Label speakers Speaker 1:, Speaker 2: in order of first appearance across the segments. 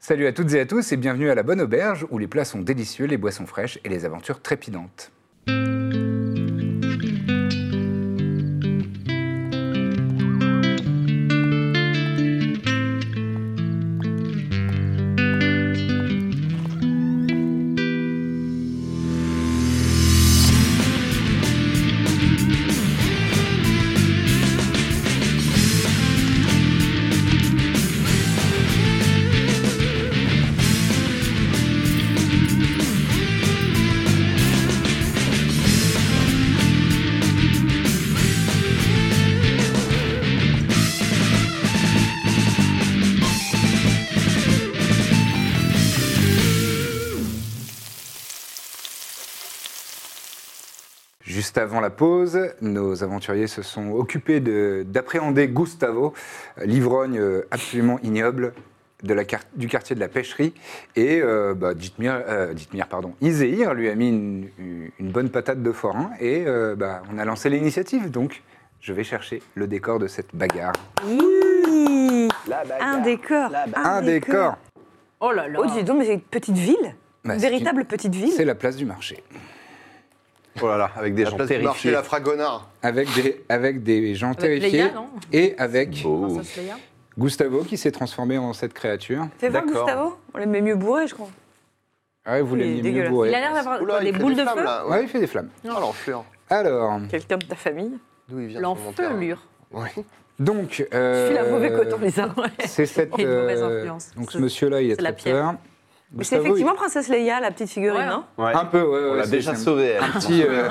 Speaker 1: Salut à toutes et à tous et bienvenue à la Bonne Auberge où les plats sont délicieux, les boissons fraîches et les aventures trépidantes. Juste avant la pause, nos aventuriers se sont occupés de- d'appréhender Gustavo, euh, l'ivrogne euh, absolument ignoble de la quart- du quartier de la pêcherie. Et euh, bah, Dithmir, euh, Dithmir, pardon, Iséir lui a mis une, une bonne patate de forain et euh, bah, on a lancé l'initiative. Donc, je vais chercher le décor de cette bagarre.
Speaker 2: Hi
Speaker 3: Mmh. Un décor.
Speaker 1: Un, décor,
Speaker 4: Oh là là.
Speaker 3: Oh, dis donc, mais c'est une petite ville
Speaker 1: Bah, c'est
Speaker 3: Véritable petite ville
Speaker 1: c'est la place du marché.
Speaker 5: Oh là là, avec des gens
Speaker 6: place
Speaker 5: terrifiés. Marché
Speaker 6: terrifiée.
Speaker 5: la fragonard.
Speaker 1: Avec des, avec des gens
Speaker 4: Avec Leia,
Speaker 1: terrifiés
Speaker 4: non
Speaker 1: et avec
Speaker 5: Oh.
Speaker 4: Princesse Leia.
Speaker 1: Gustavo qui s'est transformé en cette créature.
Speaker 3: Fais voir
Speaker 5: D'accord.
Speaker 3: Gustavo, on l'aime mieux bourré, je crois.
Speaker 1: Ah, vous
Speaker 3: Il est
Speaker 1: l'aimiez mieux
Speaker 3: dégueulasse.
Speaker 1: bourré.
Speaker 4: Il a l'air d'avoir
Speaker 5: Oula,
Speaker 4: quoi,
Speaker 5: il
Speaker 4: des
Speaker 5: fait
Speaker 4: boules de
Speaker 5: flammes,
Speaker 4: feu.
Speaker 5: là.
Speaker 1: Ouais, il fait des flammes.
Speaker 5: Oh l'enfer.
Speaker 1: Alors,
Speaker 3: Quelqu'un de ta famille.
Speaker 5: D'où il vient son menteur
Speaker 4: L'enfelure.
Speaker 1: donc.
Speaker 3: Je
Speaker 1: euh,
Speaker 3: suis la mauvaise coton, les arbres.
Speaker 1: C'est cette.
Speaker 4: Et une mauvaise
Speaker 1: euh,
Speaker 4: influence.
Speaker 1: donc ce
Speaker 4: C'est-
Speaker 1: monsieur-là, il a
Speaker 4: c'est la
Speaker 1: très peur.
Speaker 3: C'est
Speaker 1: Gustavo, il-
Speaker 3: effectivement Princesse Leia, la petite figurine,
Speaker 4: Ouais.
Speaker 3: non
Speaker 5: Ouais.
Speaker 1: Un peu, ouais,
Speaker 5: On
Speaker 1: ouais,
Speaker 5: l'a
Speaker 1: c'est-
Speaker 5: déjà
Speaker 1: c'est un-
Speaker 5: sauvé.
Speaker 1: Un petit. euh,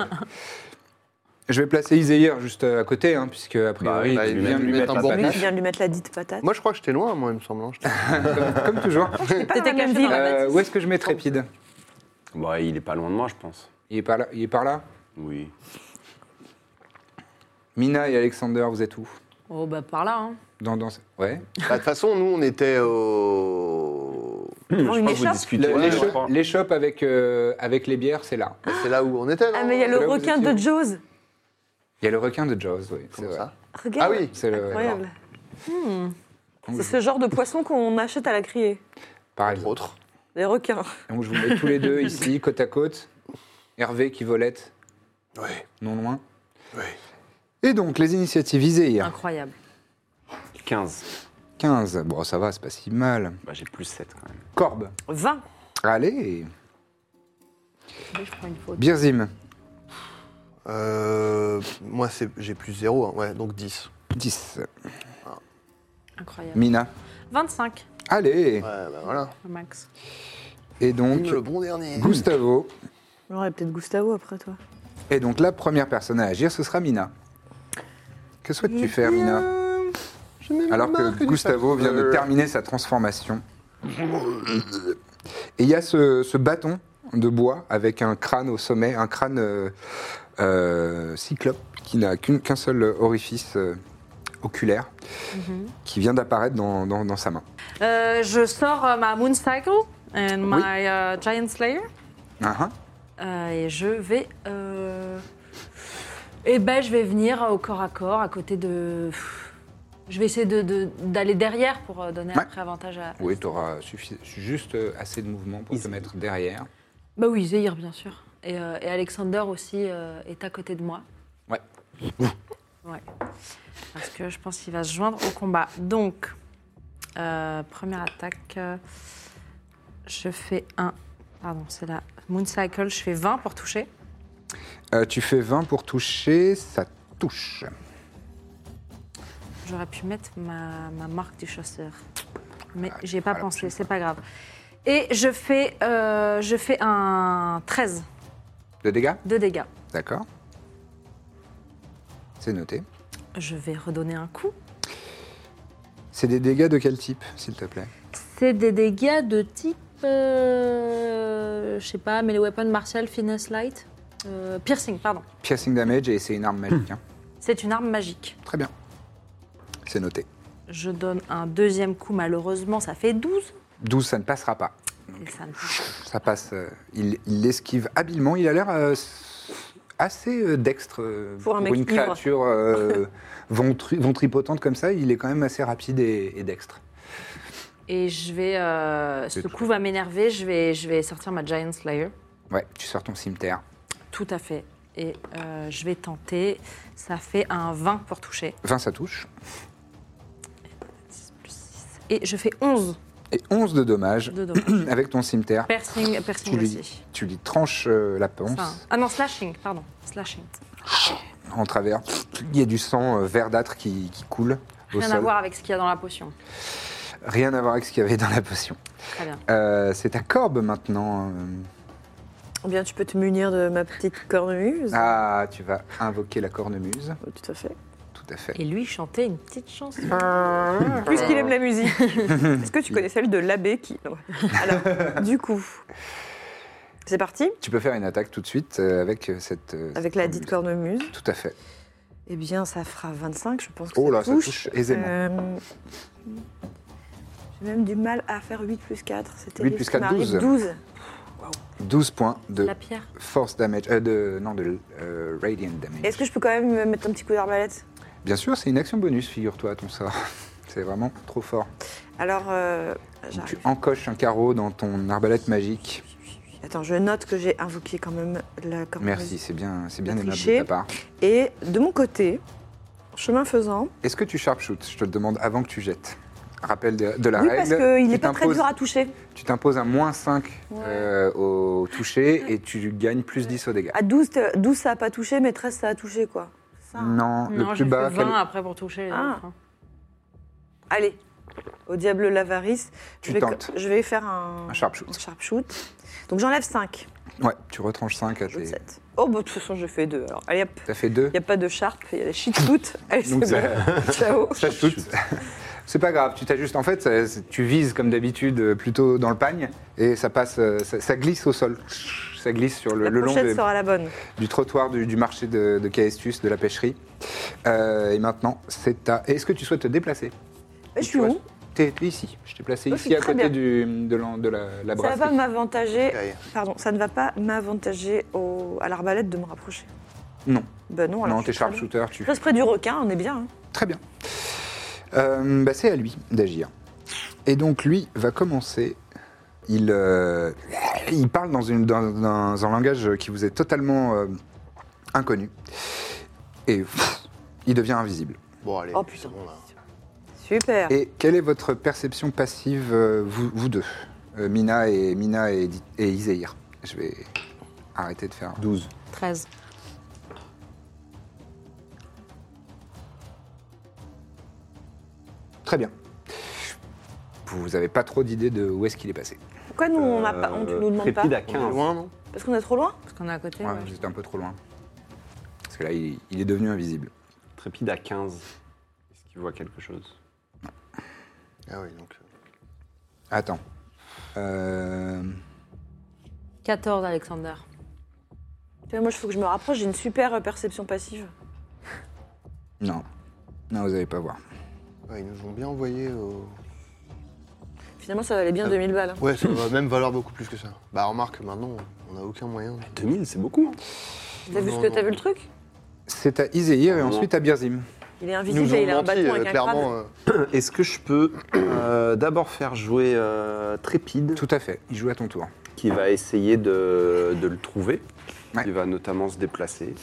Speaker 1: Je vais placer Iséir juste à côté, hein, puisque a priori,
Speaker 5: Bah,
Speaker 1: il
Speaker 5: lui
Speaker 1: vient
Speaker 5: mettre-
Speaker 1: lui
Speaker 5: lui
Speaker 1: mettre un
Speaker 5: mettre
Speaker 1: bon
Speaker 5: la
Speaker 3: Je
Speaker 1: pif,
Speaker 3: viens de lui mettre la dite patate.
Speaker 5: Moi je crois que j'étais loin, moi il me semble. hein. J'étais-
Speaker 1: comme toujours.
Speaker 3: C'est pas dans la
Speaker 4: T'étais
Speaker 3: même
Speaker 4: caché dans
Speaker 3: ville.
Speaker 4: la
Speaker 5: Ah,
Speaker 1: Euh,
Speaker 4: bâtisse.
Speaker 1: où est-ce que je mets Trépide
Speaker 6: Bah, il est pas loin de moi, je pense.
Speaker 1: Il est par là. Il est par là.
Speaker 6: Oui.
Speaker 1: Mina et Alexander, vous êtes où
Speaker 4: Oh bah par là. Hein.
Speaker 1: dans, dans... Ouais.
Speaker 5: Bah, De toute façon, nous on était au.
Speaker 3: Devant une écharpe.
Speaker 6: discutez.
Speaker 1: Le-
Speaker 5: Ouais,
Speaker 1: les
Speaker 5: je
Speaker 1: shops-
Speaker 6: crois.
Speaker 1: les shops avec, euh, avec les bières, c'est là.
Speaker 5: Bah, C'est là où on était, non
Speaker 3: Ah, mais il y a
Speaker 1: Là
Speaker 3: le
Speaker 1: où vous
Speaker 3: requin
Speaker 1: étiez.
Speaker 3: de Jaws.
Speaker 1: Il y a le requin de Jaws, oui. c'est
Speaker 5: Comment
Speaker 1: vrai.
Speaker 5: ça Ah
Speaker 3: Regarde.
Speaker 5: oui
Speaker 1: C'est le-
Speaker 3: Incroyable. C'est ce genre de poisson qu'on achète à la criée.
Speaker 1: Par
Speaker 5: Entre
Speaker 1: exemple.
Speaker 5: autres.
Speaker 3: Des requins.
Speaker 1: Donc je vous mets tous les deux ici, côte à côte. Hervé qui volette, non loin. Et donc, les initiatives visées hier.
Speaker 4: Incroyable.
Speaker 6: 15.
Speaker 1: 15. Bon, ça va, c'est pas si mal.
Speaker 6: Bah, j'ai plus 7 quand même.
Speaker 1: Corbe.
Speaker 3: 20.
Speaker 1: Allez.
Speaker 4: Je prends une faute.
Speaker 1: Birzim.
Speaker 5: Euh, moi c'est- j'ai plus 0, ouais, donc 10.
Speaker 1: 10.
Speaker 4: Incroyable.
Speaker 1: Mina.
Speaker 4: 25,
Speaker 1: Allez.
Speaker 5: Ouais, bah voilà.
Speaker 4: max.
Speaker 1: Et donc,
Speaker 5: Le bon dernier.
Speaker 1: Gustavo.
Speaker 3: On aurait peut-être Gustavo après toi.
Speaker 1: Et donc, la première personne à agir, ce sera Mina. Que souhaites-tu faire, Mina Alors que Gustavo vient
Speaker 5: Euh,
Speaker 1: de terminer sa transformation. Et il y a ce, ce bâton de bois avec un crâne au sommet, un crâne euh, euh, cyclope qui n'a qu'une- qu'un seul orifice euh, oculaire qui vient d'apparaître dans, dans- dans sa main.
Speaker 4: Euh, je sors euh, ma Moon Cycle and my euh, Giant Slayer
Speaker 1: Ah, ah.
Speaker 4: Euh, et je vais. Euh... Eh ben, je vais venir au corps à corps à côté de. Je vais essayer d'aller de, d'aller derrière pour euh, donner
Speaker 1: Ouais.
Speaker 4: après avantage à.
Speaker 1: Oui, tu auras juste euh, assez de mouvement pour te mettre derrière.
Speaker 4: Bah oui, Zéhir, bien sûr. Et, euh, et Alexander aussi euh, est à côté de moi.
Speaker 1: Ouais.
Speaker 4: Ouais. Parce que je pense qu'il va se joindre au combat. Donc, euh, première attaque. euh, je fais un. Pardon, c'est la Moon Cycle. Je fais 20 pour toucher.
Speaker 1: Euh, tu fais 20 pour toucher, ça touche.
Speaker 4: J'aurais pu mettre ma, ma marque du chasseur. Mais j'y ai pas
Speaker 1: à la
Speaker 4: pensé,
Speaker 1: prochaine
Speaker 4: c'est pas grave. Et je fais, euh, je fais un 13
Speaker 1: De dégâts
Speaker 4: de dégâts.
Speaker 1: D'accord. C'est noté.
Speaker 4: Je vais redonner un coup.
Speaker 1: C'est des dégâts de quel type, s'il te plaît
Speaker 7: C'est des dégâts de type. euh, je sais pas, melee weapon, martial, finesse light. euh, piercing, pardon.
Speaker 1: Piercing damage et c'est une arme magique. hein.
Speaker 8: C'est une arme magique.
Speaker 1: Très bien. C'est noté.
Speaker 8: Je donne un deuxième coup, malheureusement, ça fait 12.
Speaker 1: 12, ça ne passera pas.
Speaker 8: Et ça ne-
Speaker 1: Ça passe. euh, il il l'esquive habilement. Il a l'air euh, assez euh, dextre euh,
Speaker 4: Pour un mec
Speaker 1: une
Speaker 4: ivre.
Speaker 1: créature euh, ventru- ventripotente comme ça. Il est quand même assez rapide et, et dextre.
Speaker 8: Et je vais. euh, ce
Speaker 1: C'est
Speaker 8: coup va m'énerver, je vais, je vais sortir ma Giant Slayer.
Speaker 1: Ouais, tu sors ton cimetière.
Speaker 8: Tout à fait. Et euh, je vais tenter. Ça fait un 20 pour toucher.
Speaker 1: 20, ça touche.
Speaker 8: Et je fais 11
Speaker 1: Et 11 de dommages.
Speaker 8: de dommages.
Speaker 1: Avec ton cimetière,
Speaker 8: Piercing, piercing
Speaker 1: tu
Speaker 8: d'acier.
Speaker 1: lui, tu lui tranches euh, la panse
Speaker 8: Enfin, ah non, slashing, pardon. Slashing.
Speaker 1: en travers. Il y a du sang euh, verdâtre qui, qui coule au
Speaker 8: Rien
Speaker 1: sol.
Speaker 8: à voir avec ce qu'il y a dans la potion.
Speaker 1: Rien à voir avec ce qu'il y avait dans la potion.
Speaker 8: Très bien.
Speaker 1: Euh, c'est ta corbe maintenant. euh,
Speaker 4: Eh bien, tu peux te munir de ma petite cornemuse.
Speaker 1: Ah, tu vas invoquer la cornemuse,
Speaker 4: Oui, Tout à fait.
Speaker 1: tout à fait.
Speaker 8: Et lui chantait une petite chanson.
Speaker 4: Puisqu'il aime la musique. Est-ce que tu connais celle de l'abbé qui. Non. Alors, du coup. C'est parti
Speaker 1: Tu peux faire une attaque tout de suite euh, avec euh, cette. euh,
Speaker 4: Avec
Speaker 1: cette
Speaker 4: la dite cornemuse.
Speaker 1: cornemuse. Tout à fait.
Speaker 4: Eh bien, ça fera 25, je pense que
Speaker 1: Oh
Speaker 4: ça
Speaker 1: là, ça
Speaker 4: touche.
Speaker 1: touche aisément.
Speaker 4: Euh, J'ai même du mal à faire 8 plus 4. C'était
Speaker 1: 8 plus Euh, 4, 12.
Speaker 4: 12.
Speaker 1: 12 points de
Speaker 8: La pierre.
Speaker 1: force damage. euh, de, non, de euh, radiant damage.
Speaker 4: Est-ce que je peux quand même mettre un petit coup d'arbalète
Speaker 1: Bien sûr, c'est une action bonus, figure-toi, à ton sort. C'est vraiment trop fort.
Speaker 4: Alors, euh,
Speaker 1: Donc, tu
Speaker 4: j'arrive.
Speaker 1: encoches un carreau dans ton arbalète magique.
Speaker 4: Attends, je note que j'ai invoqué quand même la cornemuse.
Speaker 1: Merci, c'est bien, c'est bien
Speaker 4: Vous
Speaker 1: aimable de
Speaker 4: trichez.
Speaker 1: ta part.
Speaker 4: Et de mon côté, chemin faisant,
Speaker 1: Est-ce que tu sharpshoot Je te le demande avant que tu jettes. Rappel de, de la
Speaker 4: oui,
Speaker 1: règle.
Speaker 4: parce qu'il
Speaker 1: tu
Speaker 4: n'est pas très
Speaker 1: t'imposes-
Speaker 4: dur à toucher.
Speaker 1: Tu t'imposes un moins 5 euh, au toucher et tu gagnes plus 10 au dégâts.
Speaker 4: À 12, t'es- 12, ça n'a pas touché, mais 13, ça a touché, quoi. Ça.
Speaker 1: Non,
Speaker 8: Non,
Speaker 1: le
Speaker 8: j'ai fait
Speaker 1: plus bas.
Speaker 8: 20
Speaker 1: quel-
Speaker 8: après pour toucher les
Speaker 4: Ah.
Speaker 8: autres. hein.
Speaker 4: Allez, au diable l'avarice.
Speaker 1: Tu
Speaker 4: je vais,
Speaker 1: tentes.
Speaker 4: je vais faire un,
Speaker 1: Un sharpshoot.
Speaker 4: un sharpshoot. Donc j'enlève 5,
Speaker 1: Ouais, tu retranches 5 à tes.
Speaker 4: 7. Oh, bah, de toute façon, j'ai fait 2. Alors, allez, hop.
Speaker 1: T'as fait 2.
Speaker 4: Il n'y a pas de sharp, il y a des shit shoots. Allez, c'est
Speaker 1: Donc,
Speaker 4: bon. Ciao.
Speaker 1: C'est pas grave, tu t'ajustes. En fait, ça- c'est- tu vises comme d'habitude euh, plutôt dans le pagne et ça passe, euh, ça, ça glisse au sol. Ça glisse sur le,
Speaker 4: La
Speaker 1: le long
Speaker 4: pochette
Speaker 1: des-
Speaker 4: sera la bonne.
Speaker 1: du trottoir du, du marché de, de Caestus, de la pêcherie. Euh, et maintenant, c'est à. Est-ce que tu souhaites te déplacer Ou
Speaker 4: Mais Euh, je
Speaker 1: tu
Speaker 4: suis
Speaker 1: restes-
Speaker 4: où
Speaker 1: T'es t'es ici. Je t'ai placé
Speaker 4: Ok,
Speaker 1: ici à
Speaker 4: très
Speaker 1: côté
Speaker 4: bien.
Speaker 1: du, de, l'en- de la, la
Speaker 4: Ça ne va
Speaker 1: brasserie.
Speaker 4: pas m'avantager.
Speaker 5: Derrière.
Speaker 4: Pardon, ça ne va pas m'avantager au- à l'arbalète de me rapprocher.
Speaker 1: Non,
Speaker 4: Ben non, alors.
Speaker 1: non, t'es
Speaker 4: je suis très loin.
Speaker 1: sharpshooter, tu.
Speaker 4: Je reste près du requin, on est bien. hein.
Speaker 1: Très bien. Euh, bah, c'est à lui d'agir. Et donc lui va commencer. Il, euh, il parle dans, une, dans, dans un langage qui vous est totalement euh, inconnu. Et pff, il devient invisible.
Speaker 5: Bon, allez,
Speaker 4: Oh,
Speaker 5: c'est
Speaker 4: putain.
Speaker 5: bon là.
Speaker 4: Super.
Speaker 1: Et quelle est votre perception passive, euh, vous, vous deux Euh, Mina et, Mina et, Di- et Iséir. Je vais arrêter de faire... 12.
Speaker 8: 13.
Speaker 1: 12. Très bien. Vous n'avez pas trop d'idée de où est-ce qu'il est passé.
Speaker 4: Pourquoi nous, on n'a pas, on, tu nous demandes pas
Speaker 6: Trépide à
Speaker 5: On est
Speaker 6: 15.
Speaker 5: loin, non
Speaker 4: Parce qu'on est trop loin
Speaker 8: Parce qu'on est à côté.
Speaker 1: Ouais,
Speaker 8: ouais.
Speaker 1: Vous êtes un peu trop loin. Parce que là, il- il est devenu invisible.
Speaker 6: Trépide à 15. Est-ce qu'il voit quelque chose
Speaker 5: Ah oui, donc. euh,
Speaker 1: Attends. Euh,
Speaker 8: 14, Alexander.
Speaker 4: Putain, Moi, il faut que je me rapproche, j'ai une super euh, perception passive.
Speaker 1: Non. Non, vous n'allez pas voir.
Speaker 5: ouais, ils nous ont bien envoyé au.
Speaker 4: Finalement, ça valait bien
Speaker 5: Ah.
Speaker 4: 2000 balles. hein.
Speaker 5: Ouais, ça va même valoir beaucoup plus que ça. Bah, remarque, maintenant, on n'a aucun moyen.
Speaker 6: 2000, c'est beaucoup. hein.
Speaker 4: T'as vu
Speaker 5: Non,
Speaker 4: ce que
Speaker 5: non.
Speaker 4: t'as vu le truc
Speaker 1: C'est à Iséir et
Speaker 6: Non.
Speaker 1: ensuite à Birzim.
Speaker 4: Il est
Speaker 5: Ils
Speaker 4: invisible
Speaker 5: nous
Speaker 4: et
Speaker 5: ont
Speaker 4: il a un
Speaker 5: menti,
Speaker 4: bâton
Speaker 5: euh,
Speaker 4: avec un
Speaker 5: clairement.
Speaker 4: crabe.
Speaker 5: euh,
Speaker 6: Est-ce que je peux euh, d'abord faire jouer euh, Trépide,
Speaker 1: Tout à fait. Il joue à ton tour.
Speaker 6: qui va essayer de, de le trouver
Speaker 1: Ouais.
Speaker 6: Il va notamment se déplacer.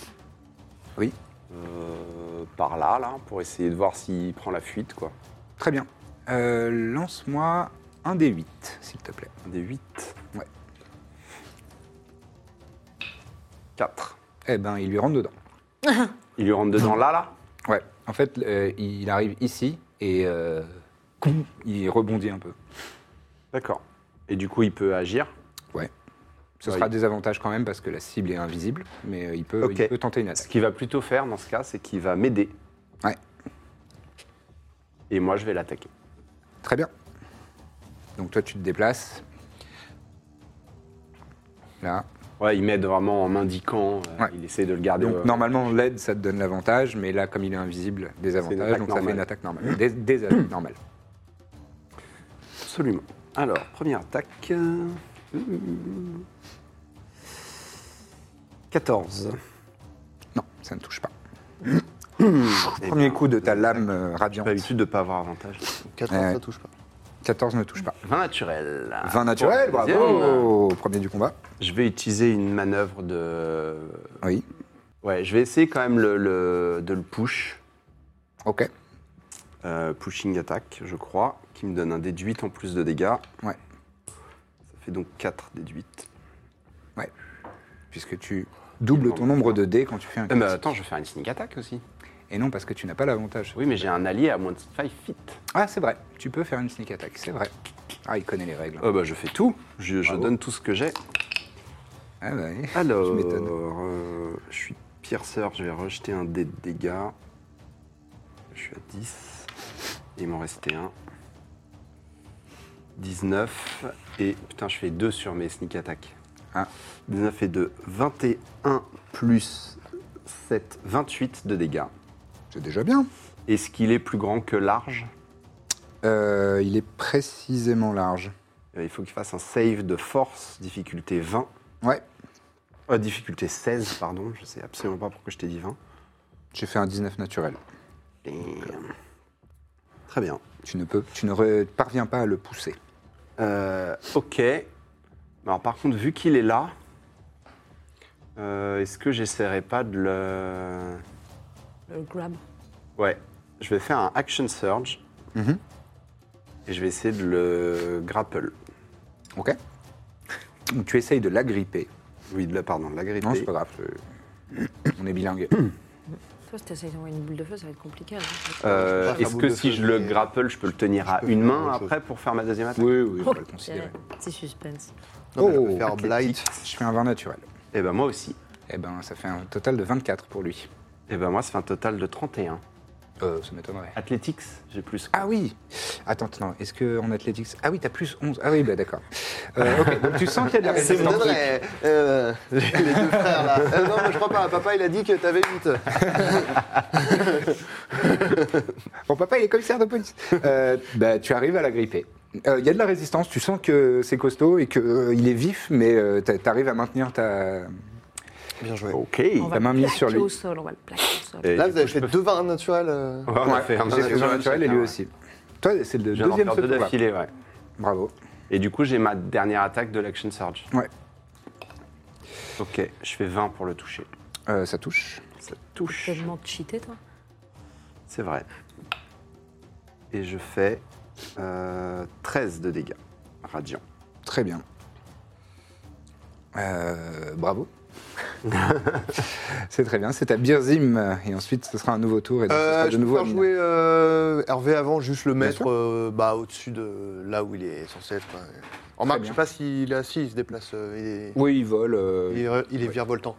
Speaker 1: Oui.
Speaker 6: Euh, par là, là, pour essayer de voir s'il prend la fuite, quoi.
Speaker 1: Très bien. Euh, Lance-moi un des 8, s'il te plaît.
Speaker 6: Un Des 8.
Speaker 1: Ouais.
Speaker 6: 4.
Speaker 1: Eh ben, il lui rentre dedans.
Speaker 6: Il lui rentre dedans là, là
Speaker 1: Ouais. En fait, euh, il arrive ici et euh, coum, il rebondit un peu.
Speaker 6: D'accord. Et du coup, il peut agir.
Speaker 1: Ce
Speaker 6: Ouais.
Speaker 1: sera des avantages quand même parce que la cible est invisible, mais euh, il peut,
Speaker 6: Ok.
Speaker 1: il peut tenter une
Speaker 6: Ce
Speaker 1: attaque.
Speaker 6: qu'il va plutôt faire dans ce cas, c'est qu'il va m'aider.
Speaker 1: Ouais.
Speaker 6: Et moi, je vais l'attaquer.
Speaker 1: Très bien. Donc toi, tu te déplaces. Là.
Speaker 6: Ouais, il m'aide vraiment en m'indiquant. euh, Il essaie de le garder.
Speaker 1: Donc
Speaker 6: euh,
Speaker 1: normalement, l'aide, ça te donne l'avantage, mais là, comme il est invisible, des
Speaker 6: une
Speaker 1: avantages,
Speaker 6: attaque
Speaker 1: donc ça fait
Speaker 6: normale.
Speaker 1: une attaque normale. Des, des attaques normales.
Speaker 6: Absolument. Alors, première attaque. euh,
Speaker 1: 14. Non, ça ne touche pas.
Speaker 6: Eh
Speaker 1: Premier coup de ta lame euh, radiante. J'ai l'habitude de ne pas avoir avantage.
Speaker 5: 14, euh, ça touche
Speaker 1: pas. 14 ne touche pas.
Speaker 6: 20 naturel.
Speaker 1: 20 naturel,
Speaker 6: Pour la
Speaker 1: bravo Premier du combat.
Speaker 6: Je vais utiliser une manœuvre de.
Speaker 1: Oui.
Speaker 6: Ouais, je vais essayer quand même le, le- de le push. euh,
Speaker 1: Ok.
Speaker 6: pushing attack, je crois, qui me donne un déduit en plus de dégâts.
Speaker 1: Ouais.
Speaker 6: Ça fait donc 4 déduits.
Speaker 1: Ouais. Puisque tu doubles ton nombre de dés quand tu fais un
Speaker 6: Euh, mais
Speaker 1: critique.
Speaker 6: attends, je vais faire une sneak attack aussi.
Speaker 1: Et non, parce que tu n'as pas l'avantage.
Speaker 6: Oui, mais j'ai un allié à moins de 5 feet.
Speaker 1: Ah, c'est vrai. Tu peux faire une sneak attack, c'est vrai. Ah, il connaît les règles.
Speaker 6: Ah bah, je fais tout. Je, je
Speaker 1: Bravo.
Speaker 6: donne tout ce que j'ai.
Speaker 1: Ah bah oui,
Speaker 6: Alors,
Speaker 1: tu m'étonnes.
Speaker 6: euh, je suis pierceur, je vais rejeter un dé de dégâts. Je suis à 10. Il m'en restait un. 19. Et putain, je fais 2 sur mes sneak attack. 19 et 2. 21 plus 7. 28 de dégâts.
Speaker 1: C'est déjà bien.
Speaker 6: Est-ce qu'il est plus grand que large
Speaker 1: Euh, il est précisément large.
Speaker 6: Euh, Il faut qu'il fasse un save de force, difficulté 20.
Speaker 1: Ouais.
Speaker 6: Euh, difficulté 16, pardon. Je sais absolument pas pourquoi je t'ai dit 20.
Speaker 1: J'ai fait un 19 naturel.
Speaker 6: euh, Très bien.
Speaker 1: Tu ne peux, tu ne re- parviens pas à le pousser.
Speaker 6: Euh, ok. Alors par contre, vu qu'il est là, euh, est-ce que j'essaierai pas de le...
Speaker 8: Le grab.
Speaker 6: Ouais, je vais faire un action surge
Speaker 1: Mhm.
Speaker 6: et je vais essayer de le grapple.
Speaker 1: Ok. Donc tu essayes de l'agripper.
Speaker 6: Oui, de la, pardon, de l'agripper.
Speaker 1: Non, c'est pas grave. euh, On est bilingue.
Speaker 8: Toi, si t'essayes d'envoyer une boule de feu, ça va être compliqué. hein.
Speaker 6: Euh,
Speaker 8: Je vais
Speaker 6: est-ce
Speaker 8: faire
Speaker 6: que
Speaker 8: boule de
Speaker 6: si
Speaker 8: feu,
Speaker 6: je le
Speaker 8: mais-
Speaker 6: grapple, je peux le tenir à
Speaker 8: faire
Speaker 6: une main
Speaker 8: autre chose.
Speaker 6: après pour faire ma deuxième attaque
Speaker 1: Oui, oui,
Speaker 8: Oh, Petit suspense.
Speaker 1: Oh, athlétique. Je fais un 20 naturel.
Speaker 6: Et ben moi aussi.
Speaker 1: Et ben ça fait un total de 24 pour lui.
Speaker 6: Et ben moi, ça fait un total de 31.
Speaker 1: Euh, ça m'étonnerait.
Speaker 6: Athletics, j'ai plus.
Speaker 1: Ah oui Attends, attends, est-ce que en athlétics... Ah oui, t'as plus 11. Ah oui, bah d'accord. Euh, ok, donc tu sens qu'il y a de la
Speaker 5: C'est
Speaker 1: résistance dans le truc.
Speaker 5: vrai. euh, les deux frères là. Euh, non, mais je crois pas. Papa, il a dit que t'avais 8.
Speaker 1: Bon, papa, il est commissaire de police. Euh, bah, tu arrives à la gripper. Euh, Il y a de la résistance, tu sens que c'est costaud et qu'il est vif, mais euh, t'a- t'arrives à maintenir ta.
Speaker 5: Bien joué.
Speaker 6: Ok.
Speaker 8: On va
Speaker 1: Ta main
Speaker 8: le
Speaker 1: mise sur
Speaker 8: plaquer
Speaker 1: lui.
Speaker 8: au sol, on va le plaquer au sol.
Speaker 5: Là, vous avez fait deux varins naturels. euh.
Speaker 6: Ouais, on a fait un
Speaker 1: j'ai fait
Speaker 6: naturel
Speaker 1: un naturel et lui
Speaker 6: chacun,
Speaker 1: aussi. Toi, c'est le
Speaker 6: Je viens d'en
Speaker 1: deuxième
Speaker 6: faire
Speaker 1: feu
Speaker 6: deux
Speaker 1: de combat.
Speaker 6: d'affilée, ouais.
Speaker 1: Bravo.
Speaker 6: Et du coup, j'ai ma dernière attaque de l'action surge.
Speaker 1: Ouais.
Speaker 6: Ok, je fais 20 pour le toucher.
Speaker 1: Euh, ça touche.
Speaker 6: Ça
Speaker 8: T'es Tellement cheaté, toi.
Speaker 6: C'est vrai. Et je fais euh, 13 de dégâts radiant.
Speaker 1: Très bien. Euh, bravo. c'est très bien, c'est à Birzim. Et ensuite, ce sera un nouveau tour. Et donc, ce
Speaker 5: Euh,
Speaker 1: sera de
Speaker 5: je peux
Speaker 1: nouveau
Speaker 5: faire
Speaker 1: Amina.
Speaker 5: jouer euh, Hervé avant, juste le mettre
Speaker 1: sûr.
Speaker 5: euh, bah, au-dessus de là où il est censé être. quoi. En marque, je
Speaker 1: bien.
Speaker 5: sais pas s'il est assis, il se déplace. euh, il est...
Speaker 1: Oui, il vole. euh,
Speaker 5: Il est, il est virevoltant.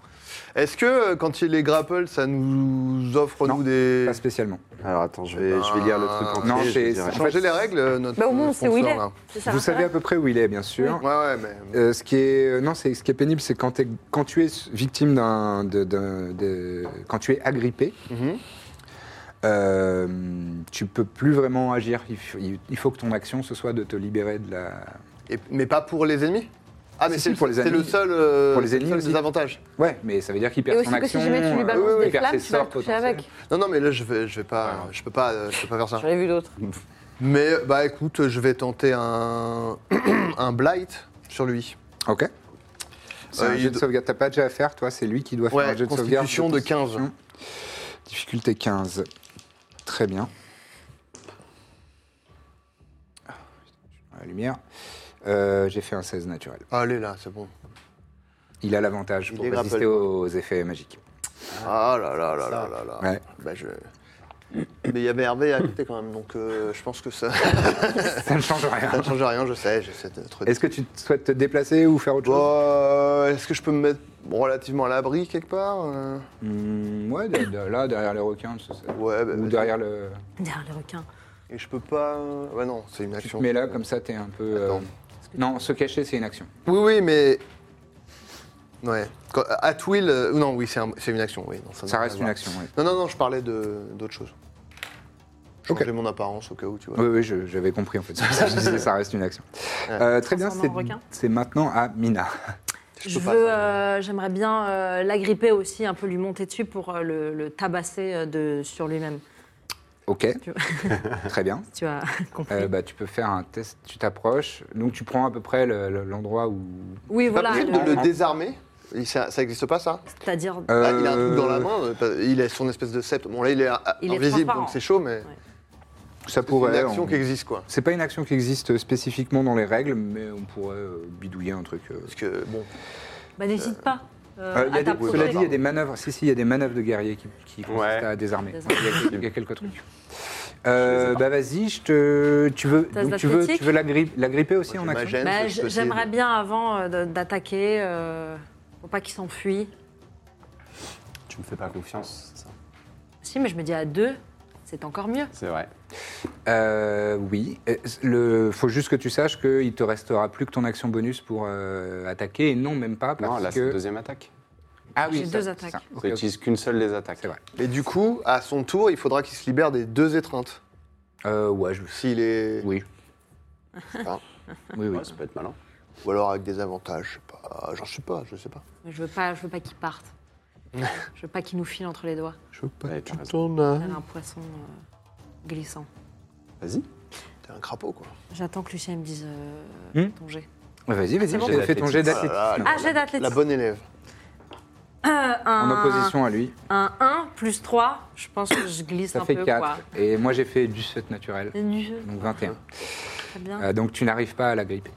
Speaker 5: Est-ce que euh, quand il est grapple, ça nous offre nous des.
Speaker 1: Pas spécialement.
Speaker 6: Alors attends, je vais, je vais lire le truc en
Speaker 1: Non, c'est- en fait,
Speaker 5: Changer les règles, euh, notre.
Speaker 3: Bah, au moins, on sait où il
Speaker 5: sponsor,
Speaker 3: est.
Speaker 5: là.
Speaker 3: C'est ça,
Speaker 1: Vous
Speaker 3: l'intérêt.
Speaker 1: savez à peu près où il est, bien sûr.
Speaker 5: Ouais, ouais, mais.
Speaker 1: Euh, ce qui est euh, non, c'est ce qui est pénible, c'est quand, t'es- quand tu es victime d'un, de, d'un- de- quand tu es agrippé,
Speaker 5: Mhm.
Speaker 1: euh, tu peux plus vraiment agir. Il, f- il- il faut que ton action ce soit de te libérer de la.
Speaker 5: Et- mais pas pour les ennemis Ah, mais
Speaker 1: Si,
Speaker 5: c'est
Speaker 1: si, pour les
Speaker 5: c'est
Speaker 1: ennemis.
Speaker 5: le seul. euh,
Speaker 1: Pour les
Speaker 5: c'est le
Speaker 1: ennemis
Speaker 5: seul
Speaker 1: aussi.
Speaker 5: désavantage.
Speaker 1: Ouais, mais ça veut dire qu'il
Speaker 3: Et
Speaker 1: perd son
Speaker 3: aussi que
Speaker 1: action.
Speaker 3: si jamais tu lui
Speaker 1: euh,
Speaker 3: balances
Speaker 1: il
Speaker 3: des
Speaker 1: perd
Speaker 3: flammes,
Speaker 1: ses
Speaker 3: tu vas le
Speaker 1: sorts
Speaker 3: toucher
Speaker 1: potentiels.
Speaker 3: avec.
Speaker 5: Non, non, mais là, je vais, je vais
Speaker 1: Ah,
Speaker 5: pas, je peux pas, euh, je peux pas faire ça.
Speaker 3: J'en ai vu d'autres.
Speaker 5: Mais bah écoute, je vais tenter un, un blight sur lui.
Speaker 1: Ok. C'est
Speaker 5: Euh,
Speaker 1: un
Speaker 5: il
Speaker 1: jet de
Speaker 5: do-
Speaker 1: sauvegarde. T'as pas déjà à faire, toi C'est lui qui doit faire
Speaker 5: Ouais,
Speaker 1: un jet de sauvegarde.
Speaker 5: constitution de 15.
Speaker 1: Difficulté 15. Très bien. Ah, La lumière. Euh, J'ai fait un 16 naturel.
Speaker 5: Ah, Allez là, c'est bon.
Speaker 1: Il a l'avantage pour
Speaker 5: est
Speaker 1: résister
Speaker 5: grapple.
Speaker 1: aux effets magiques.
Speaker 5: Ah là là là là là là.
Speaker 1: Ouais.
Speaker 5: Bah, je... Mais il y avait Hervé à côté quand même, donc euh, je pense que ça
Speaker 1: Ça ne change rien.
Speaker 5: ça ne change rien, je sais, j'essaie d'être...
Speaker 1: Est-ce que tu te- souhaites te déplacer ou faire autre chose
Speaker 5: Bon, euh, est-ce que je peux me mettre relativement à l'abri quelque part euh
Speaker 1: Hmm, Ouais, de- de- là, derrière les requins, ça, ça-
Speaker 5: Ouais, bah,
Speaker 1: ou
Speaker 5: vas-y.
Speaker 1: derrière le.
Speaker 8: Derrière les requins.
Speaker 5: Et je peux pas. euh, Ouais, non, c'est une action.
Speaker 1: Mais là, comme ça, t'es un peu. euh, Non, se cacher, c'est une action.
Speaker 5: Oui, oui, mais. Ouais. Quand- At will. euh, non, oui, c'est un- c'est une action. Oui, non,
Speaker 1: Ça
Speaker 5: n'a
Speaker 1: reste
Speaker 5: rien à
Speaker 1: une
Speaker 5: voir.
Speaker 1: action, oui.
Speaker 5: Non, non, non, je parlais de- d'autre chose. Changer mon apparence au cas où, tu vois.
Speaker 1: Oui, oui, je- j'avais compris en fait. ça, je disais, ça reste une action. Euh, très bien,
Speaker 9: Transforme en
Speaker 1: c'est-
Speaker 9: requin.
Speaker 1: c'est maintenant à Mina.
Speaker 9: Je veux, euh, j'aimerais bien euh, l'agripper aussi, un peu lui monter dessus pour euh, le, le tabasser euh, de, sur lui-même.
Speaker 1: Ok,
Speaker 9: Tu-
Speaker 1: très bien.
Speaker 9: Tu as compris.
Speaker 1: Euh, bah, tu peux faire un test, tu t'approches, donc tu prends à peu près le- le- l'endroit où...
Speaker 9: Oui,
Speaker 5: C'est pas
Speaker 9: voilà,
Speaker 5: possible
Speaker 9: le-
Speaker 5: de le désarmer Il- Ça n'existe pas, ça
Speaker 9: C'est-à-dire.
Speaker 5: Ah, Il a un truc dans la main, euh, pas- il a son espèce de sceptre. Bon, là, il est, ah,
Speaker 9: Il est
Speaker 5: invisible,
Speaker 9: transparent.
Speaker 5: donc c'est chaud, mais.
Speaker 1: Ça pourrait...
Speaker 5: une action
Speaker 1: on-
Speaker 5: qui existe, quoi.
Speaker 1: C'est pas une action qui existe spécifiquement dans les règles, mais on pourrait euh, bidouiller un truc. Parce
Speaker 5: que, bon...
Speaker 9: Bah, n'hésite pas. euh,
Speaker 1: Euh, il y a des-
Speaker 9: à t'approcher.
Speaker 1: cela dit, il y a des manœuvres. Si, si, il y a des manœuvres de guerriers qui, qui consistent à désarmer.
Speaker 9: Désarmer.
Speaker 1: Il y a, il y a quelques trucs. Euh, bah vas-y, je te, tu veux,
Speaker 9: Test
Speaker 1: donc tu veux,
Speaker 9: d'athlétique
Speaker 1: tu veux la, grippe- la gripper aussi en action.
Speaker 9: Bah, j- J'aimerais bien avant euh, de- d'attaquer, euh, pour pas qu'il s'enfuit.
Speaker 6: Tu me fais pas confiance, c'est ça
Speaker 9: Si, mais je me dis à deux, c'est encore mieux.
Speaker 6: C'est vrai.
Speaker 1: Euh, oui, Euh, le, faut juste que tu saches qu'il te restera plus que ton action bonus pour euh, attaquer et non même pas parce
Speaker 6: Non, là, c'est
Speaker 1: que
Speaker 6: la deuxième attaque.
Speaker 1: ah oui,
Speaker 9: J'ai
Speaker 1: ça,
Speaker 9: deux
Speaker 1: ça.
Speaker 9: attaques.
Speaker 6: Ça utilise qu'une seule des attaques. C'est
Speaker 1: vrai.
Speaker 5: Et du coup, à son tour, il faudra qu'il se libère des deux étreintes.
Speaker 1: Euh, ouais, je.
Speaker 5: S'il est.
Speaker 1: Oui. Oui, oui.
Speaker 6: ça peut être malin.
Speaker 5: Ou alors avec des avantages, je sais pas. J'en sais pas, je sais pas.
Speaker 9: Je veux pas, je veux pas qu'il parte. je veux pas qu'il nous file entre les doigts.
Speaker 5: Je veux pas
Speaker 6: que
Speaker 5: tu t'en ailles.
Speaker 9: Tel un poisson euh, glissant.
Speaker 6: Vas-y.
Speaker 5: T'es un crapaud, quoi.
Speaker 9: J'attends que Lucien me dise euh,
Speaker 1: Hmm
Speaker 9: ton jet.
Speaker 1: Vas-y, vas-y,
Speaker 9: C'est bon
Speaker 1: fais ton jet
Speaker 5: Oh là là,
Speaker 1: d'athlétisme
Speaker 9: Ah, jet d'athlétisme.
Speaker 5: La bonne élève.
Speaker 9: Euh,
Speaker 1: en
Speaker 9: un,
Speaker 1: opposition à lui.
Speaker 9: Un 1 plus 3, je pense que je glisse
Speaker 1: Ça
Speaker 9: un
Speaker 1: fait
Speaker 9: peu.
Speaker 1: 4.
Speaker 9: Quoi.
Speaker 1: Et moi, j'ai fait du set naturel.
Speaker 9: Nul.
Speaker 1: Donc 21.
Speaker 9: Très bien.
Speaker 1: Euh, donc tu n'arrives pas à la gripper.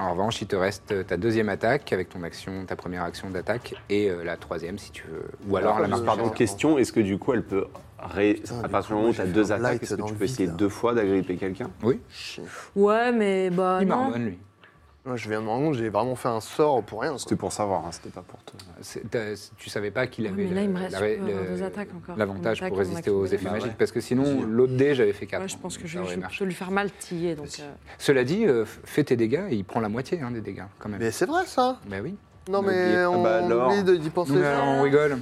Speaker 1: En revanche, il te reste euh, ta deuxième attaque avec ton action, ta première action d'attaque et euh, la troisième si tu veux. Ou alors la marque.
Speaker 6: Pardon, question, est-ce que du coup, elle peut. Ré... à partir du moment où tu as deux
Speaker 5: light
Speaker 6: attaques, est-ce que
Speaker 5: dans
Speaker 6: tu
Speaker 5: le
Speaker 6: peux essayer deux fois d'agripper quelqu'un
Speaker 1: Oui.
Speaker 9: Ouais, mais bah. non.
Speaker 1: lui.
Speaker 5: Moi, je viens de me rendre compte, j'ai vraiment fait un sort pour rien.
Speaker 6: C'était pour savoir, hein, c'était pas pour te.
Speaker 1: C'est- t'as- Tu savais pas qu'il
Speaker 9: Ouais,
Speaker 1: avait
Speaker 9: mais là, il me
Speaker 1: la-
Speaker 9: reste
Speaker 1: la-
Speaker 9: je peux avoir
Speaker 1: le-
Speaker 9: deux attaques encore.
Speaker 1: l'avantage
Speaker 9: Une attaque,
Speaker 1: pour
Speaker 9: on
Speaker 1: résister
Speaker 9: a
Speaker 1: aux
Speaker 9: accumulé.
Speaker 1: effets magiques parce que sinon l'autre dé j'avais fait 4.
Speaker 9: Ouais, je pense que je, je, je peux lui faire mal tiller. Donc, euh,
Speaker 1: Cela dit, euh, f- fais tes dégâts et il prend la moitié hein, des dégâts quand même.
Speaker 5: Mais c'est vrai, ça
Speaker 1: Bah oui.
Speaker 5: Non,
Speaker 1: On a
Speaker 5: mais
Speaker 1: oublié. Ah
Speaker 5: on
Speaker 1: bah alors.
Speaker 5: oublie de- d'y penser.
Speaker 1: Nous,
Speaker 9: Ah.
Speaker 1: euh, on rigole.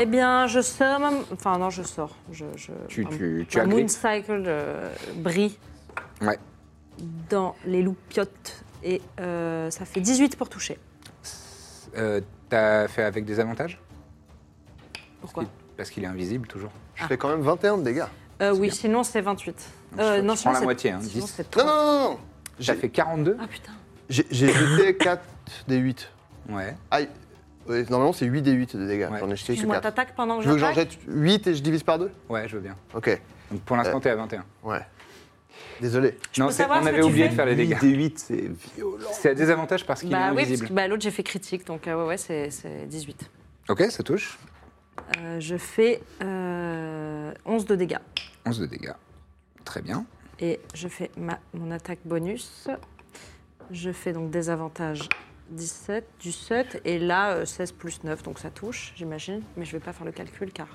Speaker 9: Eh bien, je sors. ma- Enfin, non, je sors. Je, je,
Speaker 1: Tu-
Speaker 9: ma-
Speaker 1: tu- tu
Speaker 9: ma
Speaker 1: agrippes.
Speaker 9: Moon Cycle euh, brille
Speaker 1: Ouais.
Speaker 9: dans les loupiottes et euh, ça fait 18 pour toucher.
Speaker 1: Euh, T'as fait avec des avantages
Speaker 9: Pourquoi
Speaker 1: Parce qu'il est invisible toujours.
Speaker 5: Je fais quand même 21 de dégâts.
Speaker 9: Euh, Oui, sinon c'est 28.
Speaker 1: Donc,
Speaker 9: Euh,
Speaker 1: je-
Speaker 9: non,
Speaker 1: je prends
Speaker 9: sinon
Speaker 1: la
Speaker 9: c'est-
Speaker 1: moitié, hein,
Speaker 9: sinon,
Speaker 1: 10.
Speaker 9: c'est
Speaker 5: Non,
Speaker 9: 30.
Speaker 5: non, non, non
Speaker 1: J'ai fait 42.
Speaker 9: Ah putain.
Speaker 5: J'ai j'ai jeté 4 des 8.
Speaker 9: Ah.
Speaker 1: Ouais.
Speaker 5: Aïe. Ouais, normalement, c'est 8 des 8 de dégâts. J'en ai jeté que
Speaker 9: Excuse-moi,
Speaker 5: 4.
Speaker 9: t'attaques pendant que
Speaker 5: Je veux que j'en
Speaker 9: j'attaque
Speaker 5: jette 8 et je divise par 2
Speaker 1: Ouais, je veux bien.
Speaker 5: Ok.
Speaker 1: Donc pour l'instant, t'es à 21.
Speaker 5: Ouais. Désolé.
Speaker 1: Non,
Speaker 9: peux
Speaker 1: c'est- on
Speaker 9: savoir ce que
Speaker 1: avait
Speaker 9: tu
Speaker 1: oublié
Speaker 9: fais
Speaker 1: de faire les dégâts.
Speaker 6: 8 8, c'est violent.
Speaker 1: C'est à désavantage parce qu'il est
Speaker 9: Bah oui, parce
Speaker 1: invisible.
Speaker 9: que bah, l'autre j'ai fait critique, donc euh, ouais, ouais, c'est c'est 18.
Speaker 1: Ok, ça touche.
Speaker 9: Euh, je fais euh, 11 de dégâts.
Speaker 1: 11 de dégâts. Très bien.
Speaker 9: Et je fais ma, mon attaque bonus. Je fais donc des avantages 17, du 7, et là euh, 16 plus 9, donc ça touche, j'imagine. Mais je vais pas faire le calcul car.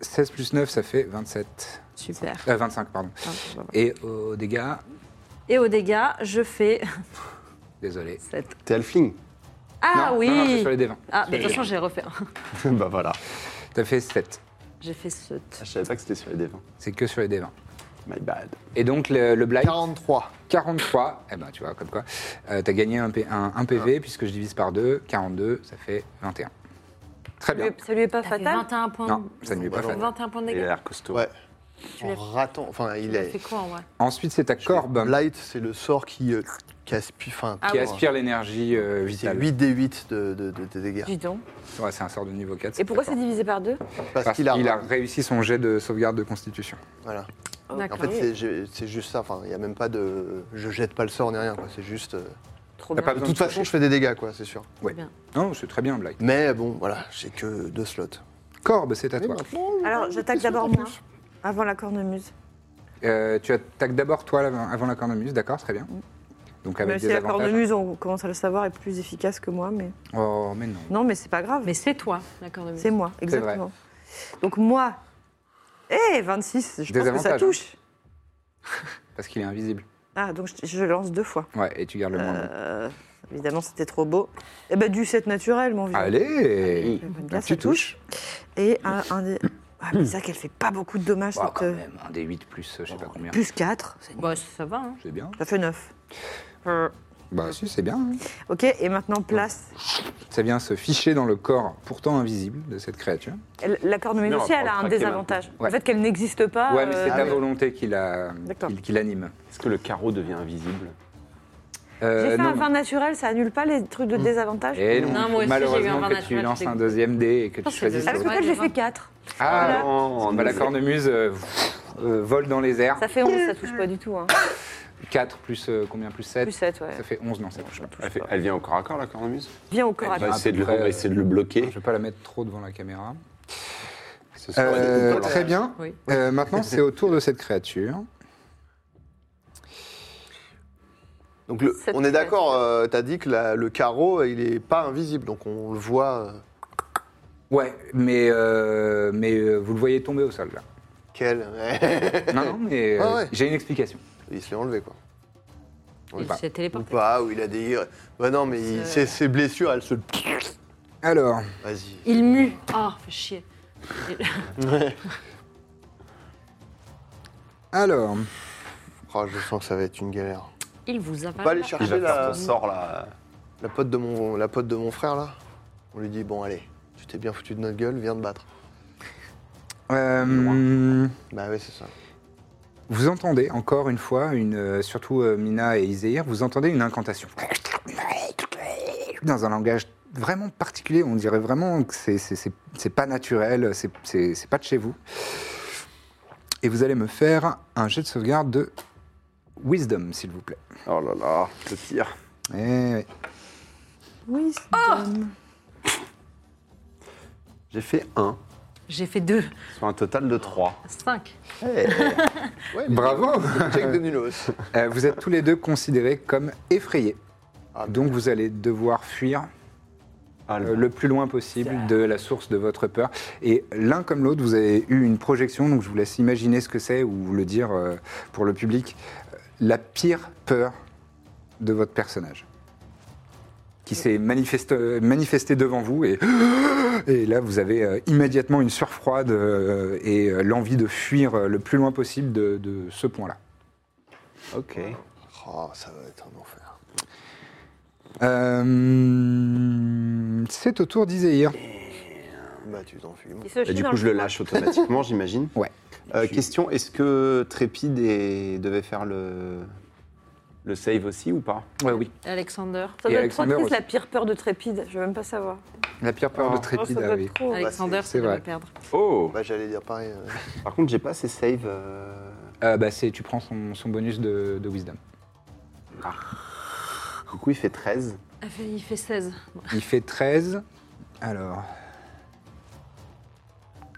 Speaker 1: 16 plus 9, ça fait 27.
Speaker 9: Super.
Speaker 1: Euh, 25, pardon.
Speaker 9: Ah, bah, bah.
Speaker 1: Et aux dégâts,
Speaker 9: Et aux dégâts, je fais
Speaker 1: désolé.
Speaker 9: 7.
Speaker 6: T'es Alfling
Speaker 9: Ah
Speaker 1: Non,
Speaker 9: oui
Speaker 1: non, non, c'est sur les D20.
Speaker 9: Ah,
Speaker 1: Sur
Speaker 9: mais de
Speaker 1: les
Speaker 9: toute façon,
Speaker 1: D20.
Speaker 9: j'ai refait un.
Speaker 6: Bah voilà.
Speaker 1: T'as fait 7.
Speaker 9: J'ai fait 7.
Speaker 6: Je savais pas que c'était sur les D20.
Speaker 1: C'est que sur les D20.
Speaker 6: My bad.
Speaker 1: Et donc le, le blind
Speaker 5: 43.
Speaker 1: 43, eh ben tu vois, comme quoi. Euh, T'as gagné un, P- un- un
Speaker 5: Ah.
Speaker 1: PV, puisque je divise par 2, 42, ça fait 21. Très bien.
Speaker 4: Ça lui est pas
Speaker 9: T'as fait
Speaker 4: fatal
Speaker 9: 21 points.
Speaker 1: Non, ça ne lui est pas fait.
Speaker 9: 21 points de
Speaker 6: Il a
Speaker 9: dégâts.
Speaker 6: l'air costaud.
Speaker 5: Ouais.
Speaker 9: Tu
Speaker 5: En
Speaker 9: l'as
Speaker 5: ratant. Enfin, il
Speaker 1: euh,
Speaker 9: fait
Speaker 5: est.
Speaker 9: quoi en vrai
Speaker 1: Ensuite, c'est ta corbe
Speaker 5: Light, c'est le sort qui, euh, qui aspire. Enfin,
Speaker 9: Ah
Speaker 1: qui
Speaker 9: ouais.
Speaker 1: aspire l'énergie euh,
Speaker 5: c'est
Speaker 1: vitale.
Speaker 5: 8 des 8 de, de, de- de dégâts.
Speaker 4: Dis donc.
Speaker 1: Ouais, c'est un sort de niveau 4.
Speaker 4: Et pourquoi c'est divisé par deux
Speaker 5: Parce,
Speaker 1: Parce
Speaker 5: qu'il a.
Speaker 1: qu'il a réussi son jet de sauvegarde de constitution.
Speaker 5: Voilà. En
Speaker 9: D'accord.
Speaker 5: fait, c'est ju- c'est juste ça. Enfin, il n'y a même pas de. Je jette pas le sort ni rien, quoi. C'est juste. euh,
Speaker 9: Trop
Speaker 1: T'as
Speaker 9: bien.
Speaker 1: pas
Speaker 5: De
Speaker 1: besoin
Speaker 5: toute
Speaker 1: de
Speaker 5: façon, je fais des dégâts, quoi, c'est sûr.
Speaker 1: Ouais.
Speaker 9: Bien.
Speaker 1: Non, c'est très bien, Black.
Speaker 5: Mais bon, voilà, j'ai que deux slots.
Speaker 1: Corbe, c'est à toi.
Speaker 4: Alors, j'attaque d'abord moi, avant la cornemuse.
Speaker 1: Euh, tu attaques d'abord toi avant avant la cornemuse, d'accord, très bien. Donc
Speaker 4: Même
Speaker 1: avec
Speaker 4: si
Speaker 1: des
Speaker 4: la
Speaker 1: avantages.
Speaker 4: cornemuse, on commence à le savoir, est plus efficace que moi. mais
Speaker 1: Oh, mais non.
Speaker 4: Non, mais c'est pas grave.
Speaker 9: Mais c'est toi, d'accord de
Speaker 4: C'est moi,
Speaker 1: vrai.
Speaker 4: exactement. Donc moi, hé, 26, je pense que ça
Speaker 1: Désavantage,
Speaker 4: touche.
Speaker 1: Parce qu'il est invisible.
Speaker 3: Ah, donc je, je lance deux fois.
Speaker 1: Ouais, et tu gardes le moins. bon.
Speaker 3: Euh, évidemment, c'était trop beau. Eh ben, du 7 naturel, mon vieux.
Speaker 1: Allez Bah,
Speaker 3: Eh ben,
Speaker 1: La
Speaker 3: Là, ça
Speaker 1: petite touche.
Speaker 3: touche. Et un, un des. Ah, mais ça, qu'elle fait pas beaucoup de dommages,
Speaker 1: Oh,
Speaker 3: cette,
Speaker 1: quand
Speaker 3: euh,
Speaker 1: même, un des 8 plus, euh, je sais pas combien.
Speaker 3: Plus 4. C'est
Speaker 9: Bah, ça va. Hein.
Speaker 1: C'est bien.
Speaker 3: Ça fait 9.
Speaker 1: Bah si, c'est bien. hein.
Speaker 3: Ok, et maintenant place.
Speaker 1: Ça vient se ficher dans le corps pourtant invisible de cette créature.
Speaker 3: Elle- La cornemuse
Speaker 6: Non,
Speaker 3: aussi, elle
Speaker 6: on va
Speaker 3: a un
Speaker 6: craquer
Speaker 3: désavantage.
Speaker 1: maintenant. Ouais.
Speaker 3: Le fait qu'elle n'existe
Speaker 4: Ah,
Speaker 3: pas.
Speaker 1: ouais, mais
Speaker 3: euh,
Speaker 1: c'est ta volonté qui la-
Speaker 3: D'accord.
Speaker 1: qui- qui l'anime.
Speaker 6: Est-ce que le carreau devient invisible
Speaker 1: Euh,
Speaker 3: J'ai fait un
Speaker 1: non, non.
Speaker 3: vin naturel, ça annule pas les trucs de désavantage
Speaker 1: Et non,
Speaker 9: Non, moi aussi, j'ai eu un
Speaker 1: malheureusement
Speaker 9: vin
Speaker 1: que tu
Speaker 9: naturel,
Speaker 1: lances
Speaker 9: c'est
Speaker 1: un
Speaker 9: cool.
Speaker 1: deuxième dé et que
Speaker 9: Ah,
Speaker 1: tu
Speaker 9: c'est
Speaker 1: choisisses.
Speaker 9: dégueulasse.
Speaker 3: Avec
Speaker 1: l'autre.
Speaker 3: lequel j'ai fait 4.
Speaker 1: Ah,
Speaker 3: Voilà.
Speaker 6: non,
Speaker 1: bah, la cornemuse euh, euh, vole dans les airs.
Speaker 3: Ça fait 11, ça touche pas du tout. Hein.
Speaker 1: 4 plus euh, combien Plus 7
Speaker 3: Plus 7, ouais.
Speaker 1: Ça fait 11, non, ça touche pas.
Speaker 6: elle, fait- elle vient au corps à corps, la cornemuse
Speaker 3: Viens au corps à
Speaker 6: On va
Speaker 3: corps.
Speaker 1: bah,
Speaker 6: essayer de le-
Speaker 1: Après,
Speaker 6: on va essayer de le bloquer.
Speaker 1: Je vais pas la mettre trop devant la caméra.
Speaker 6: Ce soir, elle est
Speaker 1: Euh,
Speaker 6: au corps à
Speaker 1: très bien.
Speaker 9: Oui.
Speaker 1: Euh, maintenant, c'est au tour de cette créature.
Speaker 5: Donc le-
Speaker 3: Cette
Speaker 5: on est d'accord, euh, t'as dit que la- le carreau, il est pas invisible, donc on le voit. euh,
Speaker 1: Ouais, mais, euh, mais euh, vous le voyez tomber au sol, là.
Speaker 5: Quel
Speaker 1: Non, non, mais euh,
Speaker 5: Ah ouais.
Speaker 1: j'ai une explication.
Speaker 5: Il se l'est enlevé, quoi.
Speaker 1: Ou
Speaker 9: Il
Speaker 1: pas.
Speaker 9: s'est
Speaker 5: Ou
Speaker 9: téléporté.
Speaker 5: pas, ou il a des. Bah non, mais il- ses, ses blessures, elles se.
Speaker 1: Alors,
Speaker 5: Vas-y.
Speaker 9: Il mue. Ah, fais chier.
Speaker 1: alors,
Speaker 5: Oh, je sens que ça va être une galère.
Speaker 9: Il vous avale.
Speaker 5: Pas aller
Speaker 6: Il
Speaker 5: chercher
Speaker 6: va faire
Speaker 5: la,
Speaker 6: ton sort, là.
Speaker 5: la pote de mon, la pote de mon frère, là. On lui dit bon, allez, tu t'es bien foutu de notre gueule, viens te battre.
Speaker 1: euh,
Speaker 5: Bah oui, c'est ça.
Speaker 1: vous entendez encore une fois, une, euh, surtout euh, Mina et Iséir, vous entendez une incantation. Dans un langage vraiment particulier, on dirait vraiment que c'est- c'est c'est- c'est pas naturel, c'est- c'est c'est pas de chez vous. Et vous allez me faire un jet de sauvegarde de Wisdom, s'il vous plaît.
Speaker 6: Oh là là, le pire.
Speaker 1: Eh oui.
Speaker 3: Oui,
Speaker 6: J'ai fait 1
Speaker 9: J'ai fait deux.
Speaker 6: sur un total de 3.
Speaker 9: Cinq.
Speaker 5: Ouais,
Speaker 1: Bravo
Speaker 5: Check de Nulos.
Speaker 1: Euh, vous êtes tous les deux considérés comme effrayés.
Speaker 5: Ah,
Speaker 1: Donc vous allez devoir fuir
Speaker 6: Ah,
Speaker 1: euh, le plus loin possible de la source de votre peur. Et l'un comme l'autre, vous avez eu une projection, donc je vous laisse imaginer ce que c'est ou le dire euh, pour le public. Euh, La pire peur de votre personnage qui s'est manifeste- manifestée devant vous et, et là vous avez euh, immédiatement une surfroide euh, et euh, l'envie de fuir euh, le plus loin possible de- de ce point-là.
Speaker 6: Ok.
Speaker 5: Oh, ça va être un enfer.
Speaker 1: Euh, c'est au tour d'Iséir.
Speaker 5: Bah tu t'enfuis.
Speaker 3: il se
Speaker 6: Et
Speaker 3: chie
Speaker 6: du
Speaker 3: dans
Speaker 6: coup, je le lâche automatiquement, j'imagine.
Speaker 1: Ouais.
Speaker 6: Euh, question, est-ce que Trépide est- devait faire le... le save aussi ou pas
Speaker 1: Ouais, oui.
Speaker 9: Alexander.
Speaker 3: Ça
Speaker 1: Et
Speaker 3: doit être trop
Speaker 1: Alexander
Speaker 3: triste, la
Speaker 1: aussi.
Speaker 3: pire peur de Trépide. Je veux même pas savoir.
Speaker 1: La pire peur
Speaker 6: Oh.
Speaker 1: de
Speaker 3: Oh, ça
Speaker 1: Trépide,
Speaker 3: doit
Speaker 1: ah oui.
Speaker 3: être trop.
Speaker 9: Alexander,
Speaker 1: c'est
Speaker 9: c'est de
Speaker 1: vrai.
Speaker 9: le perdre.
Speaker 6: Oh
Speaker 5: Bah j'allais dire pareil. euh.
Speaker 6: Par contre, j'ai pas ces saves. euh,
Speaker 1: Euh, bah, c'est, tu prends son, son bonus de, de wisdom.
Speaker 6: Du coup, il fait 13.
Speaker 9: Elle Ah, fait- Il fait 16.
Speaker 1: Il fait 13. Alors.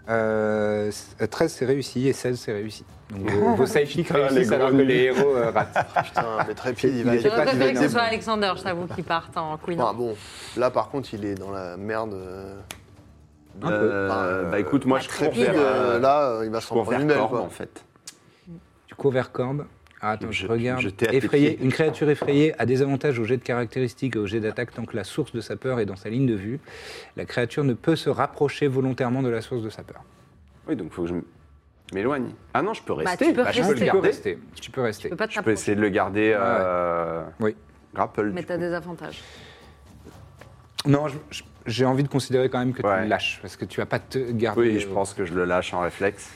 Speaker 1: Euh, c- euh, 13 c'est réussi et 16 c'est réussi. Donc vos, vos side chicks
Speaker 6: Ah, les
Speaker 1: réussissent alors que
Speaker 6: gros
Speaker 1: les héros euh, ratent.
Speaker 5: Putain, mais Trépide, il va
Speaker 1: Il était
Speaker 5: aller.
Speaker 1: pas
Speaker 9: J'aurais préféré que
Speaker 1: divin,
Speaker 9: ce soit
Speaker 1: non.
Speaker 9: Alexander, je t'avoue, qui parte en Queen.
Speaker 5: Ah bon, là par contre, il est dans la merde. euh,
Speaker 1: Un peu.
Speaker 6: Euh, bah écoute, moi, je cours
Speaker 5: Trépide,
Speaker 6: vers.
Speaker 5: euh,
Speaker 6: euh,
Speaker 5: là, euh, il va
Speaker 6: je
Speaker 5: s'en
Speaker 6: cours
Speaker 5: prendre
Speaker 6: vers
Speaker 5: une belle,
Speaker 6: Corbe,
Speaker 5: quoi.
Speaker 6: en fait.
Speaker 1: Tu cours vers Corbe. Ah, attends, je,
Speaker 6: Je-
Speaker 1: regarde.
Speaker 6: je t'ai
Speaker 1: effrayé.
Speaker 6: attaqué.
Speaker 1: Une créature effrayée a des avantages au jet de caractéristiques et au jet d'attaque tant que la source de sa peur est dans sa ligne de vue. La créature ne peut se rapprocher volontairement de la source de sa peur.
Speaker 6: Oui, donc faut que je m- m'éloigne. Ah non, je peux
Speaker 9: Bah,
Speaker 6: rester.
Speaker 9: tu peux
Speaker 1: Bah, tu
Speaker 9: rester.
Speaker 1: peux le
Speaker 9: Tu
Speaker 1: garder. Tu peux rester.
Speaker 9: peux pas
Speaker 6: Je peux
Speaker 9: t'approcher,
Speaker 6: essayer de le garder. euh,
Speaker 1: Oui.
Speaker 6: Grapple.
Speaker 9: mais
Speaker 6: du
Speaker 9: t'as
Speaker 6: coup.
Speaker 9: des avantages.
Speaker 1: Non, je- je- j'ai envie de considérer quand même que tu
Speaker 6: Ouais.
Speaker 1: le lâches, parce que tu vas pas te garder. euh,
Speaker 6: Oui, je pense que je le lâche en réflexe.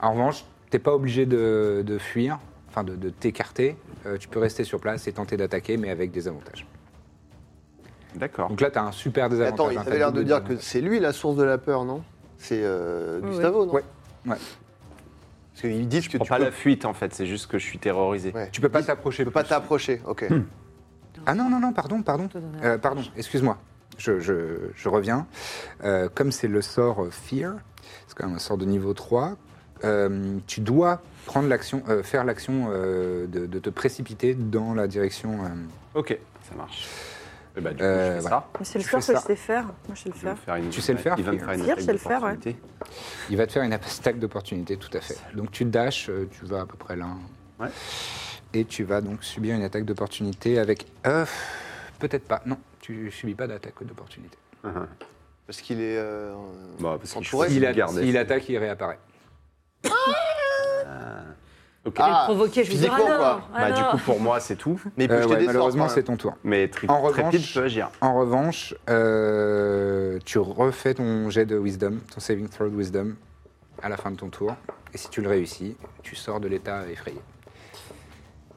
Speaker 1: En revanche, t'es pas obligé de, de fuir, enfin de, de t'écarter. Euh, tu peux rester sur place et tenter d'attaquer, mais avec des avantages.
Speaker 6: D'accord.
Speaker 1: Donc là, t'as un super désavantage.
Speaker 5: Attends, il
Speaker 1: hein,
Speaker 5: avait
Speaker 1: t'as
Speaker 5: l'air de
Speaker 1: double
Speaker 5: dire que
Speaker 1: désavantage.
Speaker 5: c'est lui la source de la peur, non C'est euh, Gustavo, non
Speaker 1: Ouais. Ouais.
Speaker 5: Parce qu'ils disent que tu
Speaker 6: Je prends pas
Speaker 5: peux...
Speaker 6: la fuite en fait, c'est juste que je suis terrorisé.
Speaker 5: Ouais.
Speaker 1: Tu peux pas
Speaker 5: Dis-
Speaker 1: t'approcher.
Speaker 5: Tu peux pas
Speaker 1: plus.
Speaker 5: t'approcher, ok.
Speaker 1: Ah non, non, non, pardon, pardon.
Speaker 9: te donner
Speaker 1: Euh, pardon, excuse-moi. Je, je- je reviens. Euh, comme c'est le sort euh, Fear, c'est quand même un sort de niveau 3, euh, tu dois prendre l'action, euh, faire l'action euh, de, de te précipiter dans la direction. euh,
Speaker 6: Ok, ça marche. Et bah, du coup,
Speaker 1: Euh,
Speaker 6: je fais
Speaker 1: voilà.
Speaker 6: ça.
Speaker 3: Mais c'est le
Speaker 1: Je
Speaker 3: sort
Speaker 1: fais
Speaker 3: que je
Speaker 1: ça.
Speaker 3: sais faire. Moi, je sais le
Speaker 6: Il va
Speaker 3: faire.
Speaker 6: me faire une-
Speaker 1: Tu sais le faire,
Speaker 6: Il va me faire une
Speaker 3: Philippe
Speaker 6: attaque
Speaker 3: Je sais le faire, ouais.
Speaker 6: d'opportunité.
Speaker 1: il va te faire une attaque d'opportunité, tout à fait. Donc tu dashes, euh, tu vas à peu près là.
Speaker 6: Ouais.
Speaker 1: Et tu vas donc subir une attaque d'opportunité avec. Euh, Peut-être pas. Non, tu subis pas d'attaque d'opportunité.
Speaker 5: Parce qu'il est. euh,
Speaker 6: Bah, parce qu'il
Speaker 5: entouré.
Speaker 6: choisit
Speaker 1: S'il
Speaker 6: de
Speaker 1: a-
Speaker 6: garder.
Speaker 1: s'il attaque, il réapparaît.
Speaker 6: Ok.
Speaker 3: Ah, provoquer, je vous dis,
Speaker 5: physiquement,
Speaker 3: ah non,
Speaker 5: quoi.
Speaker 3: ah
Speaker 6: Bah, du
Speaker 3: non.
Speaker 6: coup, pour moi, c'est tout.
Speaker 5: Mais il peut
Speaker 1: Euh, ouais,
Speaker 5: jeter des sorts,
Speaker 1: malheureusement,
Speaker 5: quand
Speaker 6: hein.
Speaker 1: c'est
Speaker 5: même.
Speaker 1: ton tour.
Speaker 6: Mais très
Speaker 1: En
Speaker 6: Trépide
Speaker 1: revanche-
Speaker 6: peut agir.
Speaker 1: En revanche, euh, tu refais ton jet de wisdom, ton saving throw de wisdom, à la fin de ton tour. Et si tu le réussis, tu sors de l'état effrayé.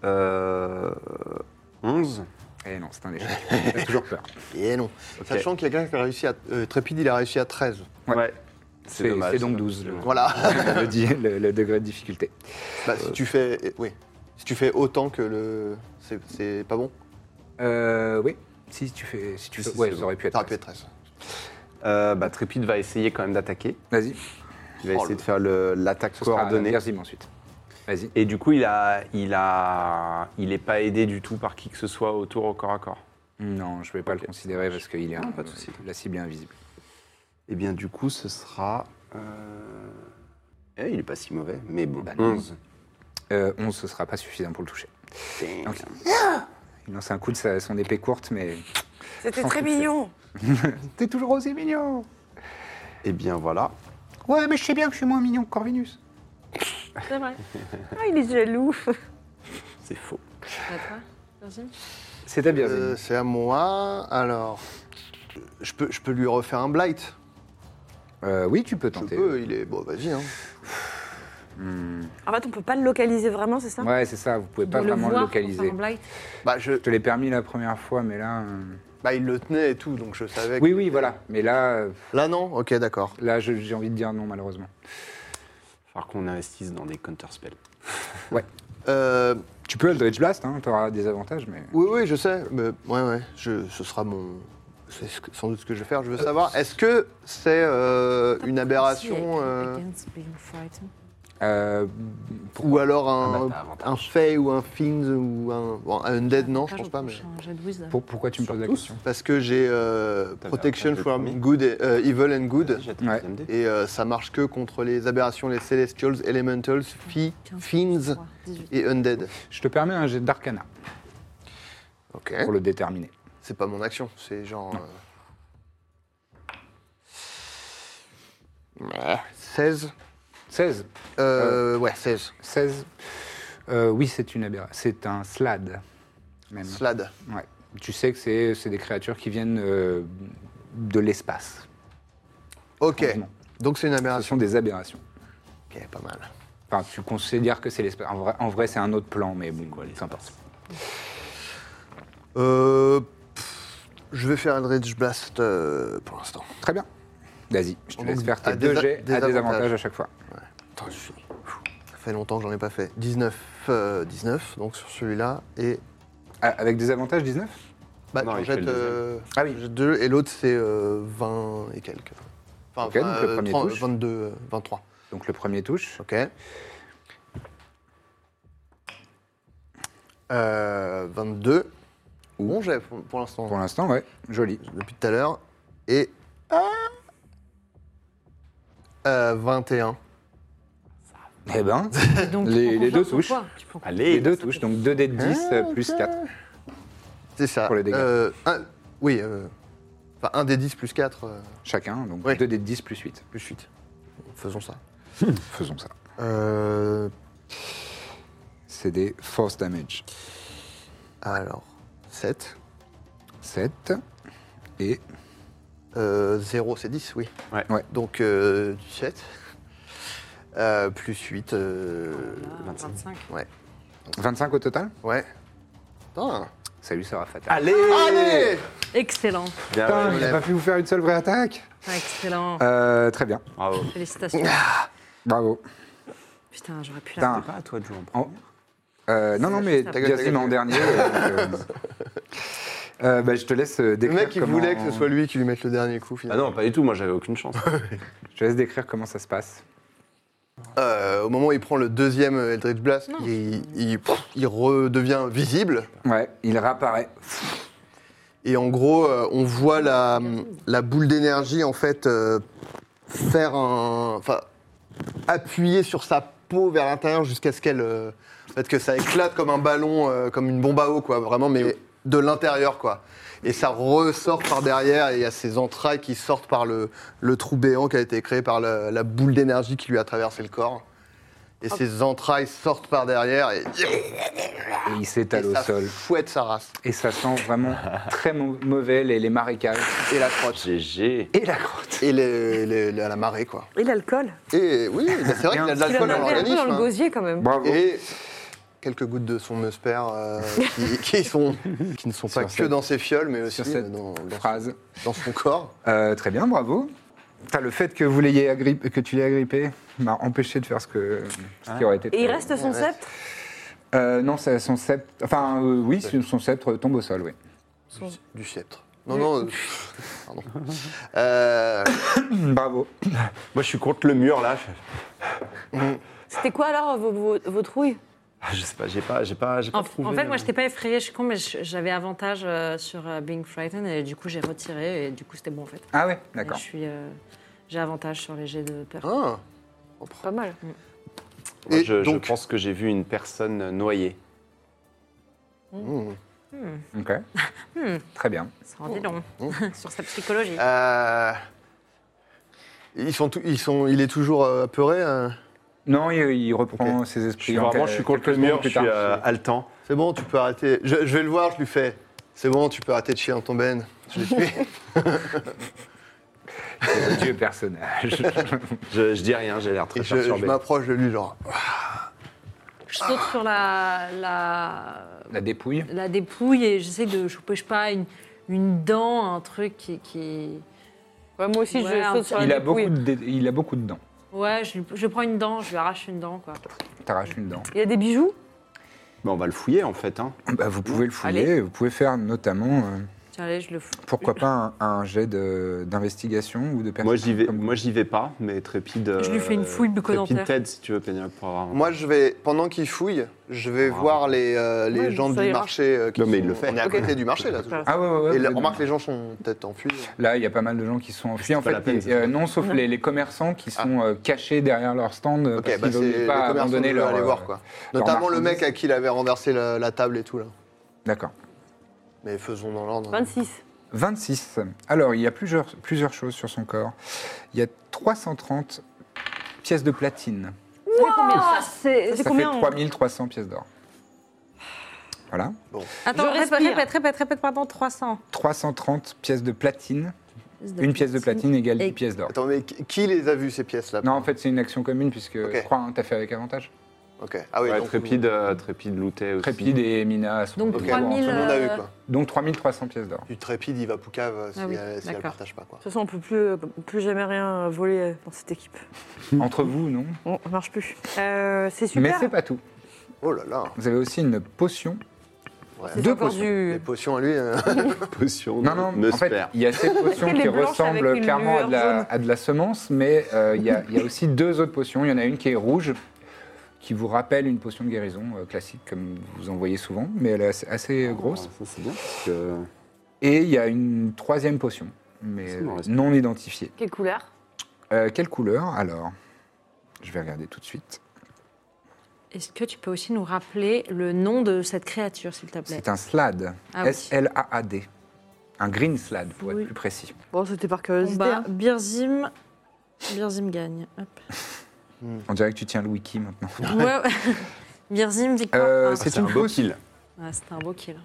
Speaker 6: Euh, 11.
Speaker 1: Eh non, c'est un échec. T'as toujours peur.
Speaker 5: Et Eh non. Sachant qu'il y a quelqu'un qui a réussi à. euh, Trépide, il a réussi à 13.
Speaker 6: Ouais.
Speaker 1: C'est
Speaker 6: dommage,
Speaker 1: c'est donc
Speaker 6: ça.
Speaker 1: 12, le,
Speaker 5: Voilà.
Speaker 1: le di- le- le degré de difficulté.
Speaker 5: Bah, si tu fais. eh, Oui. Si tu fais autant que le. c'est- C'est pas bon
Speaker 1: Euh, oui, si tu fais... Si tu
Speaker 6: Si,
Speaker 1: fais-
Speaker 6: si,
Speaker 1: ouais,
Speaker 6: c'est
Speaker 1: ça
Speaker 6: bon.
Speaker 1: aurait pu être.
Speaker 5: Ça aurait pu être 13.
Speaker 1: Ah,
Speaker 6: Euh, bah, Trépide va essayer quand même d'attaquer.
Speaker 1: Vas-y,
Speaker 6: Il
Speaker 5: Oh,
Speaker 6: va essayer
Speaker 5: le-
Speaker 6: de faire le- l'attaque
Speaker 1: ce sera
Speaker 6: coordonnée.
Speaker 1: Gerzim ensuite. Vas-y.
Speaker 6: Et du coup, il a, il a, il est pas aidé du tout par qui que ce soit autour au corps à corps.
Speaker 1: Non, je vais pas le considérer parce qu'il est...
Speaker 6: Non,
Speaker 1: un-
Speaker 6: pas de souci.
Speaker 1: La cible est invisible.
Speaker 6: Eh bien, du coup, ce sera. euh, eh, il est pas si mauvais, mais bon.
Speaker 1: Bah, non.
Speaker 6: 11.
Speaker 1: Euh, 11, ce sera pas suffisant pour le toucher.
Speaker 6: Damn.
Speaker 1: Il lance un coup de sa- son épée courte, mais...
Speaker 3: C'était
Speaker 1: Sans
Speaker 3: très
Speaker 1: succès.
Speaker 3: mignon.
Speaker 1: T'es toujours aussi mignon
Speaker 6: Eh bien, voilà.
Speaker 1: Ouais, mais je sais bien que je suis moins mignon que Corvinus.
Speaker 8: C'est vrai.
Speaker 3: Ah, il est jaloux.
Speaker 6: C'est faux.
Speaker 9: Bah,
Speaker 8: À toi, Gerzim
Speaker 1: C'était bien.
Speaker 5: Euh, c'est à moi. Alors. Je peux, je peux lui refaire un blight.
Speaker 1: Euh, oui, tu peux
Speaker 5: Je
Speaker 1: tenter.
Speaker 5: peux, il est. Bon, vas-y. Hein.
Speaker 3: En fait, on peut pas le localiser vraiment, c'est ça
Speaker 1: Ouais, c'est ça, vous pouvez pas
Speaker 8: On
Speaker 1: vraiment le
Speaker 8: voit, on fait
Speaker 1: localiser.
Speaker 8: un blight.
Speaker 5: Bah, je,
Speaker 1: Je te l'ai permis la première fois, mais là... euh,
Speaker 5: bah, il le tenait et tout, donc je savais.
Speaker 1: Oui,
Speaker 5: que-
Speaker 1: oui, voilà. Mais là, euh,
Speaker 5: Là, non Ok, d'accord.
Speaker 1: là je- j'ai envie de dire non, malheureusement.
Speaker 6: Falloir qu'on investisse dans des counter spells.
Speaker 5: Euh,
Speaker 1: Tu peux Eldritch Blast, hein, t'auras des avantages, mais...
Speaker 5: oui, oui, je sais. Mais, ouais, ouais. Je, ce sera mon. C'est ce que- sans doute ce que je vais faire. Je veux savoir, est-ce que c'est euh, une aberration euh,
Speaker 8: Against being frightened.
Speaker 1: Euh,
Speaker 5: ou alors
Speaker 6: Ah
Speaker 5: un,
Speaker 6: bah, t'as avantage.
Speaker 5: un Fey ou un Fiend ou un, bon, un Undead Non, je pense pas. Mais...
Speaker 8: Prochain jet de wisdom.
Speaker 1: pour- pourquoi tu me poses la question
Speaker 5: Parce que j'ai euh,
Speaker 6: T'avais
Speaker 5: Protection
Speaker 6: avantage le
Speaker 5: from
Speaker 6: premier.
Speaker 5: good et- euh, Evil and Good.
Speaker 6: J'ai
Speaker 1: Ouais.
Speaker 5: Et euh, ça marche que contre les aberrations, les Celestials, Elementals, Fi-
Speaker 8: 15,
Speaker 5: Fiends
Speaker 8: 3, 18.
Speaker 5: et Undead.
Speaker 1: Je te permets un jet d'arcana
Speaker 5: Ok.
Speaker 1: pour le déterminer.
Speaker 5: C'est pas mon action, c'est genre. euh, ouais, 16
Speaker 1: 16.
Speaker 5: euh, Ouais, 16.
Speaker 1: 16. Euh, oui, c'est une aberra- C'est un slad, même.
Speaker 5: Slad.
Speaker 1: Ouais. Tu sais que c'est c'est des créatures qui viennent euh, de l'espace.
Speaker 5: Ok.
Speaker 1: Franchement.
Speaker 5: Donc c'est une
Speaker 1: Ce
Speaker 5: aberration.
Speaker 1: sont des aberrations.
Speaker 5: Ok, pas mal.
Speaker 1: Enfin, tu considères que c'est l'espace. En vrai, en vrai, c'est un autre plan, mais bon, peu importe.
Speaker 5: Euh, pff, je vais faire Eldritch Blast euh, pour l'instant.
Speaker 1: Très bien. Vas-y, je te
Speaker 5: Donc,
Speaker 1: laisse faire tes
Speaker 5: à
Speaker 1: deux
Speaker 5: désa-
Speaker 1: jets à
Speaker 5: désavantage.
Speaker 1: des avantages à chaque fois.
Speaker 5: Attends, je suis- Pfff, Ça fait longtemps que j'en ai pas fait. 19, euh, 19 donc sur celui-là. Et.
Speaker 1: Ah, avec des avantages 19
Speaker 5: Bah,
Speaker 6: Non,
Speaker 5: j'en
Speaker 6: il fait le
Speaker 5: jette,
Speaker 6: deuxième.
Speaker 5: euh,
Speaker 1: Ah oui.
Speaker 5: j'en jette deux, et l'autre c'est euh, 20 et quelques. Enfin,
Speaker 1: Ok, donc le
Speaker 5: euh,
Speaker 1: premier
Speaker 5: 30,
Speaker 1: touche.
Speaker 5: 22, euh, 23.
Speaker 1: Donc le premier touche.
Speaker 5: Ok. Euh, 22. Bon j'ai pour, pour l'instant,
Speaker 1: Pour l'instant, ouais, joli.
Speaker 5: depuis tout à l'heure. Et. ah, Euh, 21.
Speaker 1: Eh ben,
Speaker 8: Donc,
Speaker 1: les-
Speaker 8: tu prends
Speaker 1: les deux
Speaker 8: confiance en
Speaker 1: touches.
Speaker 8: toi, tu prends confiance.
Speaker 1: les
Speaker 6: Allez,
Speaker 1: deux touches, donc 2 dés de 10 euh, plus 4.
Speaker 5: C'est ça.
Speaker 1: Pour les dégâts.
Speaker 5: Euh, un- oui, euh, enfin un des 10 plus 4,
Speaker 1: Chacun, donc
Speaker 5: Oui.
Speaker 1: 2 dés de 10 plus 8.
Speaker 5: plus 8. Faisons ça.
Speaker 1: Faisons ça.
Speaker 5: Euh,
Speaker 1: C'est des force damage.
Speaker 5: alors, 7.
Speaker 1: 7 et
Speaker 5: 0, Euh, c'est 10, oui.
Speaker 6: Ouais.
Speaker 1: Ouais.
Speaker 5: Donc, euh, 7. Euh, plus 8. euh,
Speaker 8: Ah, 25.
Speaker 5: ouais.
Speaker 1: 25 au total
Speaker 5: Ouais. Putain.
Speaker 1: Salut, ça va fatal.
Speaker 6: Allez
Speaker 5: Allez
Speaker 8: Excellent.
Speaker 6: Bien,
Speaker 1: Ah, Putain,
Speaker 6: Ah, ouais.
Speaker 1: il a pas pu vous faire une seule vraie attaque
Speaker 8: Excellent.
Speaker 5: Ah.
Speaker 1: Euh, Très bien,
Speaker 6: Bravo.
Speaker 8: Félicitations.
Speaker 1: bravo.
Speaker 8: Putain, j'aurais pu la
Speaker 1: Putain.
Speaker 6: Pas à toi de jouer en premier.
Speaker 1: En- euh, non, non, mais
Speaker 8: Ta
Speaker 5: gueule, ta gueule,
Speaker 1: Jasmine
Speaker 5: ta
Speaker 1: en
Speaker 5: gueule.
Speaker 1: dernier. euh, donc, euh, euh, bah, je te laisse euh,
Speaker 5: Le
Speaker 1: décrire.
Speaker 5: mec, il
Speaker 1: comment-
Speaker 5: voulait que ce soit lui qui lui mette le dernier coup,
Speaker 6: Ah
Speaker 5: finalement.
Speaker 6: non, pas du tout, moi j'avais aucune chance.
Speaker 1: Je te laisse décrire comment ça se passe.
Speaker 5: Euh, au moment où il prend le deuxième Eldritch Blast,
Speaker 8: Non.
Speaker 5: il, il- pff, il redevient visible.
Speaker 1: Ouais, il réapparaît.
Speaker 5: Et en gros, euh, on voit la, la boule d'énergie, en fait, euh, faire un... Enfin, appuyer sur sa peau vers l'intérieur jusqu'à ce qu'elle... euh, Peut-être que ça éclate comme un ballon, euh, comme une bombe à eau, quoi. Vraiment, mais de l'intérieur, quoi. Et ça ressort par derrière, et il y a ces entrailles qui sortent par le, le trou béant qui a été créé par la, la boule d'énergie qui lui a traversé le corps. Et ses entrailles sortent par derrière, et,
Speaker 1: Et il s'étale
Speaker 5: Et
Speaker 1: au
Speaker 5: ça
Speaker 1: sol.
Speaker 5: fouette sa race.
Speaker 1: Et ça sent vraiment très mau- mauvais, les, les marécages.
Speaker 5: Et la crotte.
Speaker 6: GG.
Speaker 1: Et la crotte.
Speaker 5: Et les- les- la la marée, quoi.
Speaker 3: Et l'alcool
Speaker 5: Et oui, bah, c'est vrai qu'il a de
Speaker 3: Il en
Speaker 5: l'alcool
Speaker 3: avait
Speaker 5: dans
Speaker 3: un peu
Speaker 5: l'organisme.
Speaker 3: dans le
Speaker 5: hein.
Speaker 3: gosier quand même.
Speaker 1: Bravo.
Speaker 5: Et quelques gouttes de son musper euh, qui, qui sont, qui ne sont pas
Speaker 1: Sur
Speaker 5: que
Speaker 1: cette-
Speaker 5: dans ses fioles, mais aussi euh,
Speaker 1: sur cette
Speaker 5: dans, dans-
Speaker 1: phrase.
Speaker 5: dans son corps.
Speaker 1: Euh, très bien, bravo. T'as le fait que, vous l'ayez agrippé- que tu l'aies agrippé m'a empêché de faire ce, que, ce
Speaker 5: Ah.
Speaker 1: qui aurait été.
Speaker 3: Et il reste son sceptre
Speaker 1: Euh, non, c'est son sceptre. Enfin, euh, oui, son sceptre tombe au sol, oui.
Speaker 5: Du sceptre. Non, non. euh, pardon. Euh,
Speaker 1: Bravo.
Speaker 6: Moi, je suis contre le mur, là.
Speaker 3: C'était quoi alors vos, vos, vos trouilles
Speaker 6: Ah, Je sais pas, j'ai pas, j'ai pas, j'ai pas
Speaker 9: En,
Speaker 6: trouvé.
Speaker 9: en fait, moi,
Speaker 6: euh,
Speaker 9: je t'ai pas effrayée, je suis con, mais je- j'avais avantage euh, sur euh, Being Frightened et du coup, j'ai retiré et du coup, c'était bon en fait.
Speaker 1: Ah ouais,
Speaker 9: Et Je
Speaker 1: d'accord.
Speaker 9: suis, euh, j'ai avantage sur les jets de peur.
Speaker 5: ah,
Speaker 3: Pas mal.
Speaker 6: moi,
Speaker 5: et
Speaker 6: je, je
Speaker 5: donc-
Speaker 6: pense que j'ai vu une personne noyée.
Speaker 1: Ok.
Speaker 3: Hmm.
Speaker 1: Très bien.
Speaker 3: Oh.
Speaker 9: Ça en dit long sur sa psychologie.
Speaker 5: euh, ils sont, tous- ils sont, il est toujours euh, apeuré. hein.
Speaker 1: Non, il, il reprend ses
Speaker 6: Je suis
Speaker 1: esprits. en
Speaker 6: vraiment,
Speaker 1: quel-
Speaker 6: je suis contre le
Speaker 1: quelques
Speaker 6: mur,
Speaker 1: secondes plus
Speaker 6: je suis
Speaker 1: tard.
Speaker 6: euh, haletant.
Speaker 5: C'est bon, tu peux arrêter. Je, je vais le voir, je lui fais. C'est bon, tu peux arrêter de chier dans ton ben. Je l'ai tué.
Speaker 1: C'est Dieu personnage.
Speaker 6: Je, je dis rien, j'ai l'air très
Speaker 5: Et je, je
Speaker 6: perturbé.
Speaker 5: m'approche de lui, genre.
Speaker 9: Je saute sur la, la,
Speaker 1: La dépouille.
Speaker 9: la dépouille et j'essaie de choper, je sais pas, une, une dent, un truc qui. qui-
Speaker 3: Ouais, moi aussi,
Speaker 9: Ouais,
Speaker 3: je
Speaker 9: un
Speaker 3: saute sur la
Speaker 1: Il a, beaucoup
Speaker 3: dépouille.
Speaker 1: de, dé- il a beaucoup de dents.
Speaker 9: Ouais, je, lui- je prends une dent, je lui arrache une dent, quoi.
Speaker 1: T'arraches une dent.
Speaker 3: Il y a des bijoux
Speaker 6: Mais on va le fouiller, en fait. Hein.
Speaker 1: Bah, vous pouvez le fouiller.
Speaker 9: Allez.
Speaker 1: Vous pouvez faire notamment, euh,
Speaker 9: Tiens, allez, je le fous.
Speaker 1: pourquoi pas, un, un jet de- d'investigation ou de personne.
Speaker 6: Moi, j'y vais, moi, j'y vais pas, mais trépide. euh,
Speaker 9: Je lui fais une fouille bucco-dentaire.
Speaker 6: Trépide tête, si tu veux, Pénélope, pour avoir.
Speaker 5: Moi, je vais, pendant qu'il fouille, je vais
Speaker 6: Wow.
Speaker 5: voir les, euh, les
Speaker 3: Ouais,
Speaker 5: gens
Speaker 3: ça
Speaker 5: du
Speaker 3: ira.
Speaker 5: marché. euh, qui
Speaker 6: Non, mais il
Speaker 5: sont-
Speaker 6: le fait.
Speaker 5: On est à
Speaker 3: Ok.
Speaker 5: côté du marché, là. toujours.
Speaker 1: Ah ouais, ouais, ouais.
Speaker 5: Et
Speaker 1: vous
Speaker 5: là,
Speaker 1: êtes
Speaker 5: remarque, Ah,
Speaker 1: dans-
Speaker 5: les gens sont peut-être en fuite.
Speaker 1: Là, il y a pas mal de gens qui sont enfuis. En
Speaker 6: pas
Speaker 1: fait,
Speaker 6: la peine,
Speaker 1: et-
Speaker 6: c'est
Speaker 1: euh,
Speaker 6: pas-
Speaker 1: non, sauf les, les commerçants qui sont euh, cachés derrière leur stand euh,
Speaker 5: Ah. Ok,
Speaker 1: parce
Speaker 5: bah
Speaker 1: qu'ils
Speaker 5: c'est
Speaker 1: veulent
Speaker 5: les
Speaker 1: pas
Speaker 5: commerçants
Speaker 1: abandonner
Speaker 5: veulent
Speaker 1: leur.
Speaker 5: aller
Speaker 1: euh,
Speaker 5: voir quoi.
Speaker 1: leur
Speaker 5: Notamment le
Speaker 1: marchandise.
Speaker 5: mec à qui il avait renversé la, la table et tout là.
Speaker 1: D'accord.
Speaker 5: Mais faisons dans l'ordre.
Speaker 3: 26.
Speaker 1: 26. Alors, il y a plusieurs, plusieurs choses sur son corps. Il y a 330 pièces de platine.
Speaker 9: Combien
Speaker 3: Ah, C'est c'est
Speaker 1: Ça
Speaker 3: combien hein
Speaker 1: fait
Speaker 3: en-
Speaker 1: 3300 pièces d'or. Voilà.
Speaker 9: Attends,
Speaker 3: Je
Speaker 9: répète,
Speaker 3: respire.
Speaker 9: répète, répète, répète, pardon, 300.
Speaker 1: 330 pièces de platine. Une pièce de platine égale
Speaker 9: Et-
Speaker 1: 10 pièces d'or.
Speaker 5: Attends, mais qui qui les a vus ces pièces là
Speaker 1: Non, en fait, c'est une action commune puisque je crois hein, t'as fait avec avantage.
Speaker 5: Ok. Ah oui,
Speaker 6: Ouais,
Speaker 5: donc,
Speaker 6: trépide, euh, trépide lootait aussi.
Speaker 1: Trépide et Mina sont
Speaker 9: Donc
Speaker 5: Ok,
Speaker 1: sont
Speaker 5: bon,
Speaker 9: 3000,
Speaker 5: tout le monde a eu
Speaker 9: euh,
Speaker 5: quoi.
Speaker 1: Donc 3300 pièces d'or.
Speaker 5: Du trépide, il va poucave euh, si,
Speaker 9: Ah oui,
Speaker 5: elle, si elle
Speaker 9: d'accord.
Speaker 5: partage pas quoi.
Speaker 3: De toute façon, on peut plus, euh, plus jamais rien voler euh, dans cette équipe.
Speaker 1: Entre vous, non
Speaker 3: On on marche plus. Euh, c'est
Speaker 1: Mais
Speaker 3: super.
Speaker 1: c'est pas tout.
Speaker 5: Oh là là.
Speaker 1: Vous avez aussi une potion.
Speaker 5: Ouais.
Speaker 3: C'est
Speaker 1: deux
Speaker 3: encore
Speaker 1: potions.
Speaker 5: Les
Speaker 4: Mm.
Speaker 3: du.
Speaker 5: potions à lui. euh,
Speaker 6: Potion
Speaker 1: Non, non,
Speaker 6: me
Speaker 1: en fait, il y a cette potion
Speaker 3: Elle est
Speaker 1: qui
Speaker 3: blanche avec
Speaker 1: ressemble
Speaker 3: une
Speaker 1: clairement à de, la,
Speaker 3: lueur
Speaker 1: à de la semence, mais euh, il y, a- il y a aussi deux autres potions. Il y en a une qui est rouge, qui vous rappelle une potion de guérison euh, classique, comme vous en voyez souvent, mais elle est assez, assez
Speaker 6: Oh.
Speaker 1: grosse.
Speaker 6: Ah, Ça, c'est bien, parce que...
Speaker 1: Et il y a une troisième potion, mais
Speaker 6: C'est bon, reste-
Speaker 1: non identifiée.
Speaker 3: Quelle couleur
Speaker 1: Euh, quelle couleur alors Je vais regarder tout de suite.
Speaker 9: Est-ce que tu peux aussi nous rappeler le nom de cette créature, s'il te plaît
Speaker 1: C'est un slad,
Speaker 9: Ah oui.
Speaker 1: S-L-A-A-D. Un green slad, pour
Speaker 9: Oui.
Speaker 1: être plus précis.
Speaker 3: Bon, c'était par curiosité.
Speaker 9: Combat,
Speaker 3: hein.
Speaker 9: Birzim. Birzim gagne. Hop.
Speaker 1: On dirait que tu tiens le wiki maintenant.
Speaker 9: Ouais, ouais. Birzim, victoire.
Speaker 1: Euh,
Speaker 9: Ah,
Speaker 1: c'est une fausse.
Speaker 9: ouais, C'était Ah, un beau kill.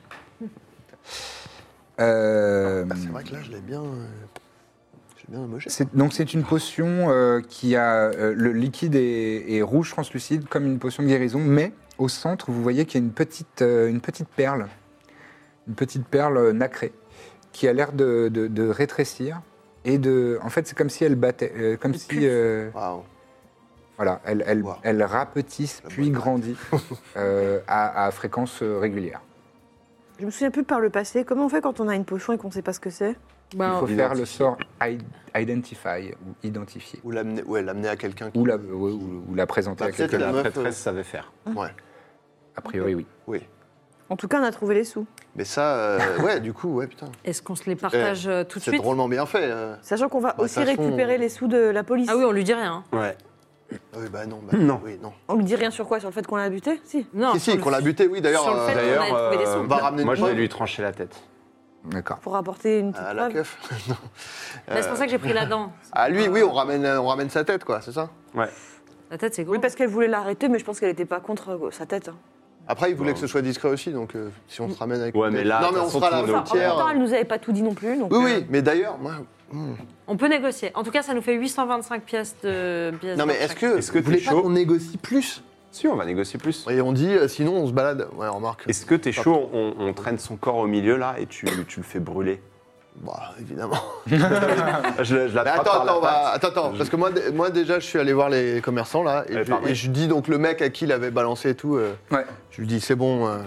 Speaker 1: Euh,
Speaker 5: Ah, C'est vrai que là, je l'ai bien. euh, J'ai bien amoché.
Speaker 1: C'est- donc c'est une potion euh, qui a euh, le liquide est, est rouge translucide comme une potion de guérison, mais au centre vous voyez qu'il y a une petite euh, une petite perle, une petite perle euh, nacrée qui a l'air de, de- de rétrécir et de en fait c'est comme si elle battait, euh, comme si euh,
Speaker 5: Waouh.
Speaker 1: voilà elle elle,
Speaker 5: Wow.
Speaker 1: elle rapetisse
Speaker 5: La
Speaker 1: puis
Speaker 5: bonne
Speaker 1: grandit euh, à, à fréquence euh, régulière.
Speaker 3: Je me souviens plus par le passé. Comment on fait quand on a une potion et qu'on sait pas ce que c'est
Speaker 1: Il
Speaker 9: Bah,
Speaker 1: faut faire le sort i- identify ou identifier
Speaker 5: Ou l'amener ouais, l'amener à quelqu'un qui.
Speaker 1: ou la ou- ou- ou la présenter
Speaker 5: Bah,
Speaker 1: à
Speaker 5: peut-être
Speaker 6: que
Speaker 1: quelqu'un.
Speaker 6: la
Speaker 5: meuf,
Speaker 6: prêtresse
Speaker 5: euh,
Speaker 6: savait faire.
Speaker 9: Hein
Speaker 5: Ouais.
Speaker 1: A priori oui.
Speaker 5: Oui.
Speaker 3: En tout cas, on a trouvé les sous.
Speaker 5: Mais ça, euh, ouais, du coup, ouais, putain.
Speaker 9: Est-ce qu'on se les partage euh, tout de
Speaker 5: Eh, C'est
Speaker 9: suite
Speaker 5: drôlement bien fait. euh.
Speaker 3: Sachant qu'on va
Speaker 5: Bah,
Speaker 3: aussi
Speaker 5: de toute façon,
Speaker 3: récupérer
Speaker 5: on-
Speaker 3: les sous de la police.
Speaker 9: Ah oui, on lui dit rien.
Speaker 6: Ouais.
Speaker 5: Oui, bah non. bah
Speaker 6: Non.
Speaker 5: Oui, non.
Speaker 4: On lui dit rien sur quoi Sur le fait qu'on l'a buté Si.
Speaker 9: Non,
Speaker 5: si,
Speaker 9: sur
Speaker 5: si,
Speaker 9: le-
Speaker 5: qu'on l'a buté, oui, d'ailleurs.
Speaker 9: sur le fait
Speaker 5: euh,
Speaker 9: qu'on a trouvé des
Speaker 6: euh,
Speaker 9: sons.
Speaker 5: on va ramener
Speaker 6: moi
Speaker 5: une
Speaker 6: je vais
Speaker 5: preuve.
Speaker 6: lui trancher la tête.
Speaker 1: D'accord.
Speaker 4: Pour apporter une petite
Speaker 5: À Ah, la
Speaker 4: preuve.
Speaker 5: keuf. Non.
Speaker 9: Bah, C'est pour ça que j'ai
Speaker 5: euh,
Speaker 9: pris la dent.
Speaker 5: À lui, oui, on ramène, on ramène sa tête, quoi, c'est ça
Speaker 6: Ouais.
Speaker 9: La tête, c'est
Speaker 4: Oui,
Speaker 9: gros.
Speaker 4: parce qu'elle voulait l'arrêter, mais je pense qu'elle n'était pas contre euh, sa tête. hein.
Speaker 5: Après, il voulait que ce soit discret aussi, donc euh, si on se ramène avec.
Speaker 6: Ouais, mais là,
Speaker 5: Non, mais
Speaker 6: de
Speaker 5: on
Speaker 6: toute façon,
Speaker 5: sera
Speaker 6: tout
Speaker 5: à la
Speaker 6: le monde est au
Speaker 5: frontière.
Speaker 4: Pourtant, elle nous avait pas tout dit non plus. Donc,
Speaker 5: Oui,
Speaker 4: euh,
Speaker 5: oui, mais d'ailleurs, moi.
Speaker 9: On peut négocier. En tout cas, ça nous fait 825 pièces de billets
Speaker 5: Non, mais
Speaker 9: d'or
Speaker 5: est-ce
Speaker 9: chaque.
Speaker 5: que,
Speaker 6: Est-ce que
Speaker 5: vous
Speaker 6: t'es
Speaker 5: voulez pas
Speaker 6: chaud
Speaker 5: qu'on négocie plus
Speaker 6: Si, on va négocier plus.
Speaker 5: Et on dit, euh, sinon, on se balade. Ouais, remarque.
Speaker 6: Est-ce que t'es chaud on, on traîne son corps au milieu là et tu, tu le fais brûler
Speaker 5: Bah, évidemment.
Speaker 6: Je, le- je
Speaker 5: Mais
Speaker 6: l'attrape
Speaker 5: attends,
Speaker 6: par la
Speaker 5: attends, on va-
Speaker 6: patte.
Speaker 5: attends, attends,
Speaker 6: Je-
Speaker 5: parce que moi, dé- moi déjà, je suis allé voir les commerçants là, et,
Speaker 6: Eh,
Speaker 5: je,
Speaker 6: pardon.
Speaker 5: et je dis donc le mec à qui il avait balancé et tout, euh,
Speaker 1: Ouais.
Speaker 5: je lui dis c'est bon, euh,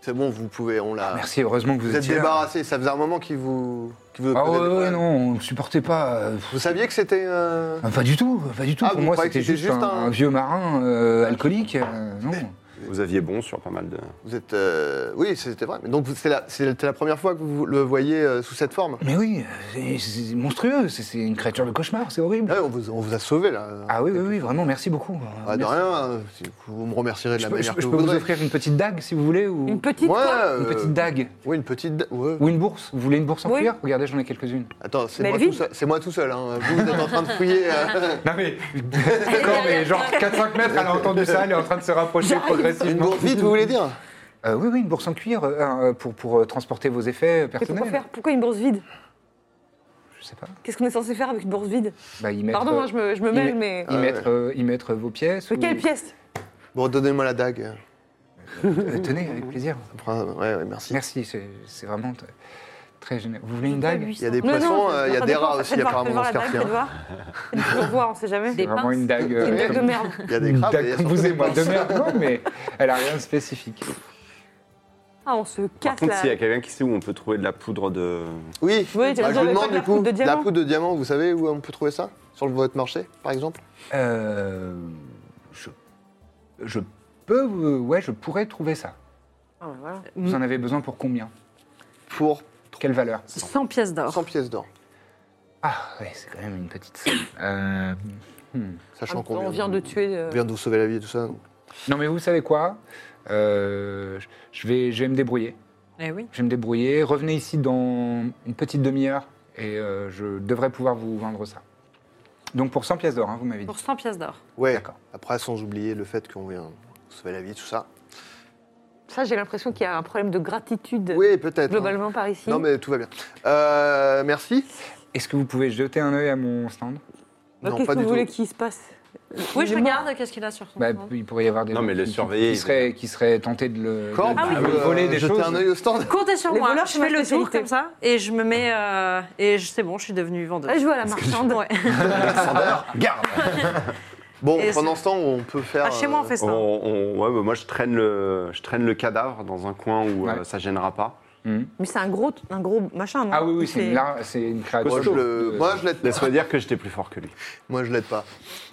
Speaker 5: c'est bon, vous pouvez, on l'a.
Speaker 1: Merci, heureusement que vous,
Speaker 5: Vous êtes
Speaker 1: étiez là.
Speaker 5: débarrassé, ça faisait un moment qu'il vous, qu'il vous
Speaker 1: Ah
Speaker 5: causait
Speaker 1: ouais,
Speaker 5: des
Speaker 1: ouais,
Speaker 5: problèmes.
Speaker 1: non, on supportait pas. euh,
Speaker 5: Vous saviez que c'était. euh,
Speaker 1: Ah, Pas du tout, pas du tout.
Speaker 5: Ah,
Speaker 1: Pour
Speaker 5: vous
Speaker 1: moi,
Speaker 5: croyez que
Speaker 1: c'était juste,
Speaker 5: c'était juste
Speaker 1: un,
Speaker 5: un-
Speaker 1: un vieux marin euh, alcoolique. euh, non.
Speaker 6: Vous aviez bon sur pas mal de.
Speaker 5: Vous êtes. euh, Oui, c'était vrai. Mais donc vous- c'est la, c'était la première fois que vous le voyez euh, sous cette forme.
Speaker 1: Mais oui, c'est- c'est monstrueux. C'est c'est une créature de cauchemar, c'est horrible.
Speaker 5: Ah, on, vous, on vous a sauvé là.
Speaker 1: Ah oui, oui, oui, vraiment, merci beaucoup.
Speaker 5: Ah, de
Speaker 1: Merci.
Speaker 5: rien, hein, si vous me remercierez de
Speaker 1: Je
Speaker 5: la
Speaker 1: peux, je
Speaker 5: manière
Speaker 1: peux-
Speaker 5: que
Speaker 1: je
Speaker 5: vous
Speaker 1: peux vous
Speaker 5: voudrez.
Speaker 1: offrir une petite dague si vous voulez ou
Speaker 4: Une petite
Speaker 5: Ouais,
Speaker 4: quoi
Speaker 5: euh,
Speaker 1: une petite dague
Speaker 5: Oui, une petite. da- ouais.
Speaker 1: ou une bourse. Vous voulez une bourse en
Speaker 4: Oui.
Speaker 1: cuir Regardez, j'en ai quelques-unes.
Speaker 5: Attends, c'est
Speaker 4: Mais
Speaker 5: moi,
Speaker 4: elle
Speaker 5: tout
Speaker 4: vit.
Speaker 5: seul- c'est moi tout seul. hein. Vous, vous êtes en train de fouiller. euh,
Speaker 1: Non mais d'accord, mais genre 4-5 mètres, elle a entendu ça, elle est en train de se rapprocher
Speaker 5: Une
Speaker 1: progressivement.
Speaker 5: bourse vide, vous voulez dire
Speaker 1: Euh, oui, oui, une bourse en cuir euh, euh, pour, pour euh, transporter vos effets
Speaker 4: Mais pourquoi
Speaker 1: personnels.
Speaker 4: faire Pourquoi une bourse vide
Speaker 1: Je sais pas.
Speaker 4: Qu'est-ce qu'on est censé faire avec une bourse vide
Speaker 1: Bah, y mettre,
Speaker 4: Pardon,
Speaker 1: euh,
Speaker 4: hein, je me, je me
Speaker 1: y,
Speaker 4: mêle,
Speaker 1: met-
Speaker 4: mais.
Speaker 1: y mettre, euh, y mettre vos pièces.
Speaker 4: Mais
Speaker 1: ou-
Speaker 4: quelle pièce
Speaker 5: Bon, donnez-moi la dague.
Speaker 1: Euh, Tenez,
Speaker 4: Mhm.
Speaker 1: avec plaisir.
Speaker 5: Après, Ouais, ouais, merci.
Speaker 1: Merci, c'est c'est vraiment t- très génial. Vous voulez une dague
Speaker 5: Il y a des
Speaker 4: Non,
Speaker 5: poissons,
Speaker 4: non,
Speaker 5: euh, il y a
Speaker 4: attendez,
Speaker 5: des
Speaker 4: voir,
Speaker 5: rats aussi,
Speaker 4: faites voir,
Speaker 5: apparemment,
Speaker 4: faites
Speaker 5: dans
Speaker 4: voir
Speaker 5: ce
Speaker 4: la dague,
Speaker 5: quartier.
Speaker 4: faites voir. Pour voir, on sait jamais.
Speaker 1: C'est vraiment une dague. euh,
Speaker 4: Une dague de
Speaker 1: comme-
Speaker 4: merde.
Speaker 5: Il y a des
Speaker 1: Une
Speaker 5: crabes. et il y a
Speaker 1: dague,
Speaker 5: surtout des
Speaker 1: excusez-moi, de
Speaker 5: poissons.
Speaker 1: merde, non, mais elle a rien de spécifique.
Speaker 4: Ah, on se
Speaker 6: Par
Speaker 4: casse
Speaker 6: contre,
Speaker 4: là.
Speaker 6: s'il y a quelqu'un qui sait où on peut trouver de la poudre de.
Speaker 5: Oui,
Speaker 4: Oui, tu vas dire,
Speaker 5: Bah, je vous
Speaker 4: mais pas
Speaker 5: demande
Speaker 4: de
Speaker 5: du
Speaker 4: la
Speaker 5: coup,
Speaker 4: poudre de diamant.
Speaker 5: la poudre de diamant, vous savez où on peut trouver ça Sur votre marché, par exemple
Speaker 1: Euh, je, je peux, euh, ouais, je pourrais trouver ça.
Speaker 4: Ah, bah, voilà.
Speaker 1: Vous en avez besoin pour combien
Speaker 5: Pour
Speaker 1: Quelle valeur
Speaker 9: 100 pièces d'or.
Speaker 5: 100 pièces d'or.
Speaker 1: Ah, ouais, c'est quand même une petite somme. Euh,
Speaker 5: Sachant qu'on
Speaker 4: Ah, On vient de tuer. euh,
Speaker 5: on vient de vous sauver la vie et tout ça. donc.
Speaker 1: non, mais vous savez quoi Euh, je- je, vais, je vais me débrouiller.
Speaker 9: Eh oui.
Speaker 1: Je vais me débrouiller. Revenez ici dans une petite demi-heure et euh, je devrais pouvoir vous vendre ça. Donc pour 100 pièces d'or, hein, vous m'avez dit.
Speaker 9: Pour 100 pièces d'or.
Speaker 5: Ouais,
Speaker 1: D'accord.
Speaker 5: après, sans oublier le fait qu'on vient vous sauver la vie, tout ça.
Speaker 4: Ça, j'ai l'impression qu'il y a un problème de gratitude
Speaker 5: Oui, peut-être. hein.
Speaker 4: globalement par ici.
Speaker 5: Non, mais tout va bien. Euh, merci.
Speaker 1: Est-ce que vous pouvez jeter un œil à mon stand
Speaker 4: Bah,
Speaker 5: non,
Speaker 4: Qu'est-ce
Speaker 5: pas
Speaker 4: que
Speaker 5: du
Speaker 4: vous
Speaker 5: tout.
Speaker 4: voulez qu'il se passe
Speaker 9: Oui, je regarde qu'est-ce qu'il a sur son
Speaker 1: Bah,
Speaker 9: compte.
Speaker 1: Il pourrait y avoir des
Speaker 6: Non,
Speaker 1: gens
Speaker 6: mais le
Speaker 1: qui- qui-
Speaker 6: surveiller,
Speaker 1: qui,
Speaker 6: il-
Speaker 1: seraient, qui seraient tentés de le, de-
Speaker 9: Ah
Speaker 5: Corbe,
Speaker 1: de
Speaker 5: tu
Speaker 1: lui
Speaker 5: veux,
Speaker 1: voler
Speaker 5: euh,
Speaker 1: des
Speaker 5: jeter
Speaker 1: choses.
Speaker 5: un œil au stand
Speaker 9: Comptez sur
Speaker 4: Les
Speaker 9: moi.
Speaker 4: voleurs,
Speaker 9: je
Speaker 4: c'est ma
Speaker 9: fais le tour
Speaker 4: spécialité.
Speaker 9: comme ça et je me mets euh, et je- c'est bon, je suis devenue vendeuse.
Speaker 4: Ah, je vois la marchande.
Speaker 9: Ouais.
Speaker 1: Garde
Speaker 5: Bon,
Speaker 9: Et
Speaker 5: pendant ce temps, on peut faire. euh,
Speaker 9: Ah, chez moi on fait ça.
Speaker 6: On- on- ouais, bah, moi je traîne, le, je traîne le cadavre dans un coin où euh,
Speaker 1: Ouais.
Speaker 6: ça gênera pas.
Speaker 4: Mais c'est un gros, un gros machin, non
Speaker 1: Ah oui, oui, c'est une, lar- c'est une créature. Euh,
Speaker 5: Moi, je le-
Speaker 1: de-
Speaker 5: moi, je l'aide
Speaker 6: Laisse-moi dire que j'étais plus fort que lui.
Speaker 5: Moi, je l'aide pas.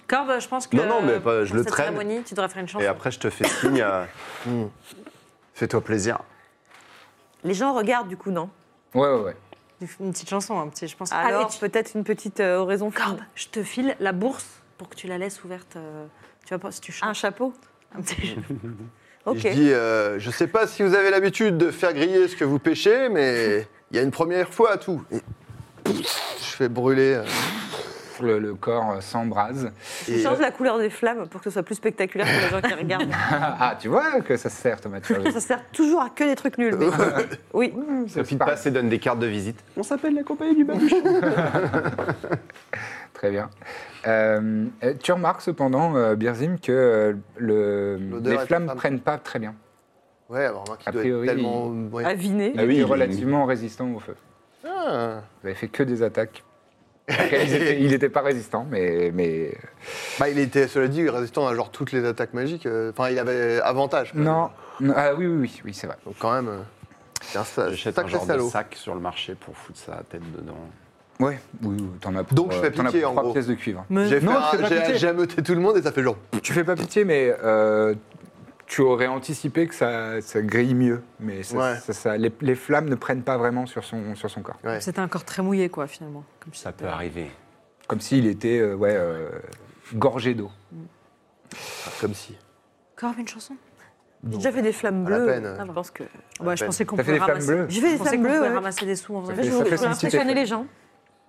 Speaker 9: Corbe, je pense que
Speaker 6: Non, non, mais pas- je
Speaker 9: pour
Speaker 6: le
Speaker 9: cette
Speaker 6: traîne.
Speaker 9: cérémonie, tu devrais faire une chanson.
Speaker 6: Et après, je te fais signe. euh, hmm. Fais-toi plaisir.
Speaker 4: Les gens regardent du coup, non
Speaker 1: Ouais, ouais, ouais.
Speaker 9: Une petite chanson, un petit, je pense.
Speaker 4: Alors
Speaker 9: Allez, tu-
Speaker 4: peut-être une petite euh, oraison
Speaker 9: Corbe,
Speaker 4: fine.
Speaker 9: je te file la bourse pour que tu la laisses ouverte. euh, tu vois pas si tu
Speaker 4: Un
Speaker 9: chantes.
Speaker 4: chapeau
Speaker 9: Un petit-
Speaker 4: Ok.
Speaker 5: Je dis, euh, je sais pas si vous avez l'habitude de faire griller ce que vous pêchez, mais il y a une première fois à tout. Et je fais brûler. euh,
Speaker 1: Le, le corps euh, s'embrase.
Speaker 4: Je change la couleur des flammes pour que ce soit plus spectaculaire pour les gens qui regardent.
Speaker 1: ah, tu vois que ça sert, Thomas. tu vois.
Speaker 4: Ça sert toujours à que des trucs nuls. mais- Oui.
Speaker 1: C'est
Speaker 6: Sophie
Speaker 1: pareil.
Speaker 6: passe et donne des cartes de visite.
Speaker 10: On s'appelle la compagnie du babuchon.
Speaker 1: Très bien. Euh, euh, tu remarques cependant, euh, Birzim, que euh, le,
Speaker 5: L'odeur
Speaker 1: les
Speaker 5: est très
Speaker 1: flammes
Speaker 5: femme.
Speaker 1: prennent pas très bien.
Speaker 5: Ouais, alors moi qui
Speaker 1: A
Speaker 5: doit
Speaker 1: priori,
Speaker 5: être tellement. ouais.
Speaker 4: Aviné.
Speaker 6: Ah oui,
Speaker 1: Il est
Speaker 6: il-
Speaker 1: relativement résistant au feu.
Speaker 5: Ah.
Speaker 1: Vous avez fait que des attaques. Après, ils étaient- il n'était pas résistant, mais, mais...
Speaker 5: Bah, il était, cela dit, résistant à genre toutes les attaques magiques. euh, Enfin, il avait avantage. quoi.
Speaker 1: Non. non, Ah oui, oui, oui, oui c'est vrai.
Speaker 5: Donc quand même, euh, c'est un sa-
Speaker 6: J'achète un
Speaker 5: sacré
Speaker 6: genre de
Speaker 5: salaud.
Speaker 6: sac sur le marché pour foutre sa tête dedans.
Speaker 1: Ouais, oui, oui, t'en as pour,
Speaker 5: Donc, je fais
Speaker 1: euh, t'en as
Speaker 5: pitié,
Speaker 1: pour
Speaker 5: en
Speaker 1: trois
Speaker 5: gros.
Speaker 1: pièces de cuivre.
Speaker 5: J'ai fait
Speaker 1: Non,
Speaker 5: un-
Speaker 1: tu fais pas
Speaker 5: j'ai-
Speaker 1: pitié.
Speaker 5: j'ai ameuté tout le monde et ça fait genre.
Speaker 1: Tu fais pas pitié, mais euh, tu aurais anticipé que ça, ça grille mieux. Mais ça-
Speaker 5: Ouais.
Speaker 1: ça- ça- les, les flammes ne prennent pas vraiment sur son, sur son corps.
Speaker 5: Ouais.
Speaker 9: C'était encore très mouillé, quoi, finalement. Comme si
Speaker 6: Ça
Speaker 9: c'était-
Speaker 6: peut arriver.
Speaker 1: Comme s'il était euh, ouais, euh, gorgée d'eau.
Speaker 10: Comme si.
Speaker 8: Encore une chanson
Speaker 3: J'ai déjà fait des flammes
Speaker 5: À la
Speaker 3: bleues.
Speaker 5: peine.
Speaker 4: Ah,
Speaker 3: Je pense que.
Speaker 8: Ouais, je pensais qu'on
Speaker 1: T'as
Speaker 8: pouvait
Speaker 1: fait des flammes
Speaker 8: ramasser.
Speaker 1: bleues
Speaker 8: Je vais
Speaker 3: Je pensais qu'on
Speaker 8: bleues,
Speaker 3: pouvait
Speaker 8: ramasser des sous en faisant
Speaker 1: fait-
Speaker 8: des
Speaker 1: ça fait
Speaker 8: choses.
Speaker 1: son petit
Speaker 4: impressionner
Speaker 1: effet.
Speaker 4: les gens.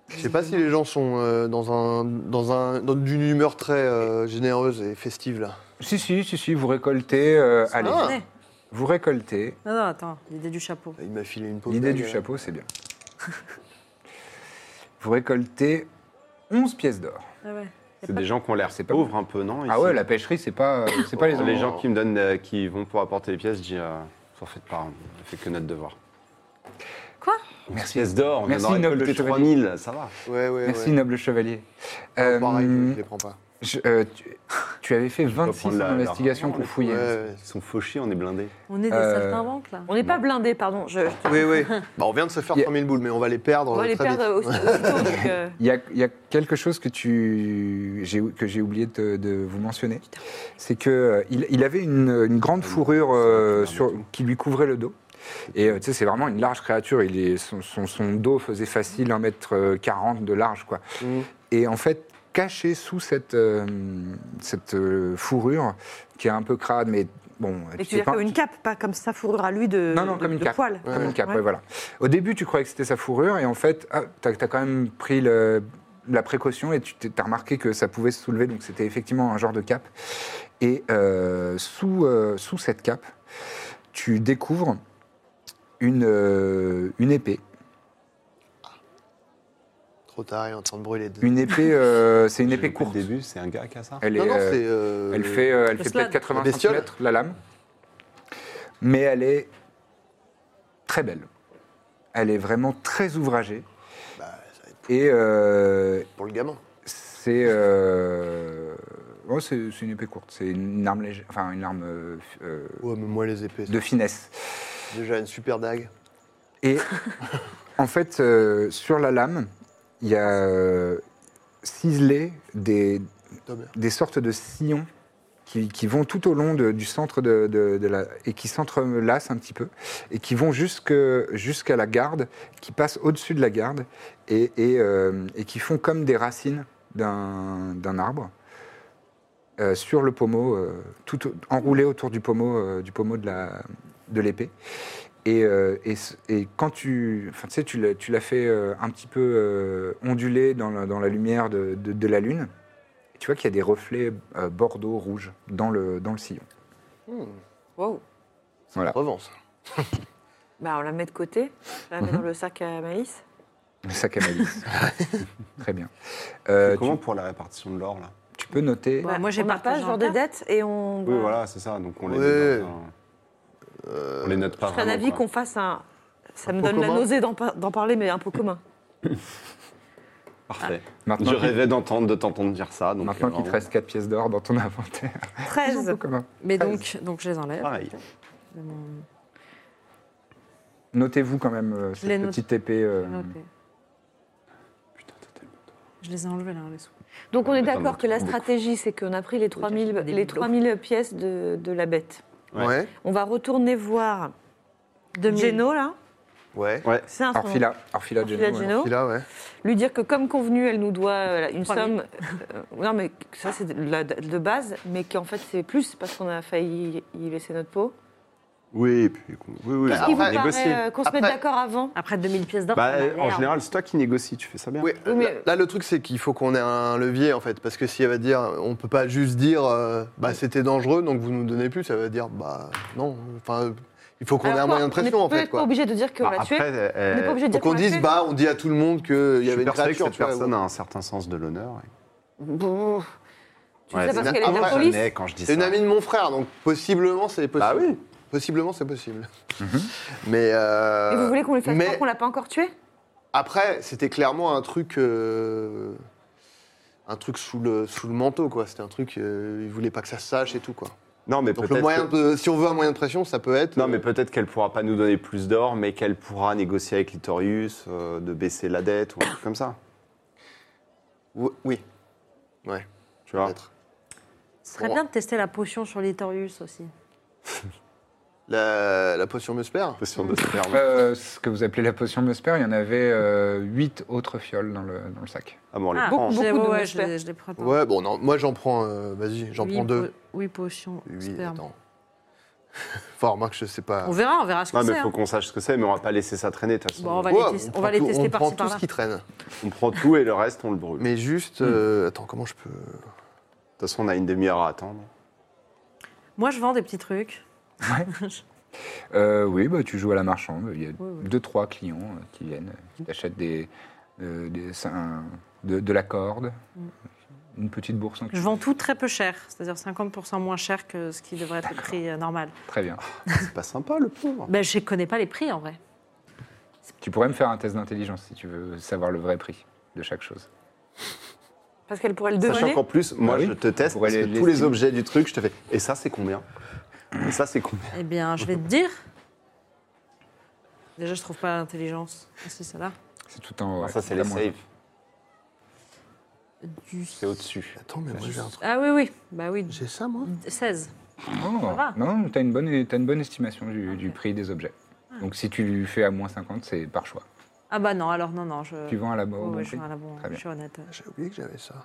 Speaker 5: Je sais pas si les gens sont euh, dans, un, dans, un, dans une humeur très euh, généreuse et festive là.
Speaker 1: Si, si, si, si, vous récoltez. euh, allez,
Speaker 5: va.
Speaker 1: vous récoltez.
Speaker 8: Non, non, attends, l'idée du chapeau.
Speaker 5: Il m'a filé une pauvre.
Speaker 1: L'idée
Speaker 4: euh,
Speaker 1: du chapeau, c'est bien. vous récoltez 11 pièces d'or.
Speaker 8: Ah ouais.
Speaker 6: C'est des gens qui ont l'air
Speaker 1: C'est pas
Speaker 6: pauvres un peu, non
Speaker 1: Ah
Speaker 6: ici
Speaker 1: ouais, la pêcherie, c'est pas, euh, c'est pas les
Speaker 6: Oh, Les
Speaker 1: endroits-
Speaker 6: gens qui me donnent, euh, qui vont pour apporter les pièces, je dis, euh, vous en faites pas, on ne fait que notre devoir.
Speaker 8: Quoi
Speaker 6: Merci. Pièces d'or, on
Speaker 1: Merci,
Speaker 6: en aura
Speaker 1: noble
Speaker 6: récolté
Speaker 1: chevalier.
Speaker 6: 3000, ça va.
Speaker 5: Ouais, ouais,
Speaker 1: Merci,
Speaker 5: ouais.
Speaker 1: noble chevalier. Euh,
Speaker 5: Pareil, je les prends pas.
Speaker 1: je- euh, tu, tu avais fait
Speaker 6: On va
Speaker 1: 26
Speaker 6: prendre la-
Speaker 1: en
Speaker 6: la-
Speaker 1: investigation
Speaker 6: Ouais,
Speaker 1: pour fouiller.
Speaker 6: Ils sont fauchés, on est blindés.
Speaker 8: On est des
Speaker 1: Euh,
Speaker 8: saltimbanques, là.
Speaker 4: On n'est pas blindés, pardon. Je, je-
Speaker 5: Oui, oui. Bah, on vient de se faire
Speaker 1: Yeah.
Speaker 5: 3000 boules, mais on va les perdre.
Speaker 4: on va
Speaker 5: euh,
Speaker 4: les
Speaker 5: très
Speaker 4: perdre
Speaker 5: vite.
Speaker 4: aussi, aussitôt. donc, euh,
Speaker 1: Il y, a, il y a quelque chose que tu j'ai- que j'ai oublié de, te- de vous mentionner, c'est que euh, il, il avait une, une grande fourrure euh, sur- qui lui couvrait le dos. Et euh, tu sais, c'est vraiment une large créature. Il est, son, son- son dos faisait facile 1m40 de large, quoi. Et en fait, caché sous cette, euh, cette euh, fourrure, qui est un peu crade, mais bon...
Speaker 3: Mais
Speaker 1: tu
Speaker 3: tu
Speaker 1: sais
Speaker 3: veux dire
Speaker 1: pas-
Speaker 3: comme une cape, pas comme sa fourrure à lui de,
Speaker 1: non, non,
Speaker 3: de-
Speaker 1: comme une
Speaker 3: de
Speaker 1: cape.
Speaker 3: poil.
Speaker 1: Comme une cape,
Speaker 3: Ouais.
Speaker 1: ouais, voilà. Au début, tu croyais que c'était sa fourrure, et en fait, ah, t'as as quand même pris le- la précaution et tu t'es- t'as remarqué que ça pouvait se soulever, donc c'était effectivement un genre de cape. Et euh, sous, euh, sous cette cape, tu découvres une, euh, une épée.
Speaker 5: Trop tard, il est en train de brûler. des-
Speaker 1: Une épée, euh, c'est une
Speaker 6: J'ai
Speaker 1: épée
Speaker 6: loupé le
Speaker 1: courte.
Speaker 6: début, c'est un gars qui a ça
Speaker 1: Elle,
Speaker 5: Non,
Speaker 1: est,
Speaker 5: non,
Speaker 1: euh,
Speaker 5: c'est. euh,
Speaker 1: elle fait, euh, elle
Speaker 8: le
Speaker 1: fait
Speaker 8: slide.
Speaker 1: peut-être 80
Speaker 5: La bestiole.
Speaker 1: cm, la lame. Mais elle est très belle. Elle est vraiment très ouvragée.
Speaker 5: Bah, ça va être
Speaker 1: Et euh,
Speaker 5: pour le gamin.
Speaker 1: c'est euh, ouais, c'est c'est une épée courte, c'est une arme légère, enfin une arme euh, euh,
Speaker 5: Ouais, Oh, mais moi, les épées,
Speaker 1: de finesse.
Speaker 5: c'est déjà une super dague.
Speaker 1: Et en fait, euh, sur la lame, il y a euh, ciselé des,
Speaker 5: Putain, merde.
Speaker 1: des sortes de sillons qui, qui vont tout au long de- du centre de, de- de la. et qui s'entrelacent un petit peu, et qui vont jusque- jusqu'à la garde, qui passent au-dessus de la garde, et, et, euh, et qui font comme des racines d'un d'un arbre. euh, sur le pommeau, euh, tout au- enroulé autour du pommeau, euh, du pommeau de la- de l'épée. Et, euh, et, ce- et quand tu, enfin, tu sais, tu l'as, tu l'as fait euh, un petit peu euh, onduler dans la, dans la lumière de, de- de la lune, tu vois qu'il y a des reflets euh, bordeaux rouge dans le, dans le sillon.
Speaker 4: wow.
Speaker 1: Voilà.
Speaker 5: Revanche.
Speaker 4: Bah, on la met de côté. On la
Speaker 5: Mhm.
Speaker 4: met dans le sac à maïs.
Speaker 1: Le sac à malice. Très bien. Euh,
Speaker 6: Et
Speaker 1: tu,
Speaker 6: Comment pour la répartition de l'or là
Speaker 1: tu peux noter.
Speaker 8: Bah, moi, j'ai
Speaker 4: On n'a pas
Speaker 8: partagé
Speaker 4: ce
Speaker 8: en
Speaker 4: genre de
Speaker 8: quatre.
Speaker 4: dettes et on.
Speaker 6: Oui, voilà, c'est ça. Donc on les,
Speaker 5: Ouais.
Speaker 6: met dans un- on les note pas.
Speaker 4: Je serais
Speaker 6: vraiment,
Speaker 4: d'avis
Speaker 6: quoi.
Speaker 4: qu'on fasse un. Ça me
Speaker 5: pot
Speaker 4: donne la
Speaker 5: commun.
Speaker 4: nausée d'en par- d'en parler, mais un pot commun.
Speaker 6: Parfait.
Speaker 1: Maintenant,
Speaker 6: Je
Speaker 1: qu'il-
Speaker 6: rêvais d'entendre de t'entendre dire ça. Donc
Speaker 1: maintenant
Speaker 6: euh,
Speaker 1: qu'il te reste 4 pièces d'or dans ton inventaire.
Speaker 4: 13.
Speaker 1: Comment
Speaker 8: Mais donc, donc, je les enlève.
Speaker 6: Pareil.
Speaker 8: de mon-
Speaker 1: Notez-vous quand même euh,
Speaker 8: les
Speaker 1: cette
Speaker 8: note.
Speaker 1: petite épée. euh,
Speaker 8: Ok.
Speaker 6: Putain, t'as tellement-
Speaker 8: Je les ai enlevés, là, les sous.
Speaker 4: Donc on est
Speaker 6: Attends,
Speaker 4: d'accord que la
Speaker 6: beaucoup.
Speaker 4: stratégie, c'est qu'on a pris les 3000,
Speaker 8: des
Speaker 4: les
Speaker 8: boulots.
Speaker 4: 3000 pièces de, de la bête.
Speaker 6: Ouais.
Speaker 5: Ouais.
Speaker 4: On va retourner voir Geno, là.
Speaker 5: Ouais.
Speaker 6: Ouais.
Speaker 4: C'est un son.
Speaker 1: Orphila, Orphila,
Speaker 4: Orphila
Speaker 1: Ah, Geno, ouais.
Speaker 4: Geno.
Speaker 5: Puis là, ouais.
Speaker 4: Lui dire que, comme convenu, elle nous doit euh, une
Speaker 8: 3000.
Speaker 4: somme. euh, non, mais ça, c'est de, la- de base, mais qu'en fait, c'est plus parce qu'on a failli y laisser notre peau.
Speaker 6: Oui, et puis qu'on- oui, oui.
Speaker 4: Est-ce
Speaker 6: on
Speaker 4: qu'il vous
Speaker 6: va
Speaker 4: paraît
Speaker 6: négocier.
Speaker 4: euh, qu'on se mette
Speaker 5: Après-
Speaker 4: d'accord avant
Speaker 8: Après 2000 pièces d'or,
Speaker 6: Bah,
Speaker 8: ça m'a
Speaker 6: en
Speaker 8: l'air-
Speaker 6: général, c'est toi qui négocies, tu fais ça bien.
Speaker 5: Oui,
Speaker 4: Oui, mais-
Speaker 5: là, là, le truc, c'est qu'il faut qu'on ait un levier, en fait. Parce que si elle va dire, on peut pas juste dire, euh, bah, c'était dangereux, donc vous nous donnez plus, ça va dire, bah, non. Enfin, il faut qu'on ait
Speaker 4: Alors
Speaker 5: un
Speaker 4: quoi,
Speaker 5: moyen de pression, en
Speaker 4: On n'est
Speaker 5: fait,
Speaker 4: Ah, peut-être pas
Speaker 5: quoi.
Speaker 4: obligé de dire qu'on
Speaker 5: Ah,
Speaker 6: Bah,
Speaker 4: l'a tué.
Speaker 6: après,
Speaker 4: On n'est pas
Speaker 6: euh,
Speaker 4: obligé de
Speaker 5: Faut
Speaker 4: dire
Speaker 5: qu'on
Speaker 4: l'a
Speaker 5: dise,
Speaker 4: tué.
Speaker 5: bah, on dit à tout le monde qu'il
Speaker 6: je
Speaker 5: y avait
Speaker 6: suis
Speaker 5: une
Speaker 6: persuadé que
Speaker 5: créature,
Speaker 6: cette
Speaker 5: tu vois,
Speaker 6: personne
Speaker 5: ou-
Speaker 6: a un certain sens de l'honneur.
Speaker 4: Bouh. Tu
Speaker 6: Ouais,
Speaker 4: sais
Speaker 6: c'est
Speaker 4: parce
Speaker 5: une-
Speaker 4: qu'elle est de la
Speaker 5: après-
Speaker 4: police.
Speaker 6: Jamais, quand je dis
Speaker 5: C'est une
Speaker 6: ça.
Speaker 5: amie de mon frère, donc possiblement, c'est possible.
Speaker 6: Bah oui. Mhm.
Speaker 5: Possiblement, c'est possible. Mais. euh,
Speaker 4: Et vous voulez qu'on lui fasse
Speaker 5: mais
Speaker 4: croire qu'on l'a pas encore tué
Speaker 5: Après, c'était clairement un truc. euh, Un truc sous le, sous le manteau, quoi. C'était un truc, euh, il voulait pas que ça se sache et tout, quoi.
Speaker 6: Non, mais
Speaker 5: Donc le
Speaker 6: peut-être.
Speaker 5: moyen
Speaker 6: que-
Speaker 5: de- si on veut un moyen de pression, ça peut être. euh,
Speaker 6: Non, mais peut-être qu'elle pourra pas nous donner plus d'or, mais qu'elle pourra négocier avec Litorius euh, de baisser la dette ou un truc comme ça.
Speaker 5: Ou- Oui. Ouais,
Speaker 6: Tu vois
Speaker 5: peut-être.
Speaker 8: Ce serait bien de tester la potion sur Litorius aussi.
Speaker 5: La, la potion Musper
Speaker 6: Potion Musper.
Speaker 1: Euh, ce que vous appelez la potion Musper, il y en avait euh, huit autres fioles dans le, dans le sac.
Speaker 6: Ah bon, on les
Speaker 9: Ah,
Speaker 6: prend.
Speaker 9: beaucoup, beaucoup
Speaker 8: Ouais,
Speaker 9: de
Speaker 8: ouais,
Speaker 9: ouais,
Speaker 8: je
Speaker 9: je les-
Speaker 8: les-
Speaker 9: je les prends.
Speaker 5: Ouais, bon, non, moi j'en prends, euh, vas-y, j'en
Speaker 9: Huit
Speaker 5: prends deux.
Speaker 9: po- Huit potions.
Speaker 5: Oui,
Speaker 9: sperme.
Speaker 5: attends. Enfin, remarque, je sais pas.
Speaker 9: On verra, on verra ce que
Speaker 6: Non, Ah, mais
Speaker 9: c'est.
Speaker 6: il faut
Speaker 9: hein.
Speaker 6: qu'on sache ce que c'est, mais on va pas laisser ça traîner de toute façon.
Speaker 9: Bon, on va
Speaker 5: Ouais,
Speaker 9: les, tes- on va
Speaker 5: prend
Speaker 9: les
Speaker 5: tout-
Speaker 9: tester
Speaker 5: On
Speaker 9: par-ci
Speaker 5: prend tout
Speaker 9: par-là.
Speaker 5: ce qui traîne.
Speaker 6: On prend tout et le reste, on le brûle. De
Speaker 5: Mais juste, euh, attends, comment je peux.
Speaker 6: toute façon, on a une demi-heure à attendre.
Speaker 9: Moi, je vends des petits trucs.
Speaker 1: Euh, oui, bah, tu joues à la marchande. Il y a deux, trois clients euh, qui viennent, euh, qui achètent des, euh, des- ça, un- de, de la corde, une petite bourse en
Speaker 9: Je vends tout très peu cher, c'est-à-dire 50% moins cher que ce qui devrait être le prix euh, normal.
Speaker 1: Très bien.
Speaker 6: C'est pas sympa, le pauvre.
Speaker 9: Ben, je ne connais pas les prix en vrai.
Speaker 1: Tu pourrais me faire un test d'intelligence si tu veux savoir le vrai prix de chaque chose.
Speaker 3: Parce qu'elle pourrait le
Speaker 6: Sachant
Speaker 3: deviner.
Speaker 6: qu'en plus, moi,
Speaker 1: Bah oui.
Speaker 6: je te teste
Speaker 1: On
Speaker 6: parce
Speaker 1: pourrait
Speaker 6: que
Speaker 1: les-
Speaker 6: tous
Speaker 1: les
Speaker 6: les
Speaker 1: styles.
Speaker 6: objets du truc, je te fais. Et ça, c'est combien Et ça, c'est combien
Speaker 9: Eh bien, je vais te dire. Déjà, je trouve pas l'intelligence. Ah, C'est ça là.
Speaker 1: C'est tout en.
Speaker 6: Ah,
Speaker 1: ouais,
Speaker 6: Ça, c'est les
Speaker 1: vraiment-
Speaker 6: saves.
Speaker 9: Du-
Speaker 6: C'est au-dessus.
Speaker 5: Attends, mais moi j'ai un truc.
Speaker 9: Ah oui, oui. Bah oui,
Speaker 5: J'ai ça, moi
Speaker 9: 16.
Speaker 1: Non,
Speaker 9: va.
Speaker 1: non, tu as, une bonne estimation du, du prix des objets. Donc si tu lui fais à moins 50, c'est par choix.
Speaker 9: Ah bah non, alors non, non. Je...
Speaker 1: Tu vends à la
Speaker 9: Ouais,
Speaker 1: bonne
Speaker 9: ouais,
Speaker 1: prix.
Speaker 9: je vais à la bonne,
Speaker 1: Très bien.
Speaker 9: je suis honnête.
Speaker 5: J'ai oublié que j'avais ça.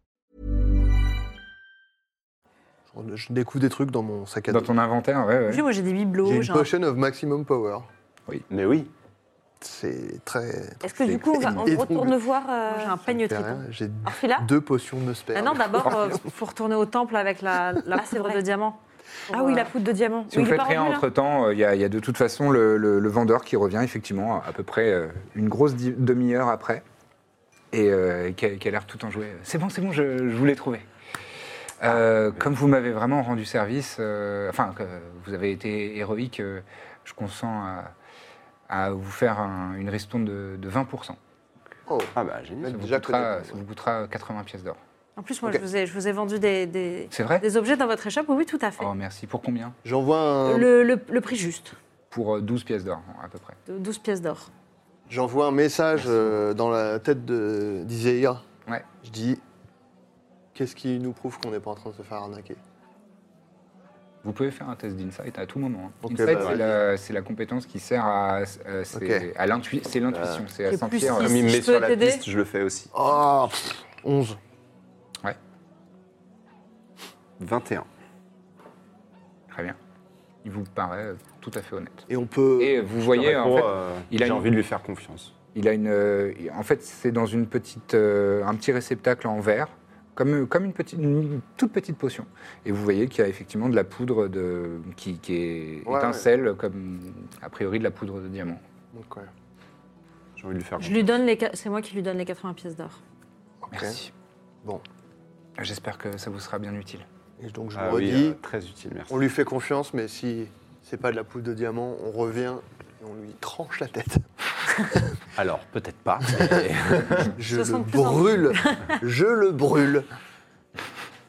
Speaker 5: Je- Je découvre des trucs dans mon sac à
Speaker 1: Dans
Speaker 5: dos.
Speaker 1: ton inventaire, ouais, ouais.
Speaker 9: J'ai- Moi, j'ai des bibelots.
Speaker 5: J'ai une
Speaker 9: j'ai un-
Speaker 5: potion of maximum power.
Speaker 6: Mais oui.
Speaker 5: C'est très.
Speaker 3: Est-ce que du coup, on, va- on
Speaker 5: Et-
Speaker 3: retourne voir
Speaker 9: Moi, J'ai
Speaker 3: euh,
Speaker 9: un peigne
Speaker 5: Ça me fait
Speaker 9: triple.
Speaker 5: rien, J'ai
Speaker 3: Orphila
Speaker 5: deux potions de sperme.
Speaker 9: hein. Ah non, d'abord, euh, faut retourner au temple avec la, la
Speaker 3: Ah, c'est
Speaker 9: poudre
Speaker 3: vrai.
Speaker 9: de diamant. Pour,
Speaker 3: Ah oui,
Speaker 9: euh,
Speaker 3: la poudre de diamant.
Speaker 1: Si
Speaker 3: Oui,
Speaker 1: vous
Speaker 3: il est
Speaker 1: faites
Speaker 3: pas
Speaker 1: rien
Speaker 3: revenu, là
Speaker 1: entre temps, euh, il y, a- il y a de toute façon le, le- le vendeur qui revient effectivement à, à peu près euh, une grosse di- demi-heure après et euh, qui a, qui a l'air tout enjoué. C'est bon, c'est bon, je, je vous l'ai trouvé. Euh, comme vous m'avez vraiment rendu service, euh, enfin, que vous avez été héroïque, euh, je consens à, à vous faire un- une ristourne de, de 20%.
Speaker 5: Oh,
Speaker 6: Ah bah, génial.
Speaker 1: Ça, vous
Speaker 5: Déjà
Speaker 1: coûtera,
Speaker 5: connaître,
Speaker 1: ça vous coûtera 80 pièces d'or.
Speaker 9: En plus, moi,
Speaker 5: Ok.
Speaker 9: je, vous ai, je vous ai vendu des, des,
Speaker 1: C'est vrai
Speaker 9: des objets dans votre échoppe. Oui, oui, tout à fait.
Speaker 1: Oh, merci. Pour combien
Speaker 5: J'envoie un,
Speaker 9: Le, le- le prix juste,
Speaker 1: Pour euh, 12 pièces d'or, à peu près.
Speaker 9: de 12 pièces d'or.
Speaker 5: j'envoie un message euh, dans la tête de d'Iséia.
Speaker 1: Ouais.
Speaker 5: Je dis Qu'est-ce qui nous prouve qu'on n'est pas en train de se faire arnaquer
Speaker 1: Vous pouvez faire un test d'insight à tout moment. hein.
Speaker 5: Ok,
Speaker 1: insight,
Speaker 5: bah,
Speaker 1: c'est la- c'est la, compétence qui sert à, euh, c'est
Speaker 5: Ok. Bah,
Speaker 1: à l'intui- c'est l'intuition, c'est à
Speaker 9: J'ai plus
Speaker 1: sentir. euh,
Speaker 9: six.
Speaker 6: Comme il me
Speaker 9: Je
Speaker 6: met
Speaker 9: peux
Speaker 6: sur la
Speaker 9: t'aider
Speaker 6: piste, je le fais aussi.
Speaker 5: Oh, pff, 11.
Speaker 6: 21.
Speaker 1: Très bien. Il vous paraît euh, tout à fait honnête.
Speaker 5: Et on peut.
Speaker 1: Et vous
Speaker 6: Je
Speaker 1: voyez,
Speaker 6: réponds,
Speaker 1: en fait,
Speaker 6: euh,
Speaker 1: il a
Speaker 6: j'ai
Speaker 1: une-
Speaker 6: envie de lui faire confiance.
Speaker 1: il a une, euh, en fait, c'est dans une petite, euh, un petit réceptacle en verre, comme, euh, comme une, petite, une toute petite potion. Et vous voyez qu'il y a effectivement de la poudre de, qui, qui est
Speaker 5: Ouais,
Speaker 1: étincelle, comme a priori de la poudre de diamant.
Speaker 5: Donc, ouais.
Speaker 6: J'ai envie de lui faire
Speaker 9: Je
Speaker 6: confiance.
Speaker 9: lui donne les, qua- c'est moi qui lui donne les 80 pièces d'or.
Speaker 5: Ok.
Speaker 1: Merci.
Speaker 5: Bon.
Speaker 1: J'espère que ça vous sera bien utile.
Speaker 5: Et donc, je
Speaker 6: Ah oui,
Speaker 5: redis
Speaker 6: euh, très utile, merci.
Speaker 5: On lui fait confiance, mais si c'est pas de la poudre de diamant, on revient et on lui tranche la tête.
Speaker 6: Alors, peut-être pas. mais-
Speaker 5: Je
Speaker 9: Ça
Speaker 5: le
Speaker 9: sent de plus en plus.
Speaker 5: brûle. je le brûle.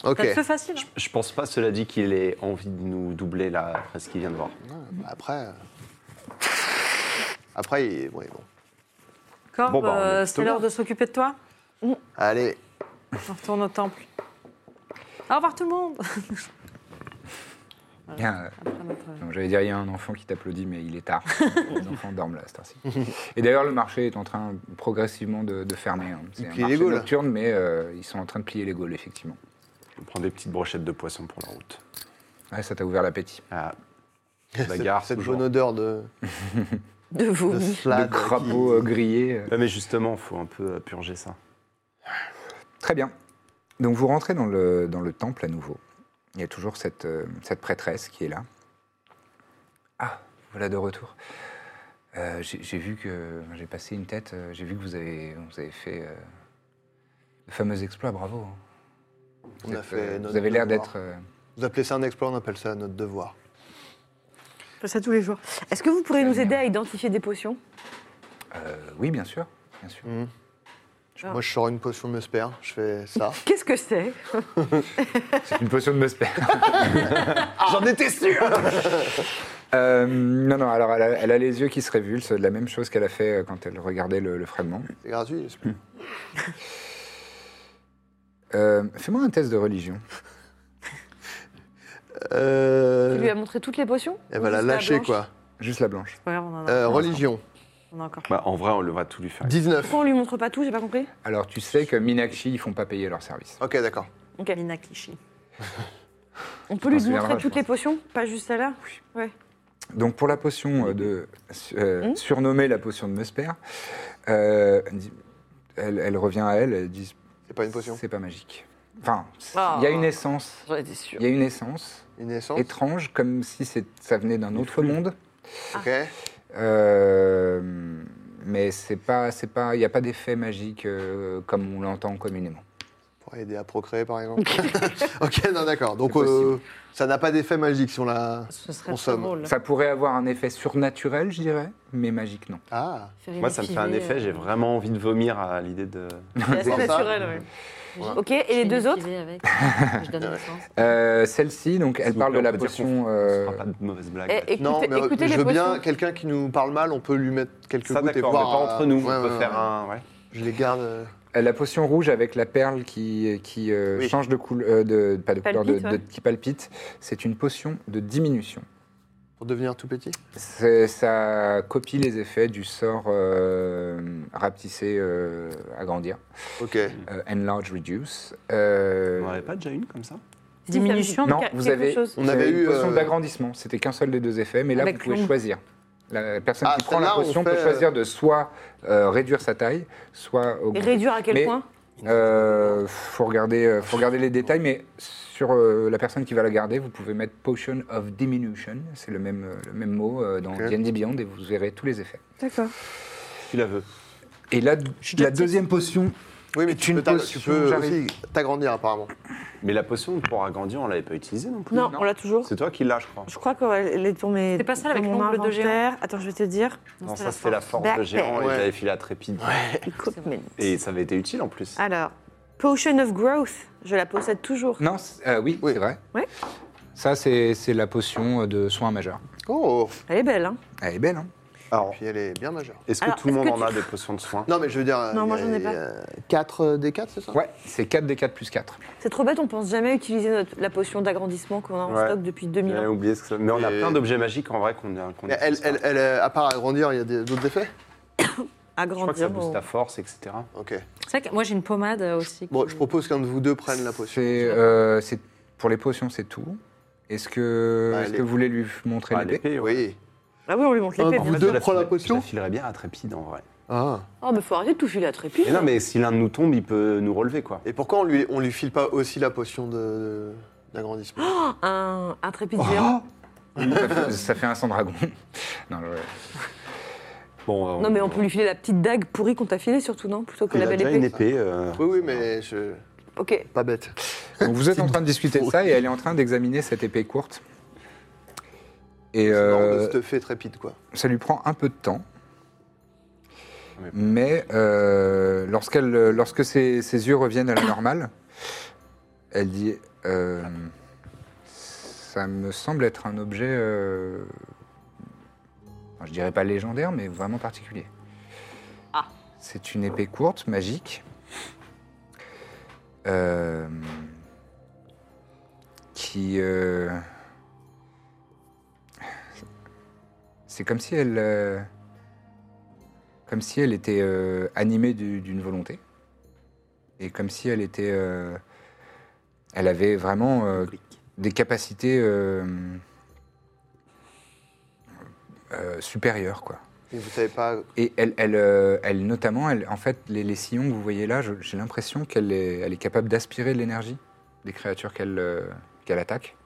Speaker 5: Ok.
Speaker 9: Ça te fait facile. hein
Speaker 6: Je pense pas, cela dit, qu'il ait envie de nous doubler là, après ce qu'il vient de voir.
Speaker 5: Après. euh, Après, il... ouais, bon.
Speaker 9: Corbe,
Speaker 6: Bon, bah, on est
Speaker 9: euh,
Speaker 6: plutôt
Speaker 9: c'est
Speaker 6: bien.
Speaker 9: l'heure de s'occuper de toi.
Speaker 5: Allez,
Speaker 9: On retourne au temple. Au revoir tout le monde.
Speaker 1: Bien, euh,
Speaker 9: Après notre-
Speaker 1: Non, J'allais dire, il y a un enfant qui t'applaudit, mais il est tard. Les enfants dorment là, à cette heure-ci. Et d'ailleurs, le marché est en train progressivement de, de fermer. hein. C'est
Speaker 5: Ils
Speaker 1: un
Speaker 5: plient les
Speaker 1: marché
Speaker 5: gaules.
Speaker 1: nocturne, mais euh, ils sont en train de plier les gaules, effectivement.
Speaker 6: On prend des petites brochettes de poisson pour la route.
Speaker 1: Ouais, ça t'a ouvert l'appétit.
Speaker 6: Ah,
Speaker 5: cette,
Speaker 6: bagarre,
Speaker 5: cette
Speaker 6: toujours.
Speaker 5: bonne odeur de,
Speaker 3: De
Speaker 5: de
Speaker 3: vomi.
Speaker 1: Le
Speaker 5: slade
Speaker 1: crapaud euh, grillé. euh.
Speaker 6: Ouais, mais justement, faut un peu euh, purger ça.
Speaker 1: Très bien. Donc, vous rentrez dans le, dans le temple à nouveau. Il y a toujours cette, euh, cette prêtresse qui est là. Ah, voilà de retour. Euh, j'ai j'ai vu que j'ai passé une tête. euh, J'ai vu que vous avez, vous avez fait euh, le fameux exploit. Bravo. hein.
Speaker 5: qui- On a
Speaker 1: êtes,
Speaker 5: fait
Speaker 1: euh,
Speaker 5: notre
Speaker 1: vous avez l'air
Speaker 5: devoir.
Speaker 1: d'être euh,
Speaker 5: Vous appelez ça un exploit, on appelle ça notre devoir.
Speaker 4: Je fais ça tous les jours. Est-ce que vous pourrez nous aider à identifier des potions
Speaker 1: Euh, oui, bien sûr. Bien sûr.
Speaker 5: Je-
Speaker 4: Ah.
Speaker 5: Moi, je sors une potion de Musper, je fais ça.
Speaker 4: Qu'est-ce que c'est
Speaker 1: C'est une potion de Musper.
Speaker 5: Ah, J'en étais sûr
Speaker 1: Euh, non, non, alors elle a, elle a les yeux qui se révulsent, la même chose qu'elle a fait euh, quand elle regardait le, le fragment.
Speaker 5: C'est gratuit, j'espère.
Speaker 1: Euh, Fais-moi un test de religion.
Speaker 4: Tu lui
Speaker 5: Euh...
Speaker 4: as montré toutes les potions
Speaker 5: Elle va la lâcher, quoi.
Speaker 1: Juste la blanche.
Speaker 9: Pas grave, on en a.
Speaker 5: Euh, religion,
Speaker 9: On en a encore.
Speaker 6: Bah, en vrai, on le va tout lui faire.
Speaker 5: 19.
Speaker 4: Pourquoi on lui montre pas tout J'ai pas compris.
Speaker 1: Alors tu sais que Minakshi, ils font pas payer leur service.
Speaker 5: Ok, d'accord.
Speaker 4: Ok.
Speaker 9: Mina Clichy.
Speaker 4: On
Speaker 6: Ah,
Speaker 4: peut
Speaker 1: Je
Speaker 4: lui
Speaker 1: m'en souviendrai,
Speaker 4: montrer
Speaker 1: je
Speaker 4: toutes les potions, pas juste celle-là Ouais.
Speaker 1: Donc pour la potion euh, de euh, surnommée la potion de Musper, euh, dis- elle, elle revient à elle, elle dit
Speaker 5: C'est pas une potion.
Speaker 1: c'est pas magique. Enfin, c'est- il
Speaker 4: Ah.
Speaker 1: y a une essence,
Speaker 4: J'en étais sûr.
Speaker 1: il y a une essence
Speaker 5: Une essence.
Speaker 1: étrange, comme si c'est- ça venait d'un autre monde.
Speaker 5: Ok.
Speaker 1: Euh, mais c'est pas, c'est pas, il n'y a pas d'effet magique euh, comme on l'entend communément.
Speaker 5: Pour aider à procréer, par exemple. ok, non, d'accord. Donc,
Speaker 1: C'est
Speaker 5: euh, ça n'a pas d'effet magique si on la
Speaker 9: Ce serait très
Speaker 5: consomme.
Speaker 9: drôle.
Speaker 1: Ça pourrait avoir un effet surnaturel, je dirais, mais magique non.
Speaker 5: Ah,
Speaker 6: Moi, ça me fait
Speaker 4: euh,
Speaker 6: un effet, j'ai vraiment envie de vomir à l'idée de.
Speaker 4: C'est assez
Speaker 5: ça.
Speaker 4: naturel, ouais. Ok, et les deux autres
Speaker 8: avec. Je donne une chance.
Speaker 1: Euh, Celle-ci, donc, elle
Speaker 6: vous
Speaker 1: parle de
Speaker 6: plaît, on
Speaker 1: la
Speaker 6: peut dire
Speaker 1: potion.
Speaker 6: Ce
Speaker 1: euh,
Speaker 6: sera pas de mauvaise blague.
Speaker 4: Eh, Écoutez,
Speaker 5: non, mais euh,
Speaker 4: écoutez
Speaker 5: je
Speaker 4: les
Speaker 5: veux
Speaker 4: potions.
Speaker 5: bien quelqu'un qui nous parle mal, on peut lui mettre quelques
Speaker 6: ça,
Speaker 5: gouttes et
Speaker 6: d'accord, mais
Speaker 5: voir.
Speaker 6: pas entre
Speaker 5: euh,
Speaker 6: nous.
Speaker 5: ouais,
Speaker 6: on peut
Speaker 5: ouais,
Speaker 6: faire
Speaker 5: ouais.
Speaker 6: un. Ouais.
Speaker 5: Je les garde. euh,
Speaker 1: Euh, La potion rouge avec la perle qui, qui euh,
Speaker 5: Oui.
Speaker 1: change de couleur, de, pas de couleur, de-
Speaker 4: Palpite, ouais.
Speaker 1: de- qui palpite, c'est une potion de diminution.
Speaker 5: Pour devenir tout petit
Speaker 1: C'est- Ça copie les effets du sort euh, rapetisser, euh, agrandir,
Speaker 5: Ok.
Speaker 1: euh, enlarge, reduce. Euh,
Speaker 6: On en avait pas déjà une comme ça
Speaker 4: Si, ça me dit
Speaker 9: Diminution
Speaker 1: Non,
Speaker 4: quelque
Speaker 1: vous avez,
Speaker 4: chose.
Speaker 5: On
Speaker 1: vous
Speaker 5: avait
Speaker 1: avez une
Speaker 5: eu,
Speaker 1: potion
Speaker 5: euh,
Speaker 1: d'agrandissement, c'était qu'un seul des deux effets, mais là
Speaker 9: Avec
Speaker 1: vous pouvez
Speaker 9: l'ombre.
Speaker 1: choisir. La personne
Speaker 5: Ah,
Speaker 1: qui prend la
Speaker 5: celle-là, on
Speaker 1: potion peut
Speaker 5: fait, euh,
Speaker 1: choisir de soit euh, réduire sa taille, soit
Speaker 4: Et
Speaker 1: augmenter.
Speaker 4: réduire à quel
Speaker 1: Mais-
Speaker 4: point
Speaker 1: Euh, faut regarder, euh, faut regarder les détails, mais sur euh, la personne qui va la garder, vous pouvez mettre Potion of Diminution, c'est le même, euh, le même mot euh, dans
Speaker 5: Ok.
Speaker 1: D&D Beyond, et vous verrez tous les effets.
Speaker 4: D'accord.
Speaker 6: Tu la veux.
Speaker 1: Et la, la deuxième potion,
Speaker 5: Oui, mais
Speaker 1: Et
Speaker 5: tu
Speaker 1: une
Speaker 5: peux, t'a- tu
Speaker 1: potion,
Speaker 5: peux aussi
Speaker 1: j'arrive.
Speaker 5: t'agrandir, apparemment.
Speaker 6: Mais la potion pour agrandir, on l'avait pas utilisée non plus.
Speaker 4: Non, on l'a toujours.
Speaker 6: C'est toi qui l'as, je crois.
Speaker 4: Je crois qu'elle est dans mes.
Speaker 9: C'est pas celle avec
Speaker 4: dans mon
Speaker 9: l'ongle de géant.
Speaker 4: inventaire. Attends, je vais te dire.
Speaker 6: Non, ça c'était la force de
Speaker 4: Backpack.
Speaker 6: géant et
Speaker 5: Ouais.
Speaker 6: j'avais filé à Trépide.
Speaker 4: Equipment.
Speaker 6: Et ça avait été utile en plus.
Speaker 4: Alors, Potion of Growth, je la possède toujours.
Speaker 1: non, c'est- euh, oui,
Speaker 5: Oui.
Speaker 1: c'est vrai.
Speaker 4: Ouais.
Speaker 1: Ça, c'est c'est la potion euh, de soin majeur.
Speaker 5: Oh
Speaker 4: Elle est belle, hein
Speaker 1: Elle est belle, hein
Speaker 6: Alors,
Speaker 5: Puis elle est bien majeure.
Speaker 6: est-ce que
Speaker 4: Alors,
Speaker 6: tout le
Speaker 4: est-ce
Speaker 6: monde
Speaker 4: que
Speaker 6: en a
Speaker 4: tu-
Speaker 6: des potions de soin
Speaker 5: Non, mais je veux dire.
Speaker 4: Non,
Speaker 5: il y
Speaker 4: moi,
Speaker 5: a-
Speaker 4: j'en ai
Speaker 5: il y a
Speaker 4: pas.
Speaker 5: 4 euh, des 4, c'est ça
Speaker 1: Ouais, c'est 4 des 4 plus 4.
Speaker 4: C'est trop bête, on pense jamais utiliser notre- la potion d'agrandissement qu'on a en
Speaker 6: Ouais.
Speaker 4: stock depuis 2000
Speaker 6: J'avais
Speaker 4: ans.
Speaker 6: oublié ce que ça- Mais on a
Speaker 5: Et-
Speaker 6: plein d'objets magiques en vrai qu'on a. qu'on
Speaker 5: Mais elle,
Speaker 6: utilise pas.
Speaker 5: elle, elle, euh, à part agrandir, il y a des- d'autres effets
Speaker 6: Je crois que ça
Speaker 4: Agrandir.
Speaker 6: booste
Speaker 4: bon.
Speaker 6: ta force, etc.
Speaker 5: Ok.
Speaker 9: C'est vrai que moi j'ai une pommade euh, aussi.
Speaker 5: Bon,
Speaker 9: qui-
Speaker 5: je propose qu'un de vous deux prenne la potion.
Speaker 1: C'est euh, c'est- pour les potions, c'est tout. Est-ce que,
Speaker 5: Bah,
Speaker 1: est-ce
Speaker 5: les-
Speaker 1: que vous voulez lui montrer
Speaker 6: Ah,
Speaker 1: l'épée
Speaker 6: l'épée, ouais.
Speaker 5: Oui.
Speaker 4: Ah oui, on lui montre
Speaker 5: Un
Speaker 9: Oh,
Speaker 4: l'épée.
Speaker 5: coup
Speaker 4: bien
Speaker 5: de-
Speaker 4: sûr.
Speaker 6: Je la
Speaker 5: prends la
Speaker 6: filerais-
Speaker 5: potion
Speaker 6: Je la filerais bien à Trépide en vrai.
Speaker 5: Ah.
Speaker 4: Oh, mais faut arrêter de tout filer à Trépide. hein.
Speaker 6: Mais non, mais si l'un de nous tombe, il peut nous relever quoi.
Speaker 5: Et pourquoi on lui, on lui file pas aussi la potion de- d'agrandissement
Speaker 4: Un, un Trépide géant.
Speaker 1: ça, fait, ça fait un sang dragon. non, je-
Speaker 6: Bon, euh,
Speaker 4: non, mais on peut lui filer la petite dague pourrie qu'on t'a filée, surtout, non Plutôt que
Speaker 6: Il
Speaker 4: la
Speaker 6: a
Speaker 4: belle
Speaker 6: déjà
Speaker 4: épée.
Speaker 6: une épée. euh,
Speaker 5: Oui, oui, mais je.
Speaker 4: Ok.
Speaker 5: Pas bête.
Speaker 1: Donc vous êtes en train de discuter de ça et elle est en train d'examiner cette épée courte. Et
Speaker 5: C'est marrant de
Speaker 1: euh,
Speaker 5: stuffer trépide, quoi.
Speaker 1: ça lui prend un peu de temps.
Speaker 6: Mais-
Speaker 1: Mais euh, lorsqu'elle, euh, lorsque ses, ses yeux reviennent à la normale, elle dit euh, Ça me semble être un objet, euh, enfin, je dirais pas légendaire, mais vraiment particulier. C'est une épée courte, magique, euh, qui. euh, C'est comme si elle. euh, comme si elle était euh, animée du- d'une volonté. Et comme si elle était. euh, elle avait vraiment euh, des capacités euh, euh, supérieures, quoi.
Speaker 5: Et vous savez pas.
Speaker 1: Et elle, elle, euh, elle notamment, elle, en fait, les, les sillons que vous voyez là, je- j'ai l'impression qu'elle est, elle est capable d'aspirer de l'énergie des créatures qu'elle euh, qu'elle attaque.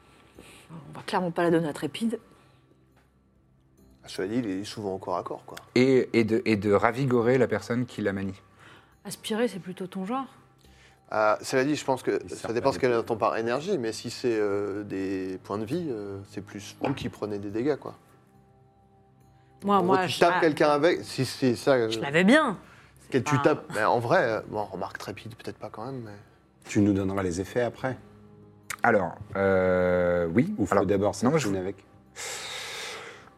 Speaker 4: On va clairement pas la donner à Trépide.
Speaker 5: Cela dit, il est souvent encore corps à corps, quoi.
Speaker 1: Et, et de, et de ravigorer la personne qui la manie.
Speaker 8: Aspirer, c'est plutôt ton genre.
Speaker 5: Euh, cela dit, je pense que ça dépend ce qu'elle entend par énergie, mais si c'est euh, des points de vie, euh, c'est plus vous qui prenez des dégâts, quoi.
Speaker 9: Moi,
Speaker 5: En gros,
Speaker 9: moi,
Speaker 5: tu
Speaker 9: je-
Speaker 5: tapes quelqu'un euh. avec. Si c'est ça.
Speaker 9: Je l'avais bien.
Speaker 5: que tu
Speaker 9: pas-
Speaker 5: tapes. Mais en vrai, euh, bon, remarque trépide, peut-être pas quand même, mais.
Speaker 6: Tu nous donneras les effets après
Speaker 1: Alors, euh, oui.
Speaker 6: Ou faut
Speaker 1: Alors,
Speaker 6: d'abord
Speaker 1: non, mais je-
Speaker 6: s'affiner avec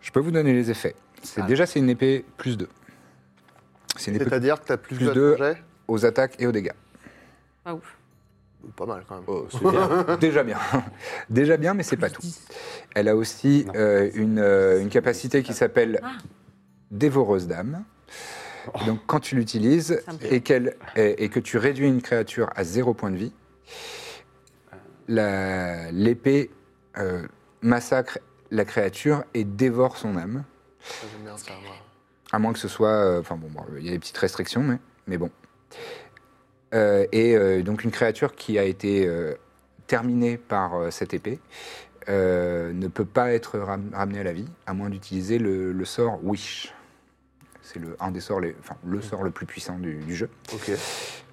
Speaker 1: Je peux vous donner les effets. C'est Déjà, c'est une épée plus 2.
Speaker 5: C'est-à-dire que t'as plus,
Speaker 1: plus
Speaker 5: de
Speaker 1: 2
Speaker 5: jet
Speaker 1: aux attaques et aux dégâts.
Speaker 9: Pas ouf.
Speaker 5: Pas mal quand même.
Speaker 1: Oh. Déjà bien. Déjà bien, mais c'est pas tout. Elle a aussi euh, une, euh, une capacité qui s'appelle
Speaker 6: Ah.
Speaker 1: dévoreuse d'âme.
Speaker 5: Oh.
Speaker 1: Donc quand tu l'utilises
Speaker 6: Ça me plaît.
Speaker 1: et, qu'elle- et- et que tu réduis une créature à zéro point de vie, la- l'épée euh, massacre la créature et dévore son âme.
Speaker 5: J'aime bien ça, moi.
Speaker 1: À moins que ce soit. euh, Enfin bon, bon, il y a des petites restrictions, mais, mais bon. Euh, et euh, donc une créature qui a été euh, terminée par euh, cette épée euh, ne peut pas être ram- ramenée à la vie, à moins d'utiliser le, le sort Wish. C'est le, un des sorts, les- enfin le sort le plus puissant du, du jeu.
Speaker 5: Ok.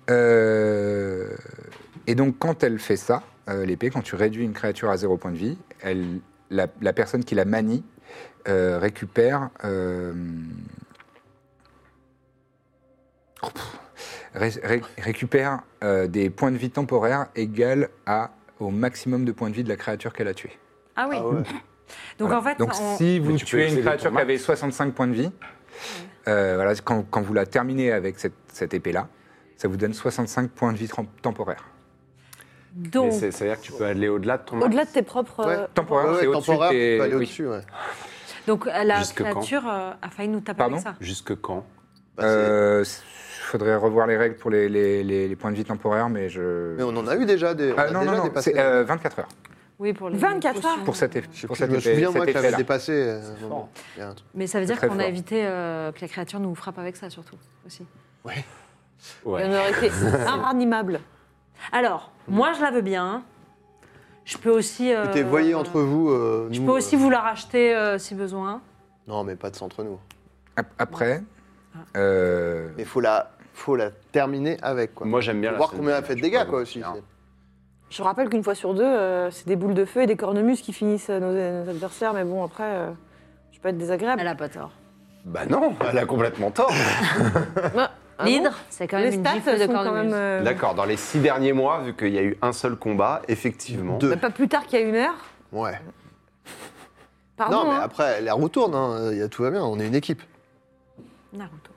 Speaker 1: Euh, et donc, quand elle fait ça, euh, l'épée, quand tu réduis une créature à zéro point de vie, elle, la, la personne qui la manie euh, récupère. euh, oh, pff, ré- ré- récupère euh, des points de vie temporaires égales à, au maximum de points de vie de la créature qu'elle a tuée.
Speaker 9: Ah oui. Donc
Speaker 1: Voilà.
Speaker 9: en fait,
Speaker 1: Donc,
Speaker 9: on-
Speaker 1: si vous
Speaker 6: Mais tu peux
Speaker 1: tuez une
Speaker 6: accéder
Speaker 1: créature
Speaker 6: ton
Speaker 1: qui avait 65 points de vie, euh, voilà, quand, quand vous la terminez avec cette, cette épée-là, ça vous donne 65 points de vie trom- temporaires.
Speaker 6: Mais
Speaker 9: donc
Speaker 6: c'est- C'est-à-dire que tu peux aller au-delà de ton max.
Speaker 4: Au-delà de tes propres. euh,
Speaker 1: Temporaire,
Speaker 5: Ouais,
Speaker 1: c'est
Speaker 5: ouais,
Speaker 1: au-dessus
Speaker 5: temporaire,
Speaker 1: de tes-
Speaker 5: tu peux aller
Speaker 1: oui.
Speaker 5: au-dessus, ouais.
Speaker 9: donc euh, la
Speaker 6: Jusque quand
Speaker 9: créature euh, a failli nous taper
Speaker 1: Pardon
Speaker 9: avec ça.
Speaker 6: Jusque quand
Speaker 5: Bah, c'est-
Speaker 1: Euh, s- faudrait revoir les règles pour les, les- les- les points de vie temporaires, mais je.
Speaker 5: Mais on en a eu déjà des. on
Speaker 1: Ah
Speaker 5: a
Speaker 1: non,
Speaker 5: déjà
Speaker 1: non, non,
Speaker 5: dépassé.
Speaker 1: c'est euh, 24 heures
Speaker 9: Oui, pour les
Speaker 4: 24
Speaker 9: potions.
Speaker 1: pour cette ép- pour
Speaker 5: Je
Speaker 1: cet
Speaker 5: me
Speaker 1: effet.
Speaker 5: souviens, moi,
Speaker 1: cet
Speaker 5: que j'avais
Speaker 1: effet-là.
Speaker 5: dépassé. euh,
Speaker 6: fort.
Speaker 5: bon, il y a un truc.
Speaker 9: Mais ça veut dire
Speaker 1: très
Speaker 9: qu'on a
Speaker 1: fort.
Speaker 9: évité euh, que la créature nous frappe avec ça surtout aussi.
Speaker 4: Il y en
Speaker 6: Ouais.
Speaker 4: aurait été inranimable.
Speaker 9: Alors, moi je la veux bien. Je peux aussi. euh,
Speaker 5: Écoutez, voyez entre vous. euh,
Speaker 9: Je
Speaker 5: nous,
Speaker 9: peux aussi
Speaker 5: euh,
Speaker 9: vous la racheter euh, si besoin.
Speaker 5: Non, mais pas de entre nous.
Speaker 1: Ap- Après,
Speaker 9: Ah.
Speaker 1: euh,
Speaker 5: Mais faut la, faut la terminer avec quoi.
Speaker 6: Moi, j'aime bien
Speaker 5: Faut
Speaker 6: la
Speaker 5: voir
Speaker 6: scène
Speaker 5: combien
Speaker 6: de-
Speaker 5: elle fait de
Speaker 6: tu
Speaker 5: dégâts
Speaker 6: peux- hein.
Speaker 5: quoi aussi.
Speaker 6: Bien.
Speaker 5: c'est-
Speaker 4: Je rappelle qu'une fois sur deux, euh, c'est des boules de feu et des cornemuses qui finissent euh, nos, nos adversaires, mais bon, après, euh, je peux être désagréable.
Speaker 9: Elle a pas tort.
Speaker 6: Bah non, elle a complètement tort.
Speaker 5: Euh,
Speaker 4: Ah bon
Speaker 9: L'hydre, c'est quand même
Speaker 4: Les
Speaker 9: une
Speaker 4: stats
Speaker 9: gifle de
Speaker 4: sont quand même.
Speaker 9: cornemuse.
Speaker 4: euh,
Speaker 6: D'accord, dans les six derniers mois, vu qu'il y a eu un seul combat, effectivement.
Speaker 5: Deux.
Speaker 4: bah, pas plus tard qu'il y a une heure.
Speaker 5: Ouais.
Speaker 4: Pardon.
Speaker 5: non, mais
Speaker 4: hein.
Speaker 5: après, la roue tourne. Hein. il y a- Tout va bien. On est une équipe.
Speaker 9: Naruto.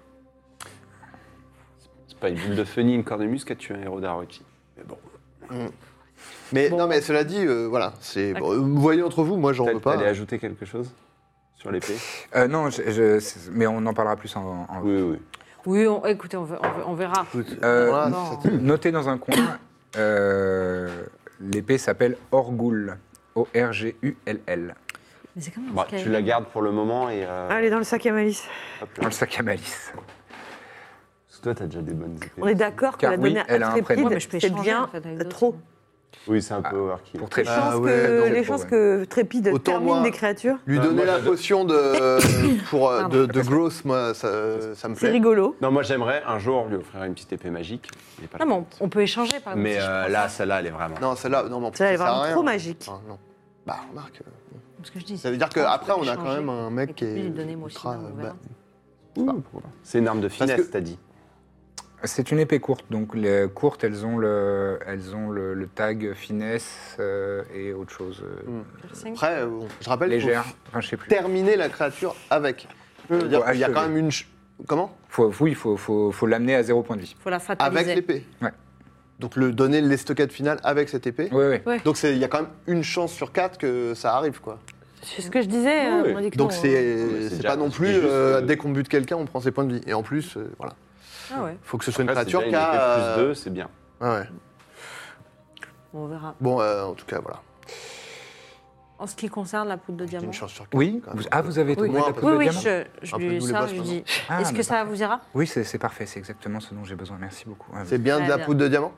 Speaker 6: C'est pas une boule de feu ni une cornemuse qui a tué un héros d'Haruki. Mais bon,
Speaker 5: Mais non, mais cela dit, euh, voilà. C'est bon, euh, voyez entre vous. Moi, j'en
Speaker 6: t'allais
Speaker 5: veux pas. hein.
Speaker 6: t'allais ajouter quelque chose sur l'épée
Speaker 1: euh, non, je- je- c'est- mais on en parlera plus en. en-
Speaker 6: Oui, oui.
Speaker 9: Oui, on- écoutez, on, ve- on ve- on verra.
Speaker 1: Euh,
Speaker 4: Ah
Speaker 5: Voilà,
Speaker 9: Non.
Speaker 5: c'est-
Speaker 1: Notez dans un coin, euh, l'épée s'appelle Orgul. O-R-G-U-L-L.
Speaker 9: Mais c'est quand
Speaker 6: Bah,
Speaker 9: même.
Speaker 6: tu la gardes pour le moment et. euh,
Speaker 4: Allez, dans le sac à malice.
Speaker 6: hop là.
Speaker 1: Dans le sac à malice.
Speaker 6: Parce que toi, t'as déjà des bonnes épées.
Speaker 4: On est d'accord que
Speaker 1: Car
Speaker 4: la
Speaker 1: oui,
Speaker 4: donner
Speaker 1: elle a
Speaker 4: à
Speaker 1: un
Speaker 4: Trépide,
Speaker 1: prénom. Ouais,
Speaker 9: mais je peux
Speaker 4: c'est
Speaker 9: échanger,
Speaker 4: bien euh,
Speaker 9: en fait, avec d'autres.
Speaker 4: trop.
Speaker 6: Oui, c'est un peu overkill.
Speaker 1: Pour très
Speaker 4: Je
Speaker 5: Ah
Speaker 4: pense
Speaker 5: ouais,
Speaker 4: que
Speaker 5: non,
Speaker 4: les
Speaker 1: c'est
Speaker 4: chances
Speaker 1: pour-
Speaker 4: que Trépide
Speaker 5: Autant
Speaker 4: termine
Speaker 5: moi.
Speaker 4: des créatures,
Speaker 5: Lui
Speaker 6: Euh,
Speaker 5: donner
Speaker 6: moi,
Speaker 5: la
Speaker 6: j'adore.
Speaker 5: potion de euh, pour euh, de, de growth, moi, ça, ça me
Speaker 4: c'est
Speaker 5: plaît.
Speaker 4: rigolo.
Speaker 6: Non, moi, j'aimerais un jour lui offrir une petite épée magique. mais pas la
Speaker 9: Non, mais
Speaker 6: peine.
Speaker 9: on, on peut échanger par exemple.
Speaker 6: Mais
Speaker 9: si je
Speaker 6: euh,
Speaker 9: prends
Speaker 6: là,
Speaker 9: ça.
Speaker 6: celle-là, elle est vraiment.
Speaker 5: Non, celle-là, non, mais en plus,
Speaker 4: Celle-là, elle est
Speaker 5: ça sert à
Speaker 4: vraiment
Speaker 5: rien.
Speaker 4: trop magique.
Speaker 5: Enfin, non. Bah, remarque. euh,
Speaker 9: Parce que je dis,
Speaker 5: Ça veut
Speaker 9: si
Speaker 5: dire
Speaker 9: tu prends,
Speaker 5: qu'après,
Speaker 9: je peux
Speaker 5: on a quand
Speaker 9: échanger.
Speaker 5: même un mec
Speaker 9: Et
Speaker 5: qui
Speaker 9: puis,
Speaker 5: est.
Speaker 9: lui donner, moi aussi,
Speaker 5: ultra,
Speaker 9: là, on
Speaker 5: bah,
Speaker 9: verra.
Speaker 6: C'est une arme de finesse,
Speaker 5: Parce que-
Speaker 6: t'as dit.
Speaker 1: C'est une épée courte, donc les courtes, elles ont le, elles ont le, le tag finesse euh, et autre chose. euh,
Speaker 5: Après, euh, bon, je rappelle qu'il
Speaker 1: Légère,
Speaker 5: faut
Speaker 1: enfin, je sais plus.
Speaker 5: terminer la créature avec. C'est-à-dire
Speaker 1: Faut
Speaker 5: qu'il y a
Speaker 1: achever.
Speaker 5: quand même une. ch- Comment
Speaker 1: Faut, oui, il faut, faut, faut l'amener à zéro point de vie.
Speaker 9: Faut la fataliser.
Speaker 5: Avec l'épée.
Speaker 1: Ouais.
Speaker 5: Donc, le donner l'estocade finale avec cette épée.
Speaker 1: Oui, oui.
Speaker 5: Donc, c'est- il y a quand même une chance sur quatre que ça arrive, quoi.
Speaker 4: C'est ce que je disais. euh,
Speaker 6: oui.
Speaker 4: on dit que
Speaker 5: Donc,
Speaker 4: non, hein.
Speaker 6: mais
Speaker 5: c'est
Speaker 6: c'est
Speaker 5: c'est
Speaker 6: déjà-
Speaker 5: pas non
Speaker 6: c'est
Speaker 5: plus
Speaker 6: juste,
Speaker 5: euh,
Speaker 6: euh,
Speaker 5: dès qu'on bute quelqu'un, on prend ses points de vie. Et en plus, euh, voilà.
Speaker 9: Ah ouais,
Speaker 5: Faut que ce soit une
Speaker 6: Après, c'est
Speaker 5: créature euh, qui
Speaker 6: déjà une épée
Speaker 5: a.
Speaker 6: plus 2, c'est bien.
Speaker 5: Ouais, ouais.
Speaker 9: on verra.
Speaker 5: Bon, euh, en tout cas, voilà.
Speaker 9: En ce qui concerne la poudre de
Speaker 6: Ah,
Speaker 5: Il y a
Speaker 9: diamant.
Speaker 5: Une chance sur quatre.
Speaker 1: Oui,
Speaker 5: quand
Speaker 1: vous-
Speaker 5: même.
Speaker 1: ah, vous avez trouvé
Speaker 5: Moi,
Speaker 1: la
Speaker 5: parce
Speaker 1: poudre
Speaker 9: Oui,
Speaker 1: de
Speaker 9: oui,
Speaker 1: diamant
Speaker 9: je, je
Speaker 5: Un peu
Speaker 9: lui,
Speaker 5: nous, les
Speaker 9: ça,
Speaker 5: boss,
Speaker 9: je lui
Speaker 5: maintenant.
Speaker 9: dis.
Speaker 1: Ah,
Speaker 9: Est-ce
Speaker 1: mais
Speaker 9: que ça
Speaker 1: parfait.
Speaker 9: vous ira
Speaker 1: Oui, c'est c'est parfait, c'est exactement ce dont j'ai besoin, merci beaucoup. Ouais,
Speaker 5: C'est bien de
Speaker 9: Très
Speaker 5: la
Speaker 9: bien.
Speaker 5: poudre de diamant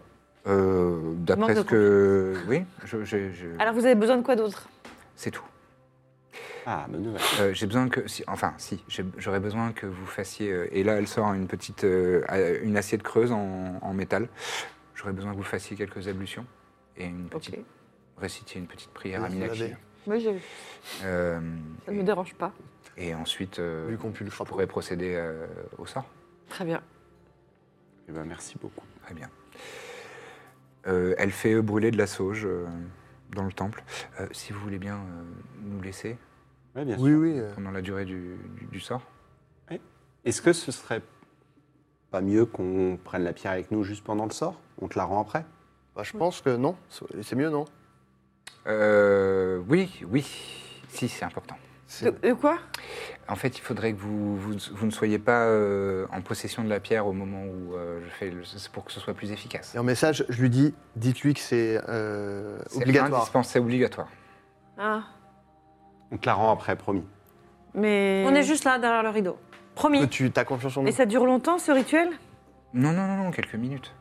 Speaker 1: euh,
Speaker 9: Manque
Speaker 1: D'après
Speaker 9: de
Speaker 1: ce que. Oui, je, je- je-
Speaker 4: Alors, vous avez besoin de quoi d'autre
Speaker 1: c'est tout.
Speaker 6: Ah, bonne nouvelle.
Speaker 1: Euh, j'ai besoin que. si- enfin, si, j'ai- j'aurais besoin que vous fassiez. euh, et là, elle sort une petite. euh, une assiette creuse en, en métal. j'aurais besoin que vous fassiez quelques ablutions et une petite, récitiez une petite prière
Speaker 5: Oui,
Speaker 1: à
Speaker 5: vous
Speaker 1: Minaki.
Speaker 5: l'avez.
Speaker 4: Moi, j'ai-
Speaker 1: Euh,
Speaker 4: ça ne me dérange pas.
Speaker 1: et ensuite,
Speaker 6: Bah,
Speaker 1: euh,
Speaker 5: Vu qu'on pue le
Speaker 1: je pourrais procéder euh, au sort.
Speaker 4: Très bien.
Speaker 6: Eh ben, merci beaucoup.
Speaker 1: Très bien. Euh, elle fait euh, brûler de la sauge euh, dans le temple. Euh, si vous voulez bien euh, nous laisser
Speaker 6: Ouais, bien
Speaker 5: Oui,
Speaker 6: sûr.
Speaker 5: oui. euh,
Speaker 1: pendant la durée du, du- du sort.
Speaker 6: Est-ce que ce serait pas mieux qu'on prenne la pierre avec nous juste pendant le sort On te la rend après
Speaker 5: bah, je pense que non. C'est c'est mieux, non
Speaker 1: Euh, oui, oui. Si, c'est important.
Speaker 4: De, de quoi
Speaker 1: En fait, il faudrait que vous, vous, vous ne soyez pas euh, en possession de la pierre au moment où euh, je fais le, c'est pour que ce soit plus efficace.
Speaker 5: Et en message, je lui dis dites-lui que c'est euh,
Speaker 1: C'est
Speaker 5: obligatoire.
Speaker 1: indispensable, C'est obligatoire.
Speaker 4: Ah,
Speaker 6: On te la rend après, promis.
Speaker 4: mais.
Speaker 8: On est juste là derrière le rideau. Promis.
Speaker 5: Tu as confiance en nous
Speaker 4: Et ça dure longtemps ce rituel
Speaker 1: Non, non, non, non, quelques minutes.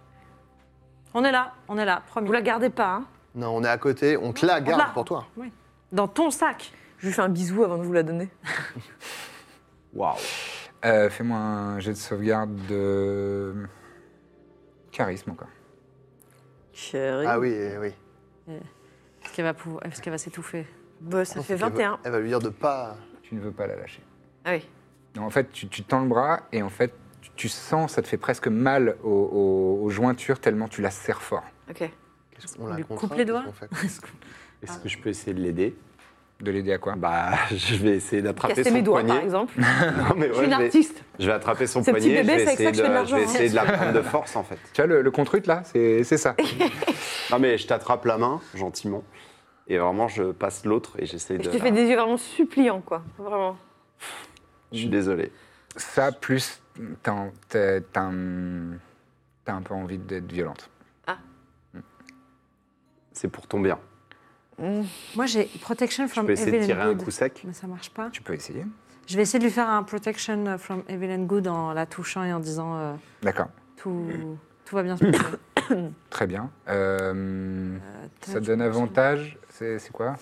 Speaker 8: On est là, on est là, promis.
Speaker 4: Vous la gardez pas, hein
Speaker 5: Non, on est à côté, on te la garde
Speaker 8: l'a.
Speaker 5: pour toi.
Speaker 8: Dans ton sac.
Speaker 4: Je lui fais un bisou avant de vous la donner.
Speaker 6: Waouh
Speaker 1: Euh, Fais-moi un jet de sauvegarde de charisme encore.
Speaker 8: Chérie.
Speaker 5: Ah oui, eh oui.
Speaker 8: Est-ce qu'elle va, pouvoir- est-ce qu'elle va s'étouffer
Speaker 4: Bah, ça fait
Speaker 5: Elle va-
Speaker 4: 21.
Speaker 5: Elle va lui dire de pas.
Speaker 1: Tu ne veux pas la lâcher.
Speaker 4: Ah oui.
Speaker 1: Non, en fait, tu, tu tends le bras et en fait, tu, tu sens, ça te fait presque mal aux, aux- aux jointures tellement tu la serres fort.
Speaker 4: Ok.
Speaker 5: Qu'est-ce qu'on la
Speaker 8: lui
Speaker 5: contraint,
Speaker 8: coupe les doigts
Speaker 5: qu'est-ce qu'on fait
Speaker 6: Est-ce
Speaker 4: Ah.
Speaker 6: que je peux essayer de l'aider
Speaker 1: De l'aider à quoi
Speaker 6: Bah, je vais essayer d'attraper
Speaker 4: Casser
Speaker 6: son
Speaker 4: mes doigts,
Speaker 6: poignet.
Speaker 4: par exemple.
Speaker 6: Non, mais
Speaker 4: je
Speaker 6: ouais,
Speaker 4: suis une
Speaker 6: vais-
Speaker 4: artiste.
Speaker 6: je vais, attraper son
Speaker 4: Ce petit
Speaker 6: poignet,
Speaker 4: bébé,
Speaker 6: je vais
Speaker 4: c'est
Speaker 6: essayer,
Speaker 4: avec ça que je fais de
Speaker 6: de,
Speaker 4: l'argent,
Speaker 6: vais
Speaker 4: bien
Speaker 6: essayer de la prendre de force en fait.
Speaker 1: Tu vois, le, le contrut là, c'est c'est ça.
Speaker 6: Non mais je t'attrape la main gentiment et vraiment je passe l'autre et j'essaie
Speaker 4: Et
Speaker 6: de.
Speaker 4: je te
Speaker 6: la-
Speaker 4: fais des yeux vraiment suppliants, quoi. Vraiment.
Speaker 6: Je suis désolé.
Speaker 1: ça, plus t'en- t'as t'as un, t'as un peu envie d'être violente.
Speaker 6: C'est pour ton bien.
Speaker 8: Moi, j'ai protection
Speaker 6: Je
Speaker 8: from
Speaker 6: peux essayer
Speaker 8: evil
Speaker 6: de
Speaker 8: and
Speaker 6: tirer un
Speaker 8: good.
Speaker 6: coup sec.
Speaker 8: Mais ça marche pas.
Speaker 1: Tu peux essayer.
Speaker 8: Je vais essayer de lui faire un protection from evil and good en la touchant et en disant euh,
Speaker 1: D'accord,
Speaker 8: tout, tout va bien se passer.
Speaker 1: très bien. Euh,
Speaker 8: Euh,
Speaker 1: ça te donne avantage, c'est c'est quoi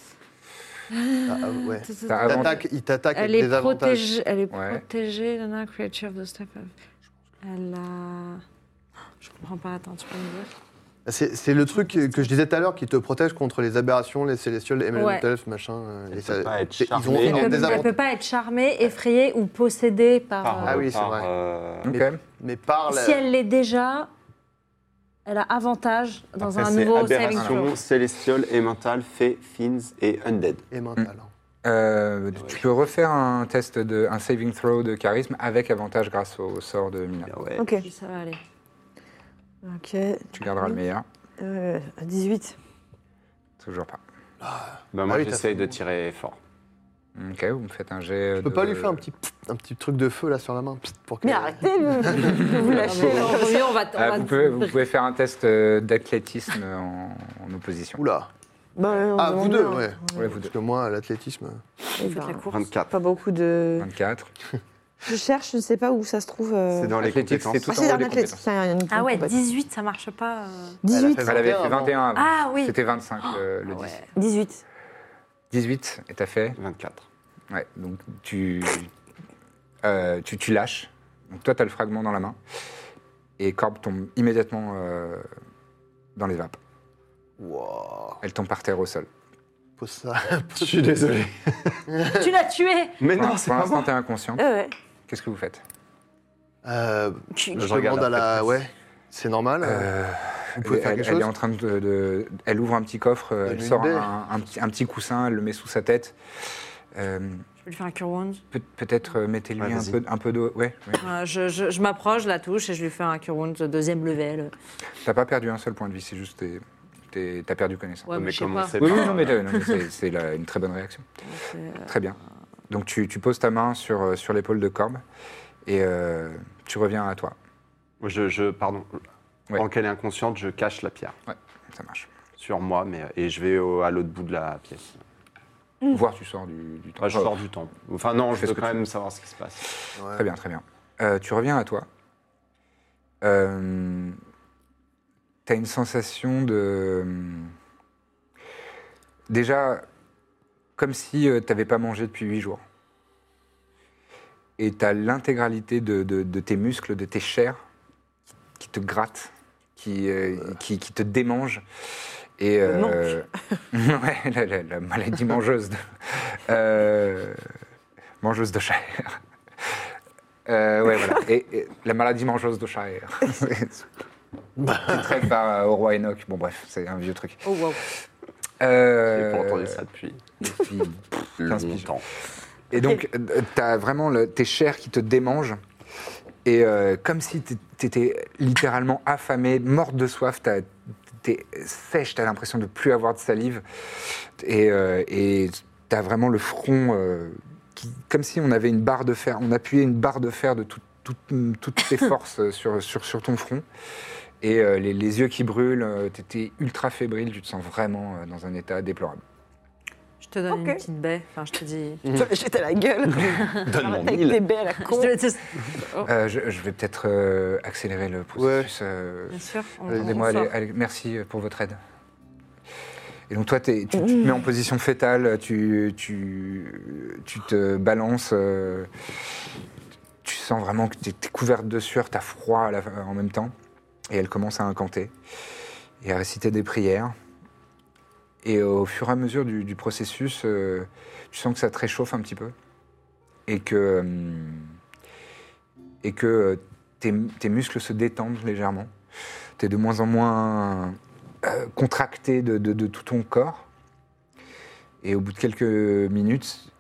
Speaker 5: Ah, ah, ouais.
Speaker 1: T'as
Speaker 5: Il
Speaker 1: avant-
Speaker 5: t'attaque- Il t'attaque avec
Speaker 8: Elle est,
Speaker 5: des avantages.
Speaker 8: protégée, elle est
Speaker 1: Ouais.
Speaker 8: protégée, Nana, creature of the step. of- Elle a. Je comprends pas, attends, tu peux me dire
Speaker 5: C'est c'est le truc que que je disais tout à l'heure qui te protège contre les aberrations, les célestials, les
Speaker 8: Ouais.
Speaker 5: elementals, machin. euh,
Speaker 6: Elle
Speaker 5: les-
Speaker 6: peut pas être
Speaker 5: c'est- ils ont
Speaker 6: charmée.
Speaker 5: ils
Speaker 8: Elle
Speaker 5: ont
Speaker 8: peut,
Speaker 5: des
Speaker 8: elle peut
Speaker 5: avantages.
Speaker 8: pas être charmée, effrayée ou possédée par.
Speaker 6: Par-
Speaker 8: euh,
Speaker 5: Ah oui, c'est
Speaker 6: par,
Speaker 5: vrai.
Speaker 6: euh,
Speaker 1: Ok.
Speaker 5: Mais- Mais par la-
Speaker 8: Si elle l'est déjà, elle a avantage dans
Speaker 6: après,
Speaker 8: un
Speaker 6: c'est
Speaker 8: nouveau saving throw.
Speaker 6: aberration, célestial, mental, fée, fins et undead.
Speaker 5: et mentale. hein.
Speaker 1: Euh, Tu peux refaire un test, de, un saving throw de charisme avec avantage grâce au sort de Mina.
Speaker 6: Ah ouais.
Speaker 4: Ok.
Speaker 8: Ça va aller.
Speaker 4: Ok.
Speaker 1: Tu garderas le
Speaker 8: Mhm.
Speaker 1: meilleur.
Speaker 4: Euh, 18.
Speaker 1: Toujours pas.
Speaker 6: Bah moi
Speaker 5: Ah oui, t'as
Speaker 6: j'essaye
Speaker 5: fait-
Speaker 6: de tirer fort.
Speaker 1: Ok, vous me faites un jet.
Speaker 5: Je peux pas lui faire un petit, un petit truc de feu là sur la main pssst, pour que.
Speaker 4: Mais arrêtez de de vous lâcher, hein. là.
Speaker 8: Vaut mieux, on va, on
Speaker 1: Ah,
Speaker 8: va-
Speaker 1: vous, pouvez, vous pouvez faire un test euh, d'athlétisme en, en opposition.
Speaker 5: Oula.
Speaker 4: Bah,
Speaker 8: Oh,
Speaker 4: on
Speaker 5: Ah,
Speaker 4: demande
Speaker 5: vous deux,
Speaker 4: bien.
Speaker 5: ouais.
Speaker 1: Ouais, vous
Speaker 5: Parce
Speaker 1: deux.
Speaker 5: que moi, l'athlétisme.
Speaker 4: Eh
Speaker 8: Faites la
Speaker 4: ben,
Speaker 8: course.
Speaker 6: 24.
Speaker 4: Pas beaucoup de.
Speaker 1: 24.
Speaker 4: Je cherche, je ne sais pas où ça se trouve. euh.
Speaker 6: C'est dans les
Speaker 1: Athlétique,
Speaker 6: compétences.
Speaker 1: c'est tout
Speaker 4: Ah,
Speaker 1: en
Speaker 4: c'est
Speaker 1: haut
Speaker 4: un
Speaker 1: des
Speaker 4: athlétique.
Speaker 1: compétences.
Speaker 4: c'est un- une
Speaker 8: Ah ouais,
Speaker 4: compétence.
Speaker 8: 18, ça marche pas. euh.
Speaker 4: 18.
Speaker 5: Elle a
Speaker 1: Elle avait fait
Speaker 5: 21 avant.
Speaker 1: 21 avant.
Speaker 8: Ah oui. Ah
Speaker 1: C'était 25 le, le 10.
Speaker 4: 18.
Speaker 1: 18, et t'as fait
Speaker 6: 24.
Speaker 1: Ouais, donc tu, euh, tu, tu lâches. Donc toi, t'as le fragment dans la main. Et Corbe tombe immédiatement euh, dans les vapes.
Speaker 5: Wow.
Speaker 1: Elle tombe par terre au sol.
Speaker 5: Pose ça.
Speaker 6: Je suis désolé.
Speaker 8: Tu l'as tué
Speaker 6: Mais
Speaker 1: Pour
Speaker 6: non,
Speaker 1: l'in-
Speaker 6: c'est
Speaker 1: pour
Speaker 6: pas
Speaker 1: l'instant,
Speaker 6: moi.
Speaker 1: t'es inconsciente.
Speaker 4: Ah ouais.
Speaker 1: Qu'est-ce que vous faites
Speaker 5: Euh, je
Speaker 6: Je regarde
Speaker 5: demande à
Speaker 6: après.
Speaker 5: la. Ouais. C'est normal. euh,
Speaker 1: Euh,
Speaker 5: Vous pouvez
Speaker 1: elle,
Speaker 5: faire quelque
Speaker 1: elle
Speaker 5: chose
Speaker 1: est en train de, de- Elle ouvre un petit coffre, euh, elle
Speaker 5: Donne-lui
Speaker 1: sort
Speaker 5: une belle.
Speaker 1: un, un petit, un petit coussin, elle le met sous sa tête. Euh,
Speaker 8: Je vais lui faire un cure wound.
Speaker 1: peut- Peut-être euh, mettez-lui
Speaker 6: Ouais,
Speaker 1: un,
Speaker 6: vas-y.
Speaker 1: peu, un peu d'eau. Ouais, ouais.
Speaker 8: Euh, je je- je m'approche, je la touche et je lui fais un cure wound de deuxième level.
Speaker 1: T'as pas perdu un seul point de vie, c'est juste t'es- t'es- t'as perdu connaissance.
Speaker 8: Ouais, mais
Speaker 6: mais
Speaker 8: je sais
Speaker 6: comment
Speaker 8: pas.
Speaker 6: c'est
Speaker 1: Oui, oui,
Speaker 6: pas-
Speaker 1: non, mais, euh, non, mais c'est- c'est la- une très bonne réaction. Très bien. Donc tu, tu poses ta main sur, euh, sur l'épaule de Corbe et euh, tu reviens à toi.
Speaker 6: Je, je- pardon.
Speaker 1: Ouais.
Speaker 6: Tant qu'elle est inconsciente, je cache la pierre
Speaker 1: Ouais, ça marche.
Speaker 6: sur moi, mais et je vais au- à l'autre bout de la pièce.
Speaker 1: Voir, tu sors du, du temps.
Speaker 6: Enfin, je
Speaker 1: Oh,
Speaker 6: sors du temps. Enfin non,
Speaker 1: Fais
Speaker 6: je
Speaker 1: ce
Speaker 6: veux
Speaker 1: que
Speaker 6: quand
Speaker 1: tu
Speaker 6: même savoir ce qui se passe.
Speaker 1: Très bien, très bien. Euh, tu reviens à toi. Euh, T'as une sensation de... Déjà, comme si euh, t'avais pas mangé depuis huit jours. Et t'as l'intégralité de, de- de tes muscles, de tes chairs qui te grattent, qui qui, euh, qui, qui te démange. Et, euh, ouais, la, la- la maladie mangeuse de, euh, mangeuse de chair. Euh, ouais, voilà. Et, et la maladie mangeuse de chair. Petit trait par euh, au roi Enoch. Bon, bref, c'est un vieux truc.
Speaker 8: Oh, wow.
Speaker 1: Euh,
Speaker 6: J'ai pas entendu ça depuis.
Speaker 1: depuis 15 piges.
Speaker 6: Longtemps.
Speaker 1: Et donc, euh, t'as vraiment le- tes chairs qui te démangent. Et euh, comme si t'é- t'étais littéralement affamé, morte de soif, t'as- t'es sèche, t'as l'impression de plus avoir de salive. Et euh, et t'as vraiment le front, euh, qui- comme si on avait une barre de fer, on appuyait une barre de fer de tout- tout- toutes tes forces euh, sur, sur, sur ton front. Et euh, les, les yeux qui brûlent, euh, t'étais ultra fébrile, tu te sens vraiment euh, dans un état déplorable.
Speaker 8: Je te donne une petite baie. Enfin, je te dis.
Speaker 4: Tu vas jeter à la gueule.
Speaker 5: Ah,
Speaker 6: Donne-moi
Speaker 4: Avec
Speaker 6: mille.
Speaker 4: des baies à la con.
Speaker 8: Je te- Oh.
Speaker 1: Euh, je, je vais peut-être euh, accélérer le processus. euh,
Speaker 8: Bien sûr, on-
Speaker 1: Aidez-moi,
Speaker 8: on sort.
Speaker 1: allez, allez, merci euh, pour votre aide. Et donc toi, t'es- tu, tu te mets en position fétale, tu, tu, tu te balances, euh, tu sens vraiment que tu es, couverte de sueur, tu as froid à la- en même temps, et elle commence à incanter et à réciter des prières. Et au fur et à mesure du, du processus, euh, tu sens que ça te réchauffe un petit peu, et que, hum, et que euh, tes, tes muscles se détendent légèrement. Tu es de moins en moins euh, contracté de, de- de tout ton corps. Et au bout de quelques minutes,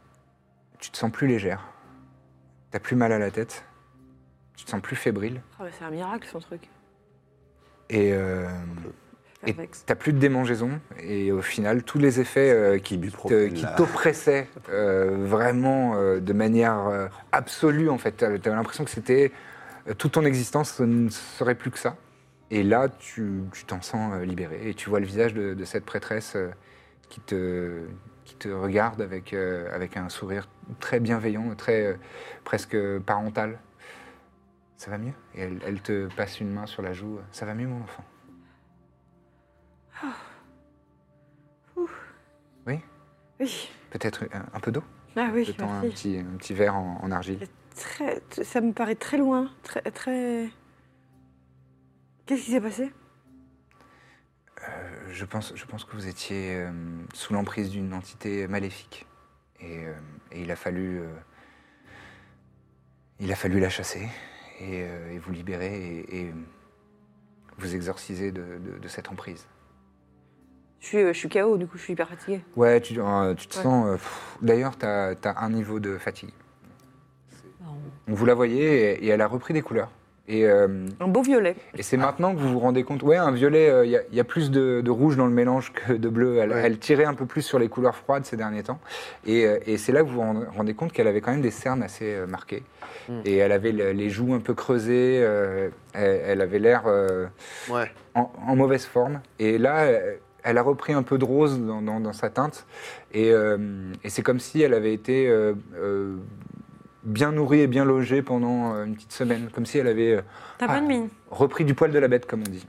Speaker 1: tu te sens plus légère. T'as plus mal à la tête. Tu te sens plus fébrile.
Speaker 4: Ah ouais, c'est un miracle son truc.
Speaker 1: Et euh, et
Speaker 8: Perplexe.
Speaker 1: t'as plus de démangeaison. Et au final, tous les effets euh, qui te-
Speaker 6: Ibuprofène,
Speaker 1: qui
Speaker 6: là.
Speaker 1: t'oppressaient euh, vraiment euh, de manière euh, absolue, en fait, t'avais t'avais l'impression que c'était euh, toute ton existence ce ne serait plus que ça. Et là, tu tu t'en sens euh, libéré. Et tu vois le visage de, de cette prêtresse euh, qui, te, qui te regarde avec, euh, avec un sourire très bienveillant, très euh, presque parental. Ça va mieux Et elle, elle te passe une main sur la joue. Ça va mieux, mon enfant Oui
Speaker 4: Oui.
Speaker 1: Peut-être un, un peu d'eau
Speaker 4: Ah oui,
Speaker 1: Je
Speaker 5: hein.
Speaker 1: tends un
Speaker 4: merci.
Speaker 1: petit, un petit verre en, en argile.
Speaker 4: Très, ça me paraît très loin, très, très. Qu'est-ce qui s'est passé
Speaker 1: Euh, je, pense, je pense que vous étiez euh, sous l'emprise d'une entité maléfique. Et, euh, et il a fallu... euh, il a fallu la chasser et, euh, et vous libérer et, et vous exorciser de- de- de cette emprise.
Speaker 4: je suis, euh, je suis KO, du coup, je suis hyper fatiguée.
Speaker 1: Ouais, tu, euh, tu te
Speaker 4: Ouais.
Speaker 1: sens. euh, pff, D'ailleurs, t'as as un niveau de fatigue. Vous la voyez et, et elle a repris des couleurs. Et, euh,
Speaker 4: Un beau violet.
Speaker 1: et c'est maintenant que vous vous rendez compte. Ouais, un violet, euh, il y, a- y a plus de, de rouge dans le mélange que de bleu. Elle, elle tirait un peu plus sur les couleurs froides ces derniers temps. Et, euh, et c'est là que vous vous rend- rendez compte qu'elle avait quand même des cernes assez euh, marquées.
Speaker 4: Hmm.
Speaker 1: Et elle avait le- les joues un peu creusées. euh, elle, elle avait l'air. euh,
Speaker 5: Ouais.
Speaker 1: en, en mauvaise forme. Et là, euh, elle a repris un peu de rose dans, dans- dans sa teinte. Et, euh, et c'est comme si elle avait été euh, euh, bien nourrie et bien logée pendant euh, une petite semaine. Comme si elle avait euh,
Speaker 8: T'as
Speaker 1: Ah.
Speaker 8: bonne mine.
Speaker 1: repris du poil de la bête, comme on dit.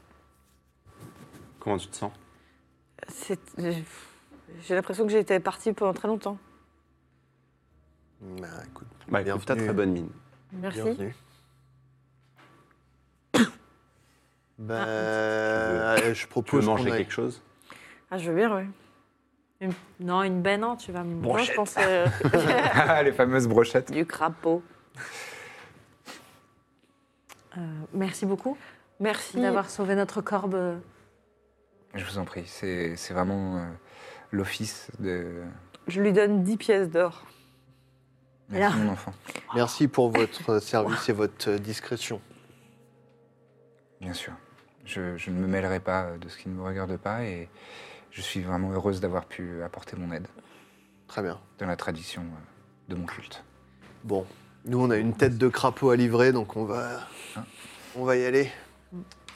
Speaker 6: Comment tu te sens
Speaker 4: C'est- J'ai j'ai l'impression que j'étais partie pendant très longtemps.
Speaker 5: Bah écoute,
Speaker 6: Bah, écoute, t'as très bonne mine.
Speaker 4: Merci.
Speaker 5: bienvenue.
Speaker 8: Ah.
Speaker 5: Bah,
Speaker 6: Tu
Speaker 5: euh, je
Speaker 6: Tu veux
Speaker 5: propose
Speaker 6: manger
Speaker 5: qu'on aille-
Speaker 6: quelque chose
Speaker 4: Ah, je veux bien, ouais.
Speaker 8: Une- Non, une baie, non, tu vas me.
Speaker 4: Moi, je pensais euh,
Speaker 1: Ah, Les fameuses brochettes.
Speaker 4: du crapaud.
Speaker 8: Euh, merci beaucoup
Speaker 4: Merci.
Speaker 8: d'avoir sauvé notre corbe. euh,
Speaker 1: Je vous en prie, c'est c'est vraiment euh, l'office de...
Speaker 4: Je lui donne 10 pièces d'or.
Speaker 1: Merci, mon enfant.
Speaker 5: Merci pour votre euh, service et votre discrétion.
Speaker 1: Bien sûr. Je, je ne me mêlerai pas de ce qui ne vous regarde pas et je suis vraiment heureuse d'avoir pu apporter mon aide
Speaker 5: Très bien.
Speaker 1: dans la tradition euh, de mon culte.
Speaker 5: Bon, nous on a une tête de crapaud à livrer, donc on va, on va y aller.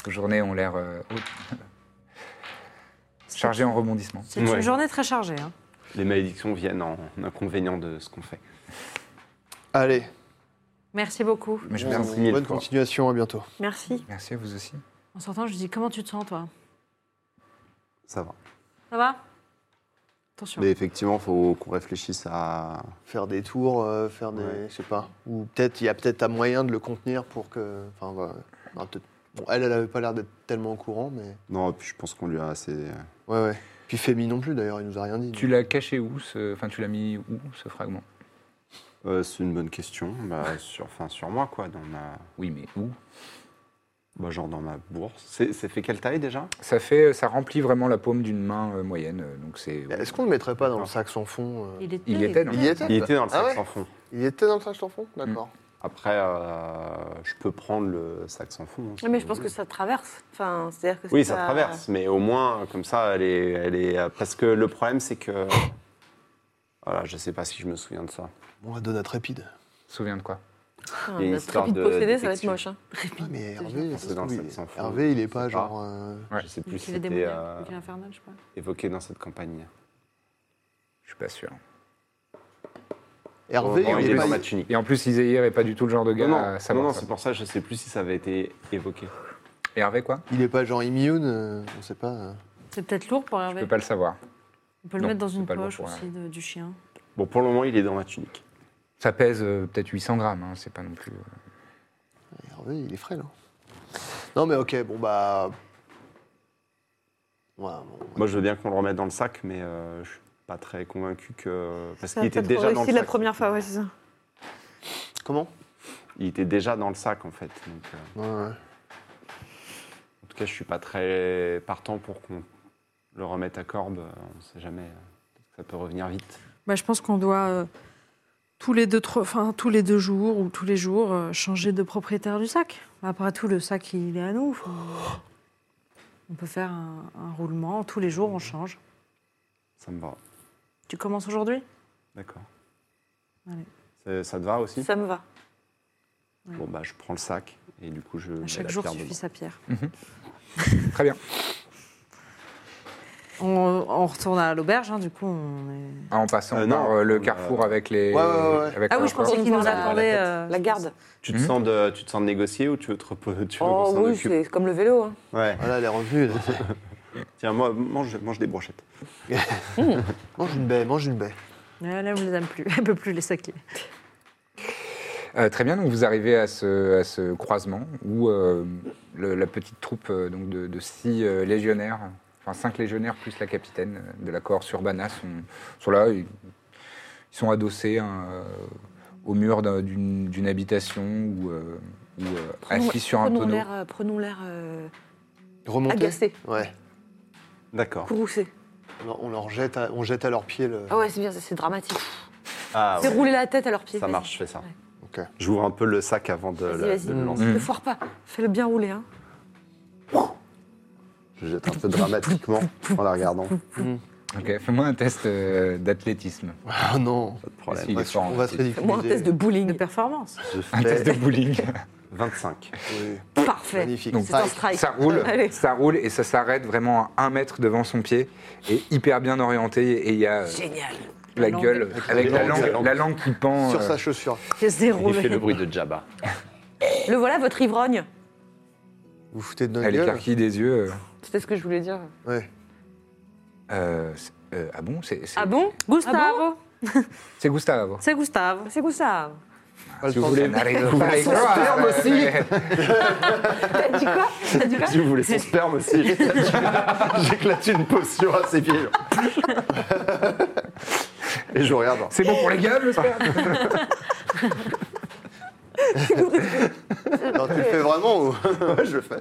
Speaker 1: Vos journées ont l'air euh, hautes. chargées en rebondissements.
Speaker 8: C'est une
Speaker 6: Ouais.
Speaker 8: journée très chargée. hein.
Speaker 6: Les malédictions viennent en inconvénient de ce qu'on fait.
Speaker 5: Allez,
Speaker 8: Merci beaucoup.
Speaker 1: Mais je vous en
Speaker 5: on-
Speaker 1: prie.
Speaker 6: mille
Speaker 5: bonne
Speaker 6: fois.
Speaker 5: continuation, à bientôt.
Speaker 4: Merci.
Speaker 1: Merci à vous aussi.
Speaker 8: En sortant, je dis Comment tu te sens, toi
Speaker 6: Ça va.
Speaker 8: Ça va Attention.
Speaker 6: Mais effectivement, faut qu'on réfléchisse à.
Speaker 5: Faire des tours, euh, faire des,
Speaker 6: Ouais.
Speaker 5: je sais pas. Ou peut-être il y a peut-être un moyen de le contenir pour que, enfin, voilà. Non, peut-être Bon, elle, elle n'avait pas l'air d'être tellement au courant, mais.
Speaker 6: Non, je pense qu'on lui a assez. euh,
Speaker 5: Ouais, ouais. Puis Fémi non plus, d'ailleurs, il nous a rien dit.
Speaker 1: Tu l'as caché où ce... Enfin, tu l'as mis où ce fragment
Speaker 6: Euh, c'est une bonne question. Bah, sur, enfin, sur moi, quoi. Dans ma...
Speaker 1: Oui, mais où
Speaker 6: bah, Genre dans ma bourse. C'est, ça fait quelle taille déjà
Speaker 1: ça, fait, ça remplit vraiment la paume d'une main euh, moyenne. euh, Donc c'est,
Speaker 5: Est-ce qu'on ne le mettrait pas dans le sac sans fond euh
Speaker 9: Il était,
Speaker 1: Il y était, non
Speaker 5: Il y était
Speaker 6: Il était dans le sac
Speaker 5: Ah ouais
Speaker 6: sans fond.
Speaker 5: Il était dans le sac sans fond
Speaker 1: Mm.
Speaker 5: D'accord.
Speaker 6: Après, euh, je peux prendre le sac sans fond. hein, si
Speaker 4: Ouais, Ah, Mais
Speaker 6: vous
Speaker 4: je pense que
Speaker 6: voulez.
Speaker 4: ça traverse. Enfin, c'est-à-dire que
Speaker 6: Oui, ça traverse, mais au moins, comme ça, elle est. Elle est... euh, Parce que le problème, c'est que. Voilà, je sais pas si je me souviens de ça.
Speaker 5: Bon, elle donne à Trépide.
Speaker 1: Souviens de quoi
Speaker 4: Putain,
Speaker 6: Il y a une
Speaker 4: notre
Speaker 6: histoire
Speaker 4: rapide
Speaker 6: de
Speaker 4: possédé, ça va être
Speaker 6: détection.
Speaker 4: moche. hein.
Speaker 5: Ah, mais Hervé,
Speaker 6: C'est dans le sac sans fond.
Speaker 5: Hervé, il est pas
Speaker 6: Je sais pas.
Speaker 5: genre. euh,
Speaker 4: hein.
Speaker 6: Je sais plus
Speaker 9: Nick
Speaker 6: si
Speaker 9: le
Speaker 6: c'était
Speaker 9: démoniaque,
Speaker 6: euh,
Speaker 9: Nick l'infernal, je sais pas.
Speaker 6: évoqué dans cette campagne.
Speaker 1: Je suis pas sûr.
Speaker 5: Hervé,
Speaker 6: Bon,
Speaker 5: il est
Speaker 6: dans
Speaker 5: pas.
Speaker 6: ma tunique.
Speaker 1: Et en plus, Iséir est pas du tout le genre de gars
Speaker 6: Non,
Speaker 1: à
Speaker 6: non,
Speaker 1: savoir
Speaker 6: non, non,
Speaker 1: ça.
Speaker 6: c'est pour ça que je sais plus si ça avait été évoqué.
Speaker 1: Et Hervé, quoi
Speaker 5: Il est pas genre immune, euh, on sait pas. euh.
Speaker 9: C'est peut-être lourd pour
Speaker 1: Je
Speaker 9: Hervé.
Speaker 1: peux pas le savoir.
Speaker 9: On peut le
Speaker 1: Non,
Speaker 9: mettre dans
Speaker 1: c'est
Speaker 9: une
Speaker 1: pas lourd
Speaker 9: poche
Speaker 1: pour
Speaker 9: aussi de- du chien.
Speaker 6: Bon, pour le moment, il est dans ma tunique.
Speaker 1: Ça pèse euh, peut-être 800 grammes, hein, c'est pas non plus... euh,
Speaker 5: Hervé, il est frêle. hein. Non, mais ok, bon, bah. Ouais, bon.
Speaker 6: Moi, je veux bien qu'on le remette dans le sac, mais euh, je suis pas très convaincu que. Parce
Speaker 4: Ça a
Speaker 6: qu'il était
Speaker 4: pas trop
Speaker 6: déjà dans le
Speaker 4: réussi
Speaker 6: sac.
Speaker 4: la première fois, ouais, c'est ça.
Speaker 5: Comment
Speaker 6: Il était déjà dans le sac, en fait. Donc, euh,
Speaker 5: Ouais, ouais.
Speaker 6: en tout cas, je suis pas très partant pour qu'on le remette à Corbe. euh, On sait jamais. euh, Ça peut revenir vite.
Speaker 8: Bah, je pense qu'on doit euh, tous, les deux, tro- enfin, tous les deux jours ou tous les jours euh, changer de propriétaire du sac. Après tout, le sac, il est à nous. Enfin, on peut faire un, un roulement. Tous les jours, on change.
Speaker 6: Ça me va.
Speaker 8: Tu commences aujourd'hui
Speaker 6: D'accord.
Speaker 8: Allez.
Speaker 6: C'est- Ça te va aussi
Speaker 4: Ça me va.
Speaker 6: Bon, bah, je prends le sac et du coup, je.
Speaker 8: À
Speaker 6: mets
Speaker 8: Chaque
Speaker 6: Bah, la
Speaker 8: jour
Speaker 6: pierre
Speaker 8: suffit
Speaker 6: dedans.
Speaker 8: sa pierre.
Speaker 1: Très bien.
Speaker 8: On, on retourne à l'auberge, hein, du coup. On est...
Speaker 1: Ah, en passant
Speaker 6: Euh,
Speaker 1: par
Speaker 6: non,
Speaker 1: euh, le
Speaker 6: on a-
Speaker 1: carrefour avec les...
Speaker 5: Ouais, ouais, ouais.
Speaker 1: avec
Speaker 8: Ah
Speaker 1: le
Speaker 8: oui, je
Speaker 1: corps.
Speaker 8: pensais
Speaker 4: Encore
Speaker 8: qu'il
Speaker 4: une
Speaker 8: nous
Speaker 4: fois,
Speaker 8: attendait.
Speaker 4: la-
Speaker 8: euh,
Speaker 4: La garde.
Speaker 6: Tu te,
Speaker 1: Mhm.
Speaker 6: sens de, tu te sens de négocier ou tu veux te repos- tu veux qu'on
Speaker 4: Oh
Speaker 6: s'en
Speaker 4: oui,
Speaker 6: occupe
Speaker 4: c'est comme le vélo. hein.
Speaker 6: Ouais.
Speaker 5: Voilà, elle est revenue. ah, là.
Speaker 6: Tiens, moi, mange, mange des brochettes.
Speaker 5: mange une baie, mange une baie.
Speaker 8: Ouais, Là, on les aime plus. Elle peut plus les saquer.
Speaker 1: Euh, très bien, donc vous arrivez à ce, à ce croisement où euh, le- la petite troupe euh, donc de, de six euh, légionnaires, enfin cinq légionnaires plus la capitaine euh, de la corps Urbana sont, sont là. Ils, ils sont adossés hein, euh, au mur d'un- d'une d'une habitation ou euh, ou, euh,
Speaker 6: Ah,
Speaker 4: Prenons-
Speaker 1: assis sur un
Speaker 4: prenons
Speaker 1: tonneau.
Speaker 4: l'air, euh, Prenons l'air euh,
Speaker 5: Remonter.
Speaker 4: agacé,
Speaker 5: Ouais.
Speaker 6: D'accord.
Speaker 4: courroucé.
Speaker 5: On leur, on leur jette, à, on jette à leurs pieds le.
Speaker 4: Ah ouais, c'est bien, ça, c'est dramatique.
Speaker 6: Ah,
Speaker 4: C'est
Speaker 6: ouais.
Speaker 4: rouler la tête à leurs pieds.
Speaker 6: Ça
Speaker 4: vas-y.
Speaker 6: marche, je fais ça.
Speaker 4: Ouais.
Speaker 5: Ok.
Speaker 6: J'ouvre un peu le sac avant de, le-
Speaker 4: Vas-y,
Speaker 6: de le
Speaker 4: vas-y.
Speaker 6: lancer.
Speaker 4: Ne foire pas. Fais-le bien rouler. Hein.
Speaker 6: Je jette un peu dramatiquement en la regardant. Pas
Speaker 1: Ok, fais-moi un test euh, d'athlétisme.
Speaker 5: Ah non.
Speaker 6: de problème.
Speaker 1: Si, il est fort en
Speaker 5: On va se
Speaker 1: athlétisme.
Speaker 5: ridiculiser.
Speaker 4: Moi, un test de
Speaker 8: De
Speaker 4: bowling.
Speaker 8: performance.
Speaker 6: Je
Speaker 1: Un test de
Speaker 6: fais
Speaker 1: bowling.
Speaker 6: 25.
Speaker 5: Oui.
Speaker 4: Parfait.
Speaker 5: Magnifique.
Speaker 1: Donc,
Speaker 4: C'est un strike.
Speaker 1: Ça roule,
Speaker 4: Allez.
Speaker 1: ça roule et ça s'arrête vraiment à un mètre devant son pied et hyper bien orienté et il y a euh,
Speaker 4: Génial.
Speaker 1: la
Speaker 8: langue.
Speaker 1: gueule avec la langue, la langue qui pend.
Speaker 5: Sur
Speaker 1: euh,
Speaker 5: sa chaussure.
Speaker 8: J'ai zéro.
Speaker 6: Il fait le bruit de Jabba.
Speaker 4: Le voilà, votre ivrogne.
Speaker 5: Vous foutez de notre
Speaker 1: Elle
Speaker 5: gueule.
Speaker 1: écarquille des yeux. euh,
Speaker 4: C'était ce que je voulais dire.
Speaker 5: Ouais.
Speaker 1: euh, c'est- euh, ah bon C'est c'est-
Speaker 4: Ah bon
Speaker 8: Gustavo,
Speaker 4: Ah bon
Speaker 1: c'est Gustavo.
Speaker 8: c'est Gustave.
Speaker 4: C'est quoi ça
Speaker 5: Pas Ah, le
Speaker 1: Si
Speaker 5: temps
Speaker 1: vous
Speaker 5: de-
Speaker 1: voulez, vous
Speaker 5: Ah,
Speaker 1: voulez
Speaker 5: sperme aussi.
Speaker 4: T'as dit quoi T'as dit quoi
Speaker 6: Si vous voulez son sperme aussi, j'éclate une potion à ses pieds. Et je regarde.
Speaker 1: C'est bon pour les gueules, le
Speaker 5: Ah,
Speaker 1: sperme
Speaker 5: Non, tu le fais vraiment ou Ouais, je le fais.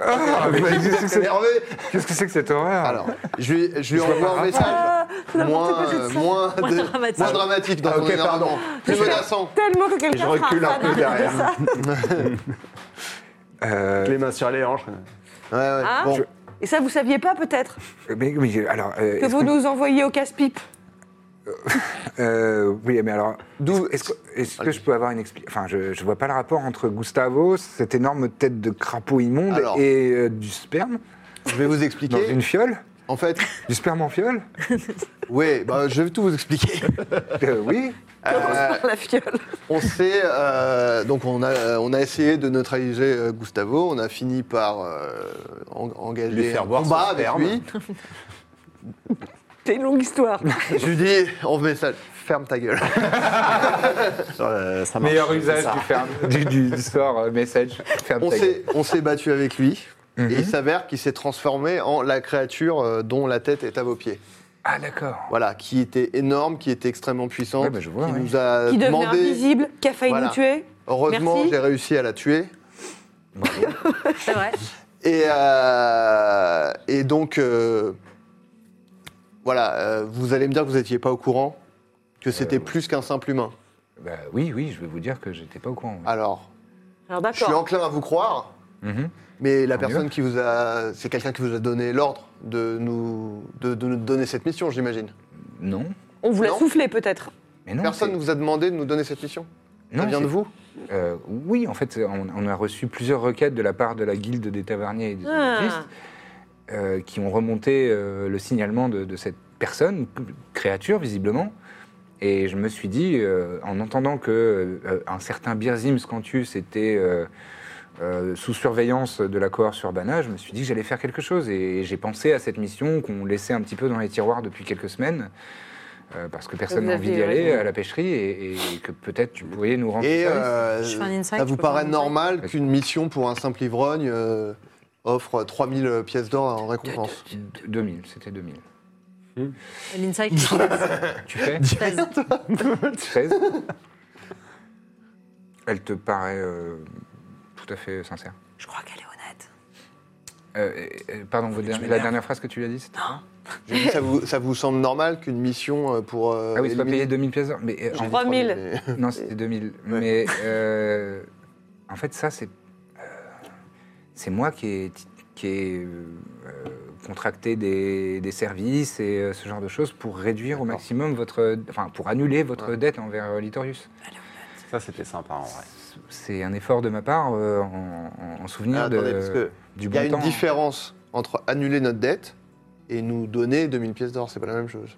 Speaker 1: Ah, mais Qu'est-ce que
Speaker 5: C'est
Speaker 1: c'est-
Speaker 5: énervé.
Speaker 1: qu'est-ce que c'est que cette horreur
Speaker 5: Alors, je lui, je lui envoie un message moins, euh, moins, de- moins dramatique. dans
Speaker 6: Ah,
Speaker 5: son
Speaker 6: ok,
Speaker 5: énervement.
Speaker 6: pardon.
Speaker 5: Plus menaçant.
Speaker 4: Tellement que
Speaker 6: Et je
Speaker 4: quelqu'un
Speaker 6: recule
Speaker 4: fera
Speaker 6: un peu
Speaker 4: ça.
Speaker 6: derrière.
Speaker 1: Euh,
Speaker 6: Les mains sur les hanches.
Speaker 5: Ouais, ouais.
Speaker 4: Hein
Speaker 5: bon,
Speaker 4: Et ça, vous saviez pas peut-être
Speaker 1: mais, mais alors, euh,
Speaker 4: que
Speaker 1: est-ce
Speaker 4: vous
Speaker 1: qu'on-
Speaker 4: nous envoyiez au casse-pipe
Speaker 1: euh, oui, mais alors,
Speaker 5: D'où-
Speaker 1: est-ce que, est-ce que je peux avoir une explication Enfin, je, je vois pas le rapport entre Gustavo, cette énorme tête de crapaud immonde,
Speaker 5: Alors.
Speaker 1: et euh, du sperme
Speaker 5: je vais vous
Speaker 1: dans
Speaker 5: expliquer.
Speaker 1: une fiole.
Speaker 5: En fait,
Speaker 1: Du sperme en fiole
Speaker 5: oui, bah, je vais tout vous expliquer.
Speaker 1: Euh, Oui.
Speaker 5: Euh,
Speaker 4: La fiole.
Speaker 5: on s'est euh, donc on a on a essayé de neutraliser euh, Gustavo. On a fini par euh, en-
Speaker 6: Lui
Speaker 5: engager
Speaker 6: faire
Speaker 5: un
Speaker 6: boire
Speaker 5: combat
Speaker 6: son
Speaker 5: avec
Speaker 6: sperme.
Speaker 5: lui.
Speaker 4: C'est une longue histoire.
Speaker 5: je lui dis en message ferme ta gueule.
Speaker 10: Euh, ça marche.
Speaker 1: Meilleur usage
Speaker 10: Ça.
Speaker 1: du, ferme- du, du- du sort euh, message. Ferme
Speaker 5: On
Speaker 1: ta gueule.
Speaker 5: s'est- on s'est battu avec lui.
Speaker 1: Mhm.
Speaker 5: Et il s'avère qu'il s'est transformé en la créature euh, dont la tête est à vos pieds.
Speaker 1: Ah, d'accord.
Speaker 5: Voilà, qui était énorme, qui était extrêmement puissante,
Speaker 1: Ouais, bah, je vois,
Speaker 5: qui
Speaker 1: ouais.
Speaker 5: nous a
Speaker 4: Qui devenait
Speaker 5: demandé.
Speaker 4: invisible, qui a failli
Speaker 5: Voilà.
Speaker 4: nous tuer.
Speaker 5: Heureusement,
Speaker 4: Merci.
Speaker 5: j'ai réussi à la tuer.
Speaker 9: C'est vrai.
Speaker 5: Et, euh, et donc, euh, voilà, euh, vous allez me dire que vous n'étiez pas au courant, que c'était
Speaker 1: Euh,
Speaker 5: plus qu'un simple humain.
Speaker 1: Bah, oui, oui, je vais vous dire que j'étais pas au courant.
Speaker 5: Alors,
Speaker 4: Alors
Speaker 5: je suis
Speaker 4: d'accord.
Speaker 5: enclin à vous croire,
Speaker 1: Mhm.
Speaker 5: mais la
Speaker 1: Tant mieux.
Speaker 5: personne qui vous a. C'est quelqu'un qui vous a donné l'ordre de nous, de, de nous donner cette mission, j'imagine.
Speaker 1: Non.
Speaker 4: On vous l'a
Speaker 5: Non.
Speaker 4: soufflé peut-être.
Speaker 1: Mais non,
Speaker 5: Personne
Speaker 1: c'est-
Speaker 5: ne vous a demandé de nous donner cette mission.
Speaker 1: Non,
Speaker 5: ça vient de
Speaker 1: c'est-
Speaker 5: vous
Speaker 1: Euh, oui, en fait, on, on a reçu plusieurs requêtes de la part de la guilde des taverniers et des
Speaker 4: Ah.
Speaker 1: aubergistes, euh, qui ont remonté euh, le signalement de, de cette personne, c- créature visiblement. Et je me suis dit, euh, en entendant que euh, un certain Birzim Scantus était euh, euh, sous surveillance de la cohorte Urbana, je me suis dit que j'allais faire quelque chose. Et, j'ai pensé à cette mission qu'on laissait un petit peu dans les tiroirs depuis quelques semaines. euh, parce que personne
Speaker 4: Vous
Speaker 1: n'a envie
Speaker 4: aviez
Speaker 1: d'y aller
Speaker 4: raison.
Speaker 1: à la pêcherie et, et que peut-être tu pourrais nous rendre
Speaker 5: Et
Speaker 1: service.
Speaker 5: euh,
Speaker 9: Je fais un insight,
Speaker 5: ça
Speaker 9: je
Speaker 5: vous
Speaker 9: peux faire un
Speaker 5: paraît
Speaker 9: insight
Speaker 5: normal qu'une mission pour un simple ivrogne euh, offre 3000 pièces d'or en récompense
Speaker 1: 2000, c'était 2000.
Speaker 9: L'insight, c'est
Speaker 1: Tu fais
Speaker 9: 16.
Speaker 1: 13 Elle te paraît euh, tout à fait sincère.
Speaker 9: Je crois qu'elle est honnête.
Speaker 1: Euh, euh, pardon,
Speaker 5: Ah,
Speaker 1: vos derniers- la dernière phrase que tu lui as dit, c'était quoi
Speaker 5: Je dis, ça, vous, ça vous semble normal qu'une mission euh, pour. euh,
Speaker 1: Ah oui, c'est pas
Speaker 5: éliminer-
Speaker 1: payé 2000 pièces d'or. Mais euh, en-
Speaker 4: 3000.
Speaker 5: mais-
Speaker 1: Non, c'était 2000. Mais euh, en fait, ça, c'est. euh, c'est moi qui ai, qui ai, euh, euh, contracté des, des services et euh, ce genre de choses pour réduire au maximum votre. Enfin, pour annuler votre dette envers euh, Litorius.
Speaker 6: Ça, c'était sympa en vrai.
Speaker 1: C'est un effort de ma part euh, en, en- en souvenir
Speaker 5: Ah, attendez,
Speaker 1: de,
Speaker 5: parce que
Speaker 1: euh, du
Speaker 5: Il y
Speaker 1: bon
Speaker 5: a une
Speaker 1: temps. hein.
Speaker 5: différence entre annuler notre dette et nous donner 2000 pièces d'or, c'est pas la même chose.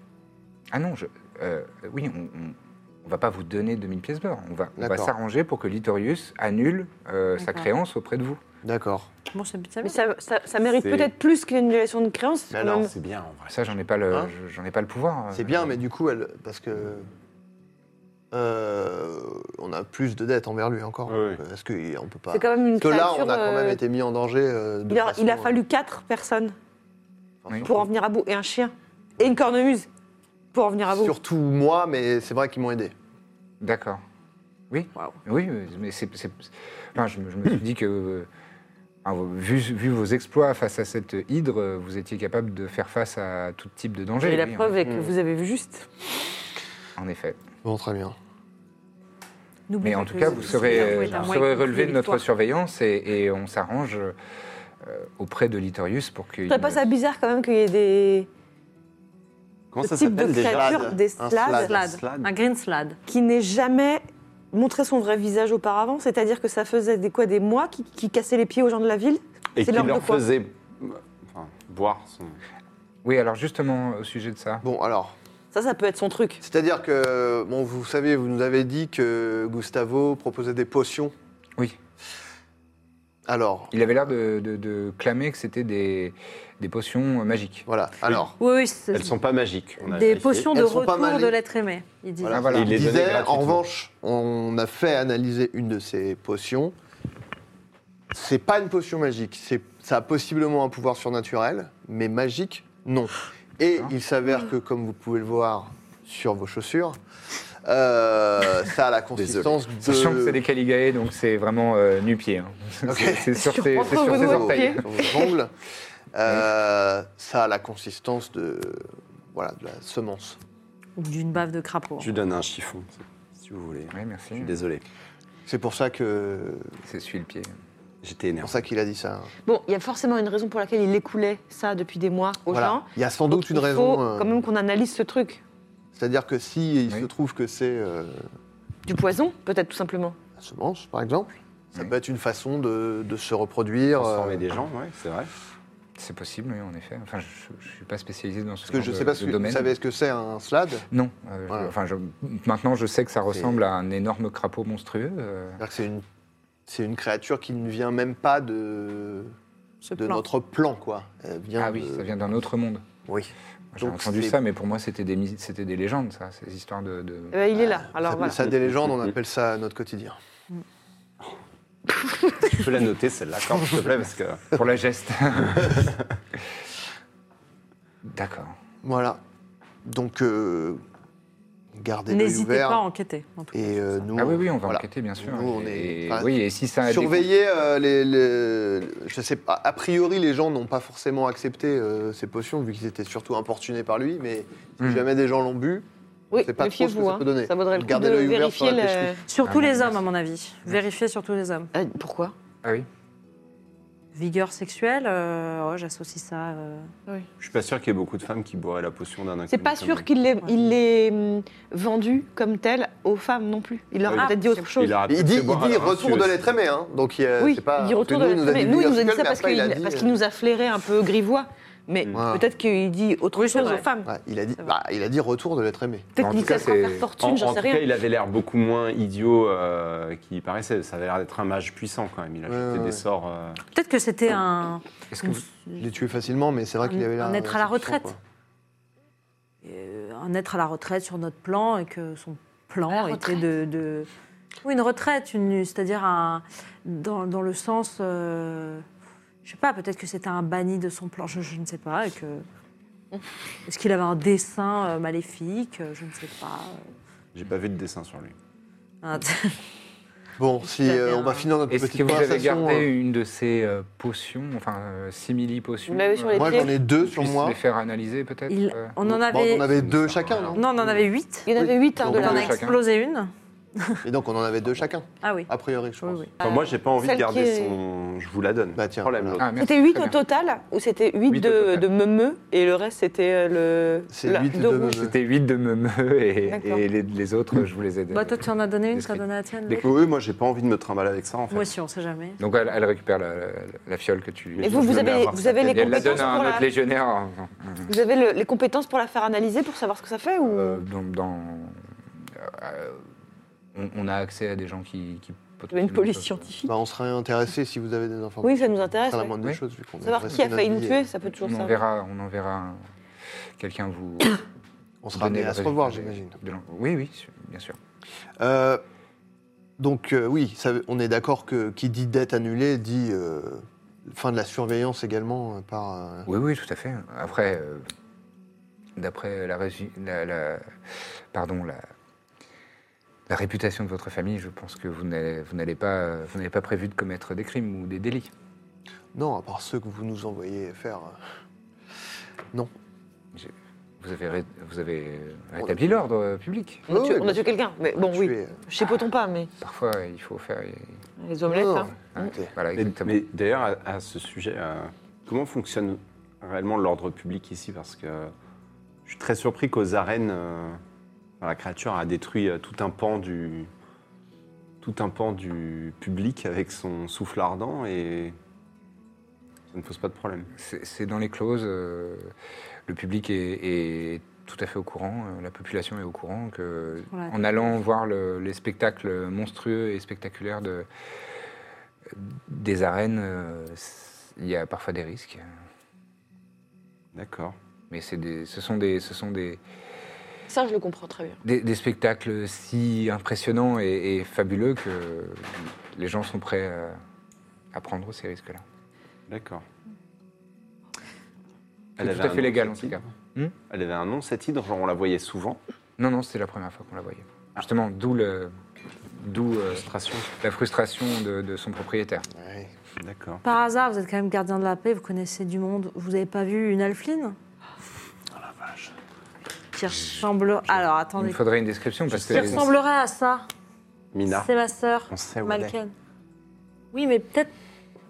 Speaker 1: Ah non, je, euh, oui, on, on- on va pas vous donner 2000 pièces d'or. On va, on va
Speaker 5: D'accord.
Speaker 1: s'arranger pour que Litorius annule euh, sa
Speaker 9: D'accord.
Speaker 1: créance auprès de vous.
Speaker 5: D'accord.
Speaker 9: Bon, c'est bizarre.
Speaker 4: Mais ça, ça- ça mérite
Speaker 6: C'est-
Speaker 4: peut-être plus qu'une annulation de créance. c'est
Speaker 6: Mais
Speaker 4: quand
Speaker 6: alors,
Speaker 4: même-
Speaker 6: c'est bien en vrai.
Speaker 1: Ça, j'en ai pas le,
Speaker 5: Hein
Speaker 1: je- j'en ai pas le pouvoir.
Speaker 5: C'est
Speaker 1: euh,
Speaker 5: bien, mais du coup, elle, parce que. euh, on a plus de dettes envers lui encore.
Speaker 6: Ouais, ouais.
Speaker 5: Donc, euh, Est-ce qu'on peut pas.
Speaker 4: C'est quand même une
Speaker 5: Parce que là,
Speaker 4: créature.
Speaker 5: on a quand même
Speaker 4: euh,
Speaker 5: été mis en danger. euh, de
Speaker 4: il, a,
Speaker 5: façon,
Speaker 4: il a
Speaker 5: euh,
Speaker 4: fallu quatre personnes
Speaker 5: enfin,
Speaker 4: pour en venir à bout et un chien et une cornemuse pour en venir à bout.
Speaker 5: Surtout moi, mais c'est vrai qu'ils m'ont aidé.
Speaker 1: D'accord. Oui. Oui, mais c'est. c'est- enfin, je, me- je me suis dit que. euh, enfin, vous- vu, vu vos exploits face à cette hydre, euh, vous étiez capable de faire face à tout type de danger.
Speaker 4: Et la
Speaker 1: oui, en-
Speaker 4: preuve est que vous avez vu juste.
Speaker 1: en effet.
Speaker 5: Bon, très bien.
Speaker 9: N'oublie
Speaker 1: Mais en
Speaker 9: pas
Speaker 1: tout
Speaker 9: que
Speaker 1: cas, vous
Speaker 9: ce
Speaker 1: serez,
Speaker 9: cerveau est
Speaker 1: vous
Speaker 9: à moi et
Speaker 1: serez
Speaker 9: qu'on crée
Speaker 1: relevé de
Speaker 9: les
Speaker 1: notre
Speaker 9: victoires.
Speaker 1: surveillance et, et on s'arrange euh, auprès de Litorius pour qu'il...
Speaker 4: Je trouverais pas ça bizarre quand même qu'il y ait des
Speaker 6: Comment
Speaker 4: ce
Speaker 6: ça
Speaker 4: type de
Speaker 6: s'appelle déjà
Speaker 4: créatures, des slades,
Speaker 9: Slad.
Speaker 6: Slad.
Speaker 9: Un green slad.
Speaker 4: qui n'aient jamais montré son vrai visage auparavant. C'est-à-dire que ça faisait des quoi des mois qui, qui cassaient les pieds aux gens de la ville.
Speaker 6: Et
Speaker 4: C'est
Speaker 6: qui
Speaker 4: l'ordre
Speaker 6: leur
Speaker 4: de quoi
Speaker 6: faisait enfin, boire son.
Speaker 1: Oui, alors justement, au sujet de ça.
Speaker 5: Bon, alors,
Speaker 4: Ça, ça peut être son truc.
Speaker 5: c'est-à-dire que, bon, vous savez, vous nous avez dit que Gustavo proposait des potions.
Speaker 1: Oui.
Speaker 5: Alors,
Speaker 1: Il avait l'air de, de- de clamer que c'était des, des potions euh, magiques.
Speaker 5: voilà. Alors,
Speaker 9: Oui, oui, c'est
Speaker 6: Elles sont pas magiques. on a
Speaker 9: des
Speaker 6: vérifié.
Speaker 9: potions de
Speaker 5: Elles sont pas
Speaker 9: retour
Speaker 5: mal-
Speaker 9: de l'être aimé. Il dit.
Speaker 5: voilà.
Speaker 1: voilà.
Speaker 5: il
Speaker 6: Il les donnait
Speaker 5: disait, en
Speaker 6: gratuitement.
Speaker 5: revanche, on a fait analyser une de ces potions. C'est pas une potion magique. C'est, ça a possiblement un pouvoir surnaturel, mais magique, non. Et il s'avère que, comme vous pouvez le voir sur vos chaussures, euh, ça a la consistance de.
Speaker 1: Sachant que c'est des Caligae, donc c'est vraiment euh, nu-pied. hein. C'est- C'est sur
Speaker 4: Sur-
Speaker 1: ses,
Speaker 4: entre
Speaker 1: c'est sur
Speaker 4: vos
Speaker 1: ses
Speaker 4: doigts et
Speaker 1: orteils. hein.
Speaker 5: sur vos ongles. Euh, ça a la consistance de, voilà, de la semence.
Speaker 9: Ou d'une bave de crapaud.
Speaker 6: Je lui donne un chiffon, si vous voulez.
Speaker 1: Oui, merci.
Speaker 6: Je suis désolé.
Speaker 5: C'est pour ça que
Speaker 1: C'est celui le pied.
Speaker 6: J'étais
Speaker 5: c'est pour
Speaker 6: énervé.
Speaker 5: ça qu'il a dit ça. hein.
Speaker 4: Bon, il y a forcément une raison pour laquelle il écoulait ça depuis des mois aux
Speaker 5: Voilà.
Speaker 4: gens.
Speaker 5: Il y a sans doute
Speaker 4: Donc,
Speaker 5: une
Speaker 4: il
Speaker 5: raison.
Speaker 4: faut
Speaker 5: euh,
Speaker 4: quand même qu'on analyse ce truc.
Speaker 5: C'est-à-dire que si il
Speaker 1: Oui.
Speaker 5: se trouve que c'est euh,
Speaker 4: Du poison, peut-être tout simplement.
Speaker 5: la semence, par exemple, ça
Speaker 1: Oui.
Speaker 5: peut être une façon de, de se reproduire.
Speaker 6: Transformer
Speaker 5: euh,
Speaker 6: des gens, ouais, c'est vrai.
Speaker 1: C'est possible, oui, en effet. Enfin, je ne suis pas spécialisé dans ce
Speaker 5: Parce que
Speaker 1: genre
Speaker 5: je
Speaker 1: de-
Speaker 5: sais pas
Speaker 1: de
Speaker 5: si vous
Speaker 1: domaine.
Speaker 5: savez ce que c'est un slad.
Speaker 1: Non. euh, je-
Speaker 5: Voilà.
Speaker 1: enfin, je- maintenant, je sais que ça ressemble à un énorme crapaud monstrueux. euh,
Speaker 5: C'est-à-dire que c'est une, c'est une créature qui ne vient même pas de,
Speaker 9: Ce
Speaker 5: de
Speaker 9: plan.
Speaker 5: notre plan, quoi. Elle vient
Speaker 1: Ah oui,
Speaker 5: de-
Speaker 1: ça vient d'un autre monde. Oui. J'ai
Speaker 5: Donc,
Speaker 1: entendu
Speaker 5: c'est-
Speaker 1: ça, mais pour moi, c'était des, mythes- c'était des légendes, ça, ces histoires de. de-
Speaker 4: Eh ben, il est là. Alors
Speaker 5: Ah, ça,
Speaker 4: voilà.
Speaker 5: ça, des légendes, on appelle ça notre quotidien.
Speaker 6: Tu peux la noter celle-là, quand s'il te plaît, parce que.
Speaker 1: Pour la geste. D'accord. Ah
Speaker 5: Voilà. Donc, euh, gardez l'œil
Speaker 9: N'hésitez
Speaker 5: ouvert.
Speaker 9: pas à enquêter. en tout
Speaker 5: Et euh, nous,
Speaker 1: Ah oui, oui, on va
Speaker 5: voilà.
Speaker 1: enquêter, bien sûr.
Speaker 5: Nous, on
Speaker 1: Et-
Speaker 5: est- enfin,
Speaker 1: oui, et si ça a des-
Speaker 5: Surveiller euh, les, les- Je sais pas. A priori, les gens n'ont pas forcément accepté euh, ces potions, vu qu'ils étaient surtout importunés par lui, mais si jamais des gens l'ont bu.
Speaker 9: Oui,
Speaker 5: c'est pas trop ce que
Speaker 9: méfiez-vous,
Speaker 5: ça
Speaker 9: hein.
Speaker 5: peut donner.
Speaker 9: Ça vaudrait le coup
Speaker 5: Gardez
Speaker 9: de
Speaker 5: l'œil ouvert
Speaker 9: vérifier
Speaker 5: sur la
Speaker 9: le-
Speaker 5: pêcherie.
Speaker 9: Surtout les hommes, à mon avis. Vérifiez surtout les hommes.
Speaker 4: pourquoi
Speaker 1: Ah oui.
Speaker 9: Vigueur sexuelle, euh, oh, j'associe ça. euh,
Speaker 6: Je suis pas sûr qu'il y ait beaucoup de femmes qui boiraient la potion d'un inconnu.
Speaker 4: C'est pas
Speaker 6: comme
Speaker 4: sûr
Speaker 6: lui.
Speaker 4: qu'il l'ait il l'ait, hum, vendu comme tel aux femmes non plus. Il leur a
Speaker 6: Ah,
Speaker 4: peut-être dit autre chose.
Speaker 6: Il leur a
Speaker 5: Il
Speaker 6: peut-être
Speaker 5: dit,
Speaker 6: fait
Speaker 5: il
Speaker 6: boire à
Speaker 5: dit
Speaker 6: leur
Speaker 5: retour
Speaker 6: insu
Speaker 5: de
Speaker 6: aussi.
Speaker 5: l'être aimé, hein. Donc il, euh,
Speaker 4: Oui,
Speaker 5: c'est pas,
Speaker 4: il dit retour de
Speaker 5: parce que
Speaker 4: la
Speaker 5: nous, il
Speaker 4: Mais nous, il nous a dit
Speaker 5: Vigueur
Speaker 4: ça parce
Speaker 5: Sexuelle, mais
Speaker 4: qu'il
Speaker 5: après, il a
Speaker 4: parce
Speaker 5: dit, euh,
Speaker 4: qu'il nous a flairé un peu grivois. Mais
Speaker 5: Ouais.
Speaker 4: peut-être qu'il dit autre
Speaker 5: euh,
Speaker 4: chose aux femmes.
Speaker 5: Ouais, il, a dit, bah, il a dit retour de l'être aimé.
Speaker 4: Peut-être En qu'il tout cas, souhaitera c'est- faire fortune,
Speaker 6: En,
Speaker 4: j'en
Speaker 6: en
Speaker 4: sais
Speaker 6: tout
Speaker 4: rien.
Speaker 6: cas, il avait l'air beaucoup moins idiot euh, qu'il paraissait. Ça avait l'air d'être un mage puissant quand même. Il a jeté des sorts. euh,
Speaker 9: Peut-être que c'était un,
Speaker 6: que vous-
Speaker 5: Je l'ai tué facilement, mais c'est vrai qu'il avait l'air.
Speaker 9: un être à la retraite.
Speaker 5: quoi.
Speaker 9: Euh, un être à la retraite sur notre plan et que son plan était de, de- Oui, une retraite, une- c'est-à-dire un... dans, dans le sens. euh, Je sais pas, peut-être que c'était un banni de son plan, je, je ne sais pas. Et que... Est-ce qu'il avait un dessin euh, maléfique Je ne sais pas. euh,
Speaker 6: J'ai pas vu de dessin sur lui.
Speaker 9: Un-
Speaker 5: Bon, si euh, on va finir notre
Speaker 1: Est-ce
Speaker 5: petite
Speaker 1: que vous avez
Speaker 5: conversation,
Speaker 1: gardé
Speaker 5: euh,
Speaker 1: une de ces euh, potions, enfin euh, simili potions
Speaker 4: Bah
Speaker 9: Vous l'avez sur les
Speaker 1: euh,
Speaker 9: Moi, pieds j'en ai deux
Speaker 1: qu'on
Speaker 9: sur
Speaker 1: puisse
Speaker 9: moi.
Speaker 1: les faire analyser peut-être
Speaker 9: Il-
Speaker 1: euh,
Speaker 9: On en avait.
Speaker 5: on avait deux chacun, non
Speaker 9: on en avait huit.
Speaker 4: Il y en avait huit, hein,
Speaker 9: On
Speaker 5: de
Speaker 9: en
Speaker 5: la-
Speaker 9: a
Speaker 5: chacun.
Speaker 9: explosé une.
Speaker 5: Et donc on en avait deux chacun.
Speaker 9: Ah oui.
Speaker 5: A priori, je pense.
Speaker 6: Enfin, moi, j'ai pas envie de
Speaker 4: Celle qui
Speaker 6: garder
Speaker 4: est-
Speaker 6: son. Je vous la donne. Bah tiens.
Speaker 1: Ah,
Speaker 4: C'était 8 au total ou c'était 8, de, de meumeux et le reste c'était euh, le. la- dos rouge.
Speaker 1: C'était 8 de meumeux et,
Speaker 9: D'accord.
Speaker 1: et les, les autres, je vous les ai donnés.
Speaker 9: Bah, toi, tu en as donné une, tu as donné la tienne. l'autre.
Speaker 6: Ah, Oui, moi, j'ai pas envie de me trimballer avec ça en fait.
Speaker 9: Moi aussi, on sait jamais.
Speaker 1: Donc elle, elle récupère la, la- la fiole que tu lui
Speaker 4: Et vous, vous avez- vous avez les
Speaker 1: Et Elle la donne
Speaker 4: compétences
Speaker 1: à un
Speaker 4: pour la-
Speaker 1: autre légionnaire.
Speaker 4: Vous avez le- les compétences pour la faire analyser, pour savoir ce que ça fait ou...
Speaker 1: Euh, dans, dans- euh, on, on a accès à des gens qui. qui
Speaker 4: Une police scientifique.
Speaker 5: Bah, on serait intéressé si vous avez des informations.
Speaker 4: Oui, ça nous intéresse.
Speaker 5: C'est la
Speaker 4: ouais.
Speaker 5: moindre des
Speaker 4: Oui.
Speaker 5: choses, vu qu'on est
Speaker 4: savoir
Speaker 5: resté
Speaker 4: qui a
Speaker 5: notre
Speaker 4: failli nous
Speaker 5: vie
Speaker 4: tuer,
Speaker 5: et-
Speaker 4: ça peut toujours
Speaker 1: on,
Speaker 4: servir.
Speaker 1: enverra, on enverra un- quelqu'un vous.
Speaker 5: On
Speaker 1: vous
Speaker 5: sera
Speaker 1: donner
Speaker 5: amené
Speaker 1: le
Speaker 5: à se revoir,
Speaker 1: résultat
Speaker 5: j'imagine.
Speaker 1: de l'en- Oui, oui, su- bien sûr.
Speaker 5: Euh, donc euh, oui, ça- on est d'accord que qui dit dette annulée dit euh, fin de la surveillance également euh, par. euh,
Speaker 1: Oui, oui, tout à fait. Après, euh, d'après la, résu- la- la- pardon, la, la réputation de votre famille, je pense que vous n'allez vous n'allez pas, vous n'avez pas prévu de commettre des crimes ou des délits.
Speaker 5: Non, à part ceux que vous nous envoyez faire. euh, Non.
Speaker 1: Vous avez, ré- vous avez rétabli l'ordre euh, public.
Speaker 4: On a tué, on a tué quelqu'un, mais bon, oui. Je sais pas, mais.
Speaker 1: Parfois, il faut faire.
Speaker 4: Les omelettes, hein.
Speaker 1: hein, Voilà,
Speaker 6: Mais-
Speaker 1: exactement.
Speaker 6: Mais d'ailleurs, à, à ce sujet, euh, comment fonctionne réellement l'ordre public ici Parce que je suis très surpris qu'aux arènes, euh, la créature a détruit euh, tout un pan du tout un pan du public avec son souffle ardent et ça ne pose pas de problème.
Speaker 1: C'est c'est dans les clauses. euh, le public est, est tout à fait au courant, euh, la population est au courant que,
Speaker 6: Voilà.
Speaker 1: en allant voir le- les spectacles monstrueux et spectaculaires de, des arènes, euh, s- il y a parfois des risques.
Speaker 6: D'accord.
Speaker 1: Mais c'est des, ce sont des, ce sont des,
Speaker 4: Ça, je le comprends très bien.
Speaker 1: des, des spectacles si impressionnants et, et fabuleux que les gens sont prêts à, à prendre ces risques-là.
Speaker 6: D'accord.
Speaker 1: C'est tout à fait légal en tout cas.
Speaker 6: Elle avait un nom cette hydre, genre on la voyait souvent.
Speaker 1: Non, non, c'était la première fois qu'on la voyait. Justement, d'où le, d'où euh, la frustration de, de son propriétaire.
Speaker 9: Ah
Speaker 6: D'accord.
Speaker 9: Par hasard, vous êtes quand même gardien de la paix, vous connaissez du monde. Vous n'avez pas vu une alpheline Oh la vache. Qui ressemble. Alors
Speaker 1: Il
Speaker 9: attendez.
Speaker 1: me faudrait une description parce que
Speaker 9: Qui ressemblerait à ça
Speaker 6: Mina.
Speaker 9: C'est ma sœur,
Speaker 1: On sait où elle est.
Speaker 9: Malken. Oui, mais peut-être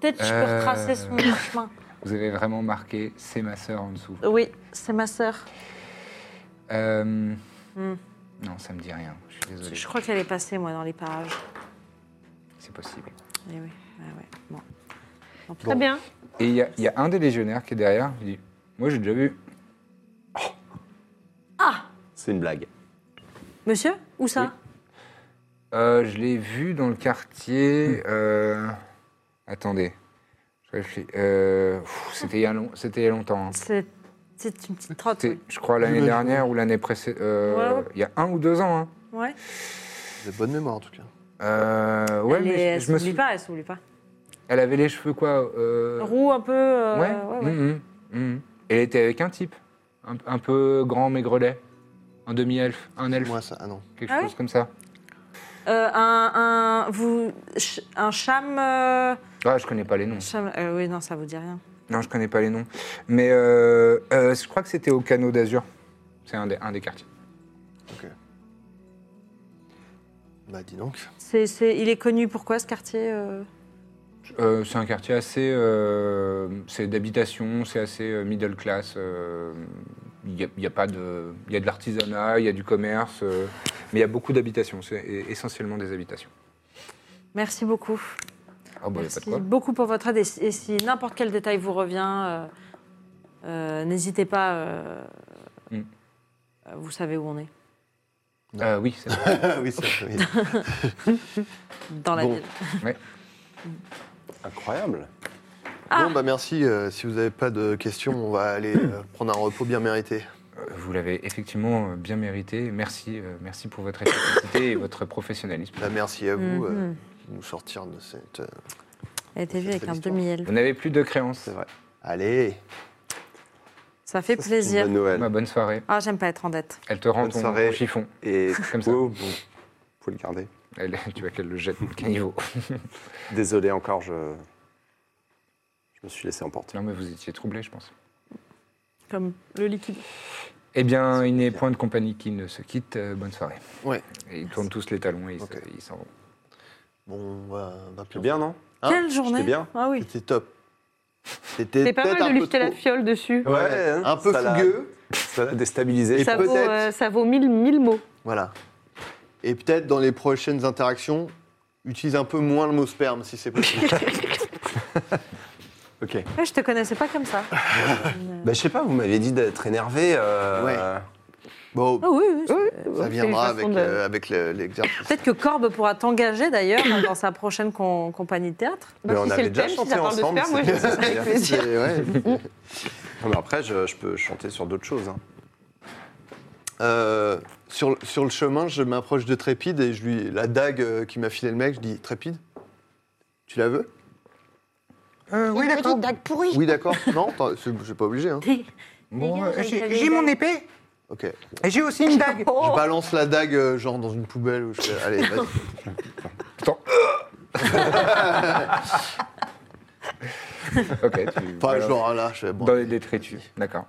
Speaker 9: peut-être je peux
Speaker 1: Euh.
Speaker 9: retracer son chemin.
Speaker 1: vous avez vraiment marqué c'est ma sœur en dessous.
Speaker 9: Oui, c'est ma sœur.
Speaker 1: Euh,
Speaker 9: Hmm.
Speaker 1: non, ça me dit rien. Je suis désolé.
Speaker 9: Je crois qu'elle est passée, moi, dans les parages.
Speaker 1: C'est possible.
Speaker 9: Eh oui, ah ouais. Bon. Tant pis.
Speaker 1: Bon. Et il y, a- il y a un des légionnaires qui est derrière. Il dit Moi, j'ai déjà vu.
Speaker 6: C'est une blague.
Speaker 9: Monsieur Où ça
Speaker 1: Euh, je l'ai vu dans le quartier. euh, Attendez. Je réfléchis. Euh, pff, C'était il, y a long- c'était il y a longtemps. hein.
Speaker 9: C'est C'est une petite trotte.
Speaker 1: C'était, je crois, l'année
Speaker 9: J'imagine.
Speaker 1: dernière ou l'année précédente.
Speaker 9: Ouais, ouais.
Speaker 1: Il y a un ou deux ans. Hein.
Speaker 9: Ouais.
Speaker 5: Vous avez bonne mémoire en tout cas.
Speaker 1: Euh, ouais,
Speaker 9: Elle est-
Speaker 1: mais
Speaker 9: elle
Speaker 1: je, je me
Speaker 9: s'oublie
Speaker 1: sou-
Speaker 9: pas, elle s'oublie pas.
Speaker 1: Elle avait les cheveux quoi euh,
Speaker 9: Roux un peu. euh,
Speaker 1: Ouais.
Speaker 9: ouais, ouais.
Speaker 1: Mhm, mhm. Elle était avec un type, un, un peu grand maigrelet, un demi-elfe, un elfe.
Speaker 5: Moi ça, ah non.
Speaker 1: Quelque
Speaker 9: Ah
Speaker 1: chose
Speaker 9: ouais
Speaker 1: comme ça.
Speaker 9: Euh, un, un, vous, ch- un cham. euh,
Speaker 1: Ah, je connais pas
Speaker 5: Hmm.
Speaker 1: les noms.
Speaker 9: cham- euh, oui, non, ça vous dit rien.
Speaker 1: Non, je connais pas les noms. Mais euh, euh, je crois que c'était au Canot d'Azur. C'est un des, un des quartiers.
Speaker 5: Ok. Bah dis donc.
Speaker 9: C'est, c'est, il est connu pourquoi ce quartier euh
Speaker 1: Euh, c'est un quartier assez. euh, c'est d'habitation, c'est assez euh, middle class. euh, Il y, a, il y a pas de. Il y a de l'artisanat, il y a du commerce. euh, mais il y a beaucoup d'habitations. C'est e- essentiellement des habitations.
Speaker 9: Merci beaucoup.
Speaker 1: Ah, bah, il y a pas
Speaker 9: Merci
Speaker 1: de quoi.
Speaker 9: beaucoup pour votre aide. Et si, et si n'importe quel détail vous revient, euh, euh, n'hésitez pas. euh,
Speaker 5: Hmm.
Speaker 1: Mm.
Speaker 9: euh, Vous savez où on est.
Speaker 1: Euh, oui, c'est
Speaker 5: Ah oui, c'est oui.
Speaker 9: Dans la
Speaker 5: Bon.
Speaker 9: ville.
Speaker 1: Ouais.
Speaker 6: Incroyable.
Speaker 5: Bon bah merci. euh, si vous n'avez pas de questions, on va aller euh, prendre un repos bien mérité.
Speaker 1: Vous l'avez effectivement euh, bien mérité. Merci, euh, merci pour votre efficacité et votre professionnalisme.
Speaker 5: Bah, merci à vous euh,
Speaker 9: Mhm.
Speaker 5: de nous sortir de cette. euh,
Speaker 9: Elle était vue
Speaker 5: C'est
Speaker 9: avec
Speaker 5: très
Speaker 9: un
Speaker 5: histoire.
Speaker 9: demi-aile.
Speaker 1: Vous n'avez plus de créances. C'est
Speaker 6: vrai.
Speaker 5: Allez.
Speaker 9: Ça fait plaisir.
Speaker 6: Noël.
Speaker 1: bonne soirée.
Speaker 9: Ah, j'aime pas être en dette.
Speaker 1: Elle te rend
Speaker 6: Bonne
Speaker 1: ton,
Speaker 6: soirée.
Speaker 1: ton chiffon.
Speaker 6: Et
Speaker 1: Comme ça.
Speaker 6: Wow, bon, vous pouvez le garder.
Speaker 1: Elle- tu vois qu'elle le jette au caniveau.
Speaker 6: Désolé encore, je, je me suis laissé emporter.
Speaker 1: non, mais vous étiez troublé, je pense.
Speaker 9: Comme le liquide.
Speaker 1: Eh bien, il n'est point de compagnie qui ne se quitte. Euh, bonne soirée.
Speaker 5: Ouais.
Speaker 1: Et ils tournent tous les talons et ils se-
Speaker 5: Ok.
Speaker 1: ils s'en vont.
Speaker 5: Bon, on va, on va
Speaker 6: C'est
Speaker 5: plus.
Speaker 6: bien, non
Speaker 5: Hein
Speaker 9: Quelle journée
Speaker 6: bien.
Speaker 9: Ah oui.
Speaker 5: C'était top. C'était
Speaker 3: C'est pas mal
Speaker 5: peut-être un
Speaker 3: de lui
Speaker 5: peu
Speaker 3: jeter la
Speaker 5: trop-
Speaker 3: fiole dessus.
Speaker 6: Ouais, hein,
Speaker 5: un peu
Speaker 6: ça l'a-
Speaker 5: fougueux.
Speaker 6: Ça l'a déstabilisé.
Speaker 5: Et
Speaker 3: ça, vaut,
Speaker 5: peut-être-
Speaker 3: euh, ça vaut mille, mille mots.
Speaker 5: Voilà. Et peut-être dans les prochaines interactions, utilise un peu moins le mot sperme si c'est possible.
Speaker 6: Ok.
Speaker 9: Ouais, Ah, je te connaissais pas comme ça. Ah
Speaker 6: Bah, je sais pas, vous m'aviez dit d'être énervé. euh,
Speaker 5: Ouais.
Speaker 6: euh,
Speaker 5: bon,
Speaker 3: Oh,
Speaker 9: Ah oui, oui. c'est-
Speaker 5: ça
Speaker 3: une
Speaker 5: viendra
Speaker 3: façon
Speaker 5: avec,
Speaker 3: de-
Speaker 5: euh, avec le- l'exercice.
Speaker 9: Peut-être que Corbe pourra t'engager d'ailleurs dans sa prochaine com- compagnie de théâtre.
Speaker 6: mais
Speaker 3: si
Speaker 6: on
Speaker 3: c'est
Speaker 6: avait
Speaker 3: le
Speaker 6: déjà
Speaker 3: thème, si
Speaker 6: chanté
Speaker 3: ça parle de
Speaker 6: ensemble.
Speaker 3: sperme, moi, je
Speaker 6: c'est-
Speaker 3: sais avec
Speaker 6: c'est-
Speaker 3: plaisir.
Speaker 5: Et ouais.
Speaker 6: Non, mais après, je, je peux chanter sur d'autres choses. hein.
Speaker 5: Euh, sur, sur le chemin, je m'approche de Trépide et je lui la dague euh, qui m'a filé le mec, je dis Trépide, tu la veux
Speaker 1: Euh,
Speaker 11: oui, d'accord. Une dague pourrie.
Speaker 5: Oui, d'accord. non, attends, c'est- je suis pas obligé. hein.
Speaker 1: Bon,
Speaker 11: D'ailleurs,
Speaker 1: euh,
Speaker 11: il
Speaker 1: j'ai
Speaker 11: avait
Speaker 1: j'ai
Speaker 11: une
Speaker 1: mon
Speaker 11: dague.
Speaker 1: épée
Speaker 5: Ok.
Speaker 1: et j'ai aussi une dague.
Speaker 5: Je balance la dague euh, genre dans une poubelle. Ou je fais, Allez, vas-y.
Speaker 1: Attends. ok, tu.
Speaker 5: Enfin,
Speaker 1: voilà.
Speaker 5: genre là, je fais, bon.
Speaker 1: Dans les détritus. D'accord.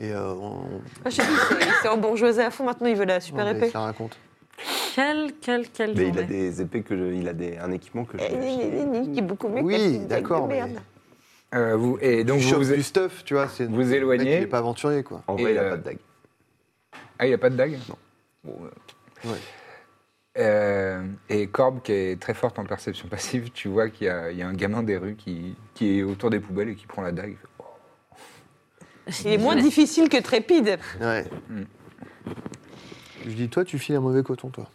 Speaker 5: Et euh, on,
Speaker 3: Ah, je sais plus, c'est- c'est en bourgeoisie à fond maintenant, il veut la super
Speaker 5: on
Speaker 3: épée.
Speaker 5: ça raconte.
Speaker 9: Quelle, quelle, quelle
Speaker 6: Mais il a
Speaker 9: journée.
Speaker 6: des épées que je- il a des, un équipement que je.
Speaker 3: Eh, ni, ni, ni, ni, Qui est beaucoup mieux que la
Speaker 5: Oui,
Speaker 3: petite dague de
Speaker 5: d'accord. mais
Speaker 3: merde.
Speaker 1: Euh, vous, et donc,
Speaker 5: Tu
Speaker 1: vous,
Speaker 5: chopes
Speaker 1: vous-
Speaker 5: du stuff, tu vois. c'est-
Speaker 1: vous
Speaker 5: le mec,
Speaker 1: éloignez.
Speaker 5: Il est pas aventurier, quoi.
Speaker 6: En vrai,
Speaker 1: Et,
Speaker 6: il a
Speaker 1: euh,
Speaker 6: pas de dague.
Speaker 1: Ah, il n'y a pas de dague Non.
Speaker 5: Ouais.
Speaker 1: Euh, et Corbe, qui est très forte en perception passive, tu vois qu'il y, a- il y a un gamin des rues qui, qui est autour des poubelles et qui prend la dague. Il fait, Oh.
Speaker 3: Il est moins difficile que trépide.
Speaker 5: Ouais.
Speaker 1: Mm.
Speaker 5: Je dis, toi, tu files un mauvais coton, toi.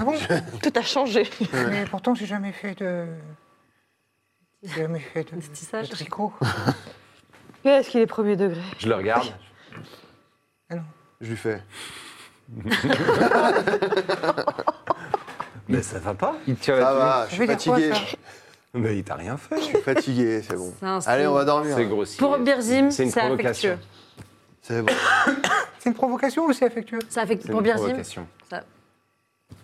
Speaker 11: Ah bon
Speaker 3: Tout a changé.
Speaker 11: Mais pourtant, j'ai jamais fait de. J'ai jamais fait de.
Speaker 9: Des tissages.
Speaker 11: de tricot.
Speaker 3: Qu'est-ce qu'il est premier degré
Speaker 6: Je le regarde.
Speaker 5: Je lui fais.
Speaker 6: Mais ça va pas
Speaker 1: Il tire
Speaker 5: Ça
Speaker 1: la
Speaker 5: va, Ah bah, je
Speaker 11: Ça
Speaker 5: suis
Speaker 11: veut dire quoi,
Speaker 5: fatigué.
Speaker 11: ça
Speaker 6: Mais il t'a rien fait.
Speaker 5: Je suis fatigué, c'est bon.
Speaker 9: C'est un signe.
Speaker 5: Allez, on va dormir.
Speaker 6: C'est grossier.
Speaker 9: Pour Birzim,
Speaker 6: C'est une
Speaker 9: c'est
Speaker 6: provocation.
Speaker 9: affectueux.
Speaker 5: C'est bon.
Speaker 11: C'est une provocation ou c'est affectueux
Speaker 9: Ça affecte
Speaker 6: C'est
Speaker 9: pour
Speaker 6: une
Speaker 9: Birzim.
Speaker 6: provocation. Comment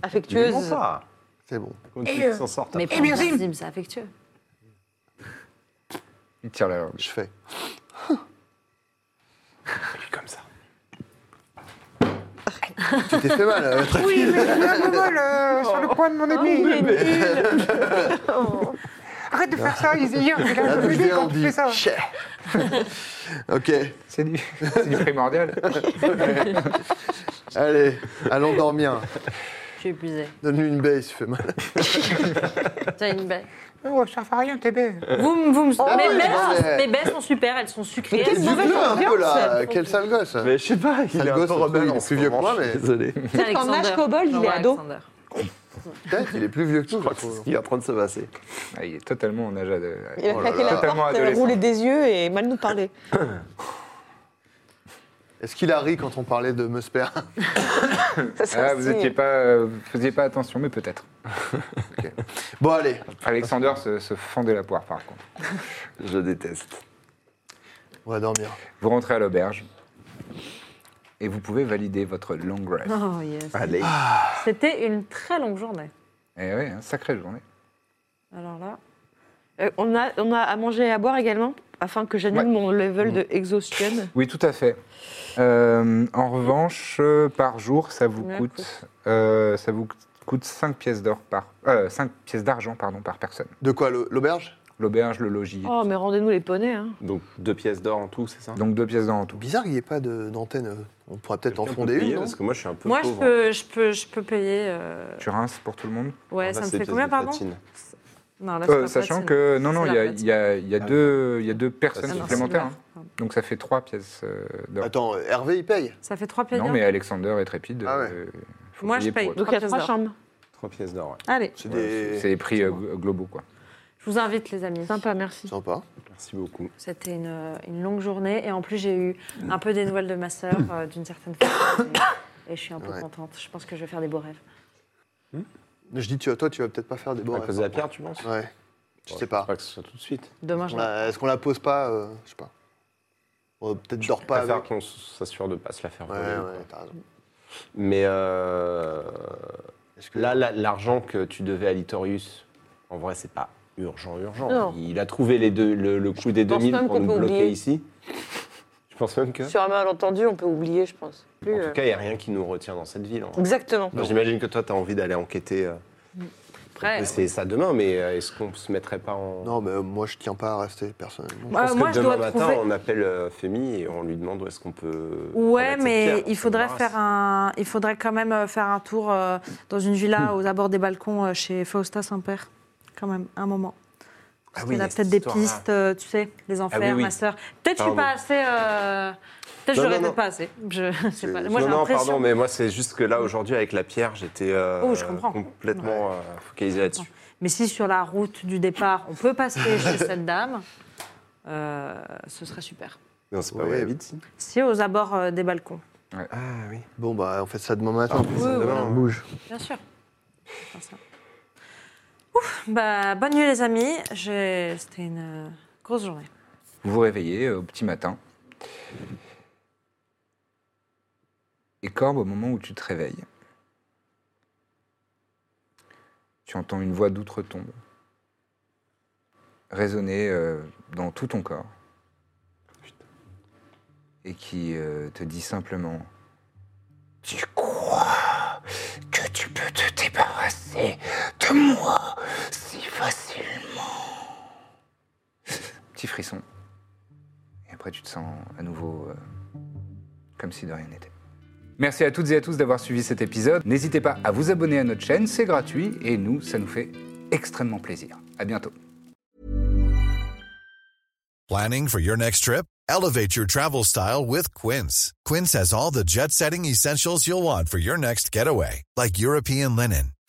Speaker 3: Affectueuse.
Speaker 6: ça
Speaker 5: C'est bon.
Speaker 6: Comment
Speaker 11: Et,
Speaker 6: tu
Speaker 11: euh,
Speaker 6: s'en sors t'as
Speaker 9: Mais
Speaker 6: pas-
Speaker 9: pour Birzim, c'est affectueux.
Speaker 1: Il tire la langue.
Speaker 5: Je fais.
Speaker 6: comme ça.
Speaker 5: Tu t'es fait mal. euh, très-
Speaker 11: Oui, mais j'ai eu un coup de bol, euh, sur le coin de mon
Speaker 1: Oh,
Speaker 11: épée. Arrête de faire ça, ils- hier, j'ai
Speaker 5: Là,
Speaker 11: un
Speaker 5: d'où je
Speaker 11: bébé
Speaker 5: viens, on
Speaker 11: quand tu
Speaker 5: dit.
Speaker 11: fais ça.
Speaker 5: Chais. ok,
Speaker 1: C'est du, c'est du primordial.
Speaker 5: allez, allons dormir.
Speaker 9: Je suis épuisée.
Speaker 5: Donne-lui une baisse, il fait mal.
Speaker 9: Tiens, une baie.
Speaker 11: Oh, ça fait rien, tes baies.
Speaker 9: Vous, me- vous me- mes,
Speaker 5: ouais.
Speaker 9: baies sont,
Speaker 5: Ouais.
Speaker 9: mes baies sont super, elles sont sucrées.
Speaker 3: Mais
Speaker 9: elles
Speaker 3: quelle
Speaker 9: sont-
Speaker 3: mauvaise-
Speaker 5: Dis-le un peu là, euh,
Speaker 3: ambiance.
Speaker 5: quel sale gosse.
Speaker 6: Mais je sais pas, il
Speaker 5: Sale
Speaker 6: est un
Speaker 5: gosse,
Speaker 6: peu
Speaker 5: un peu,
Speaker 6: rebelle
Speaker 5: il est
Speaker 6: en
Speaker 5: plus
Speaker 6: ce
Speaker 5: vieux que
Speaker 6: moment,
Speaker 5: moi,
Speaker 6: je suis
Speaker 5: mais-
Speaker 6: Désolé.
Speaker 9: C'est
Speaker 3: Peut-être qu'en âge kobold, il est
Speaker 9: Ouais,
Speaker 3: ado.
Speaker 9: Alexander.
Speaker 5: Peut-être, il est plus vieux que nous.
Speaker 6: Je crois que c'est ce qui est en train de se passer.
Speaker 1: Ah, il est totalement en âge de. Oh
Speaker 3: Il a claqué la
Speaker 1: Totalement
Speaker 3: porte, euh,
Speaker 1: adolescent.
Speaker 3: roulé des yeux et mal nous parler.
Speaker 5: Est-ce qu'il a ri quand on parlait de Musper
Speaker 1: Ah, vous n'étiez pas, euh, vous faisiez pas attention, mais peut-être.
Speaker 5: Bon, allez.
Speaker 1: Alexander se, se fendait la poire, par contre.
Speaker 10: Je déteste.
Speaker 5: On va dormir.
Speaker 1: Vous rentrez à l'auberge et vous pouvez valider votre long rest.
Speaker 9: Oh, yes.
Speaker 1: Allez.
Speaker 9: C'était une très longue journée.
Speaker 1: Eh oui, hein, sacrée journée.
Speaker 9: Alors là,
Speaker 4: Euh, on, a, on a à manger et à boire également, afin que j'annule
Speaker 1: Ouais.
Speaker 4: mon level
Speaker 1: Mm.
Speaker 4: de exhaustion.
Speaker 1: Oui, tout à fait. Euh, en revanche, euh, par jour, ça vous
Speaker 4: Combien
Speaker 1: coûte, euh, ça vous coûte 5 pièces d'or par, euh, cinq pièces d'argent pardon par personne.
Speaker 5: De quoi l'auberge
Speaker 1: L'auberge, le logis.
Speaker 4: Oh, mais rendez-nous les poneys. Hein.
Speaker 6: Donc deux pièces d'or en tout, c'est ça
Speaker 1: Donc deux pièces d'or en tout.
Speaker 5: Bizarre, il n'y ait pas de- d'antenne. euh, On pourrait peut-être en
Speaker 6: Quelqu'un
Speaker 5: fonder
Speaker 6: peut payer, hein,
Speaker 5: une.
Speaker 6: Parce que moi, je suis un peu
Speaker 9: moi, je
Speaker 6: pauvre. hein.
Speaker 9: peux, je, peux, je peux payer. euh,
Speaker 1: Tu rinces pour tout le monde
Speaker 9: Ouais,
Speaker 6: Ah,
Speaker 9: ça
Speaker 6: là,
Speaker 9: me
Speaker 6: c'est
Speaker 9: fait
Speaker 6: pièce
Speaker 9: combien,
Speaker 6: de
Speaker 9: pardon
Speaker 6: platine.
Speaker 9: Non, là,
Speaker 1: Euh,
Speaker 9: c'est pas
Speaker 1: sachant
Speaker 9: platine.
Speaker 1: que non
Speaker 9: C'est
Speaker 1: non,
Speaker 9: la
Speaker 1: il y a-
Speaker 9: platine.
Speaker 1: il y, a- il y a deux il y a deux personnes
Speaker 9: Ah non,
Speaker 1: supplémentaires.
Speaker 9: c'est
Speaker 1: hein. Donc ça fait trois pièces euh, d'or.
Speaker 5: Attends, euh, Hervé, il paye
Speaker 9: Ça fait trois
Speaker 1: Non
Speaker 9: payeurs.
Speaker 1: mais Alexander est trépide. euh, faut
Speaker 9: Moi, je
Speaker 1: payer
Speaker 9: paye.
Speaker 1: pour
Speaker 9: Donc,
Speaker 1: autre.
Speaker 9: il y a trois chambres.
Speaker 6: Trois pièces d'or, ouais.
Speaker 9: Allez.
Speaker 5: C'est
Speaker 1: Ouais, C'est les prix euh, globaux quoi.
Speaker 9: Je vous invite, les amis.
Speaker 4: Sympa, merci.
Speaker 5: Sympa.
Speaker 6: Merci beaucoup.
Speaker 9: C'était une, une longue journée. Et en plus, j'ai eu un peu des nouvelles de ma sœur euh, d'une certaine façon. Et, et je suis un peu
Speaker 5: Ouais.
Speaker 9: contente. Je pense que je vais faire des beaux rêves.
Speaker 5: Je dis, tu, toi, tu vas peut-être pas faire des bons
Speaker 6: À
Speaker 5: rêves,
Speaker 6: cause de la
Speaker 5: par
Speaker 6: pierre, tu penses
Speaker 5: contre. Ouais. Je sais pas.
Speaker 6: Pas que ce soit tout de suite.
Speaker 9: Demain,
Speaker 5: On
Speaker 9: je
Speaker 5: la- Est-ce qu'on la pose pas euh, Je sais pas. On peut-être dort pas
Speaker 6: Pas faire
Speaker 5: avec.
Speaker 6: qu'on s- s'assure de pas se la faire
Speaker 5: Ouais,
Speaker 6: voler, quoi.
Speaker 5: ouais, t'as raison.
Speaker 6: Mais euh, là, la- l'argent que tu devais à Litorius, en vrai, c'est pas urgent, urgent.
Speaker 4: Non.
Speaker 6: Il a trouvé les deux, le, le coup des
Speaker 4: pense
Speaker 6: 2000
Speaker 4: même
Speaker 6: pour
Speaker 4: qu'on
Speaker 6: nous
Speaker 4: peut
Speaker 6: bloquer
Speaker 4: oublier.
Speaker 6: ici. Je pense même que.
Speaker 4: Sur un malentendu, on peut oublier, je pense. Plus,
Speaker 6: En
Speaker 4: euh,
Speaker 6: tout cas, il n'y a rien qui nous retient dans cette ville. en vrai.
Speaker 4: Exactement.
Speaker 6: Alors, J'imagine que toi, tu as envie d'aller enquêter. euh,
Speaker 9: Après,
Speaker 6: c'est ça demain, mais euh, est-ce qu'on se mettrait pas en.
Speaker 5: Non, mais euh, moi, je tiens pas à rester personnellement.
Speaker 9: Bah,
Speaker 6: Je pense
Speaker 9: moi,
Speaker 6: que
Speaker 9: je
Speaker 6: demain
Speaker 9: dois
Speaker 6: matin,
Speaker 9: trouver-
Speaker 6: on appelle euh, Femi et on lui demande où est-ce qu'on peut.
Speaker 9: Ouais,
Speaker 6: enlever cette
Speaker 9: mais
Speaker 6: pierre,
Speaker 9: il
Speaker 6: qu'on
Speaker 9: faudrait
Speaker 6: débarrasse.
Speaker 9: faire un, il faudrait quand même euh, faire un tour euh, dans une
Speaker 6: Hmm.
Speaker 9: villa aux abords des balcons euh, chez Fausta Saint-Père, quand même, un moment. Parce
Speaker 6: Ah oui, il y
Speaker 9: qu'on a
Speaker 6: a cette
Speaker 9: peut-être des
Speaker 6: histoire-là. Ah
Speaker 9: pistes, euh, tu sais, les enfers,
Speaker 6: oui.
Speaker 9: ma sœur. Peut-être que je
Speaker 6: Pardon.
Speaker 9: suis pas assez. euh,
Speaker 6: Non,
Speaker 9: Peut-être que je l'aurais
Speaker 6: non,
Speaker 9: peut-être
Speaker 6: non.
Speaker 9: pas assez. Je sais pas. Moi,
Speaker 6: non,
Speaker 9: j'ai
Speaker 6: non, pardon,
Speaker 9: l'impression.
Speaker 6: mais moi, c'est juste que là, aujourd'hui, avec la pierre, j'étais euh,
Speaker 9: Oh, je comprends.
Speaker 6: complètement euh, focalisé là-dessus.
Speaker 9: Mais si sur la route du départ, on peut passer chez cette dame, euh, ce serait super.
Speaker 6: Non, c'est pas
Speaker 5: Ouais.
Speaker 6: où elle habite.
Speaker 9: Si aux abords euh, des balcons,
Speaker 6: Ah oui. Ah,
Speaker 5: Bon, bah, on fait ça demain matin.
Speaker 9: oui, oui.
Speaker 5: on bouge.
Speaker 9: bien sûr. Faire ça. Ouf, bah, bonne nuit les amis. J'ai- C'était une euh, grosse journée.
Speaker 1: Vous vous réveillez euh, au petit matin. Et Corbe, au moment où tu te réveilles, tu entends une voix d'outre-tombe résonner euh, dans tout ton corps et qui euh, te dit simplement Tu crois que tu peux te débarrasser de moi si facilement Petit frisson. Et après, tu te sens à nouveau euh, comme si de rien n'était. Merci à toutes et à tous d'avoir suivi cet épisode. N'hésitez pas à vous abonner à notre chaîne, c'est gratuit et nous, ça nous fait extrêmement plaisir. À bientôt.
Speaker 12: Planning for your next trip? Elevate your travel style with Quince. Quince has all the jet setting essentials you'll want for your next getaway, like European linen,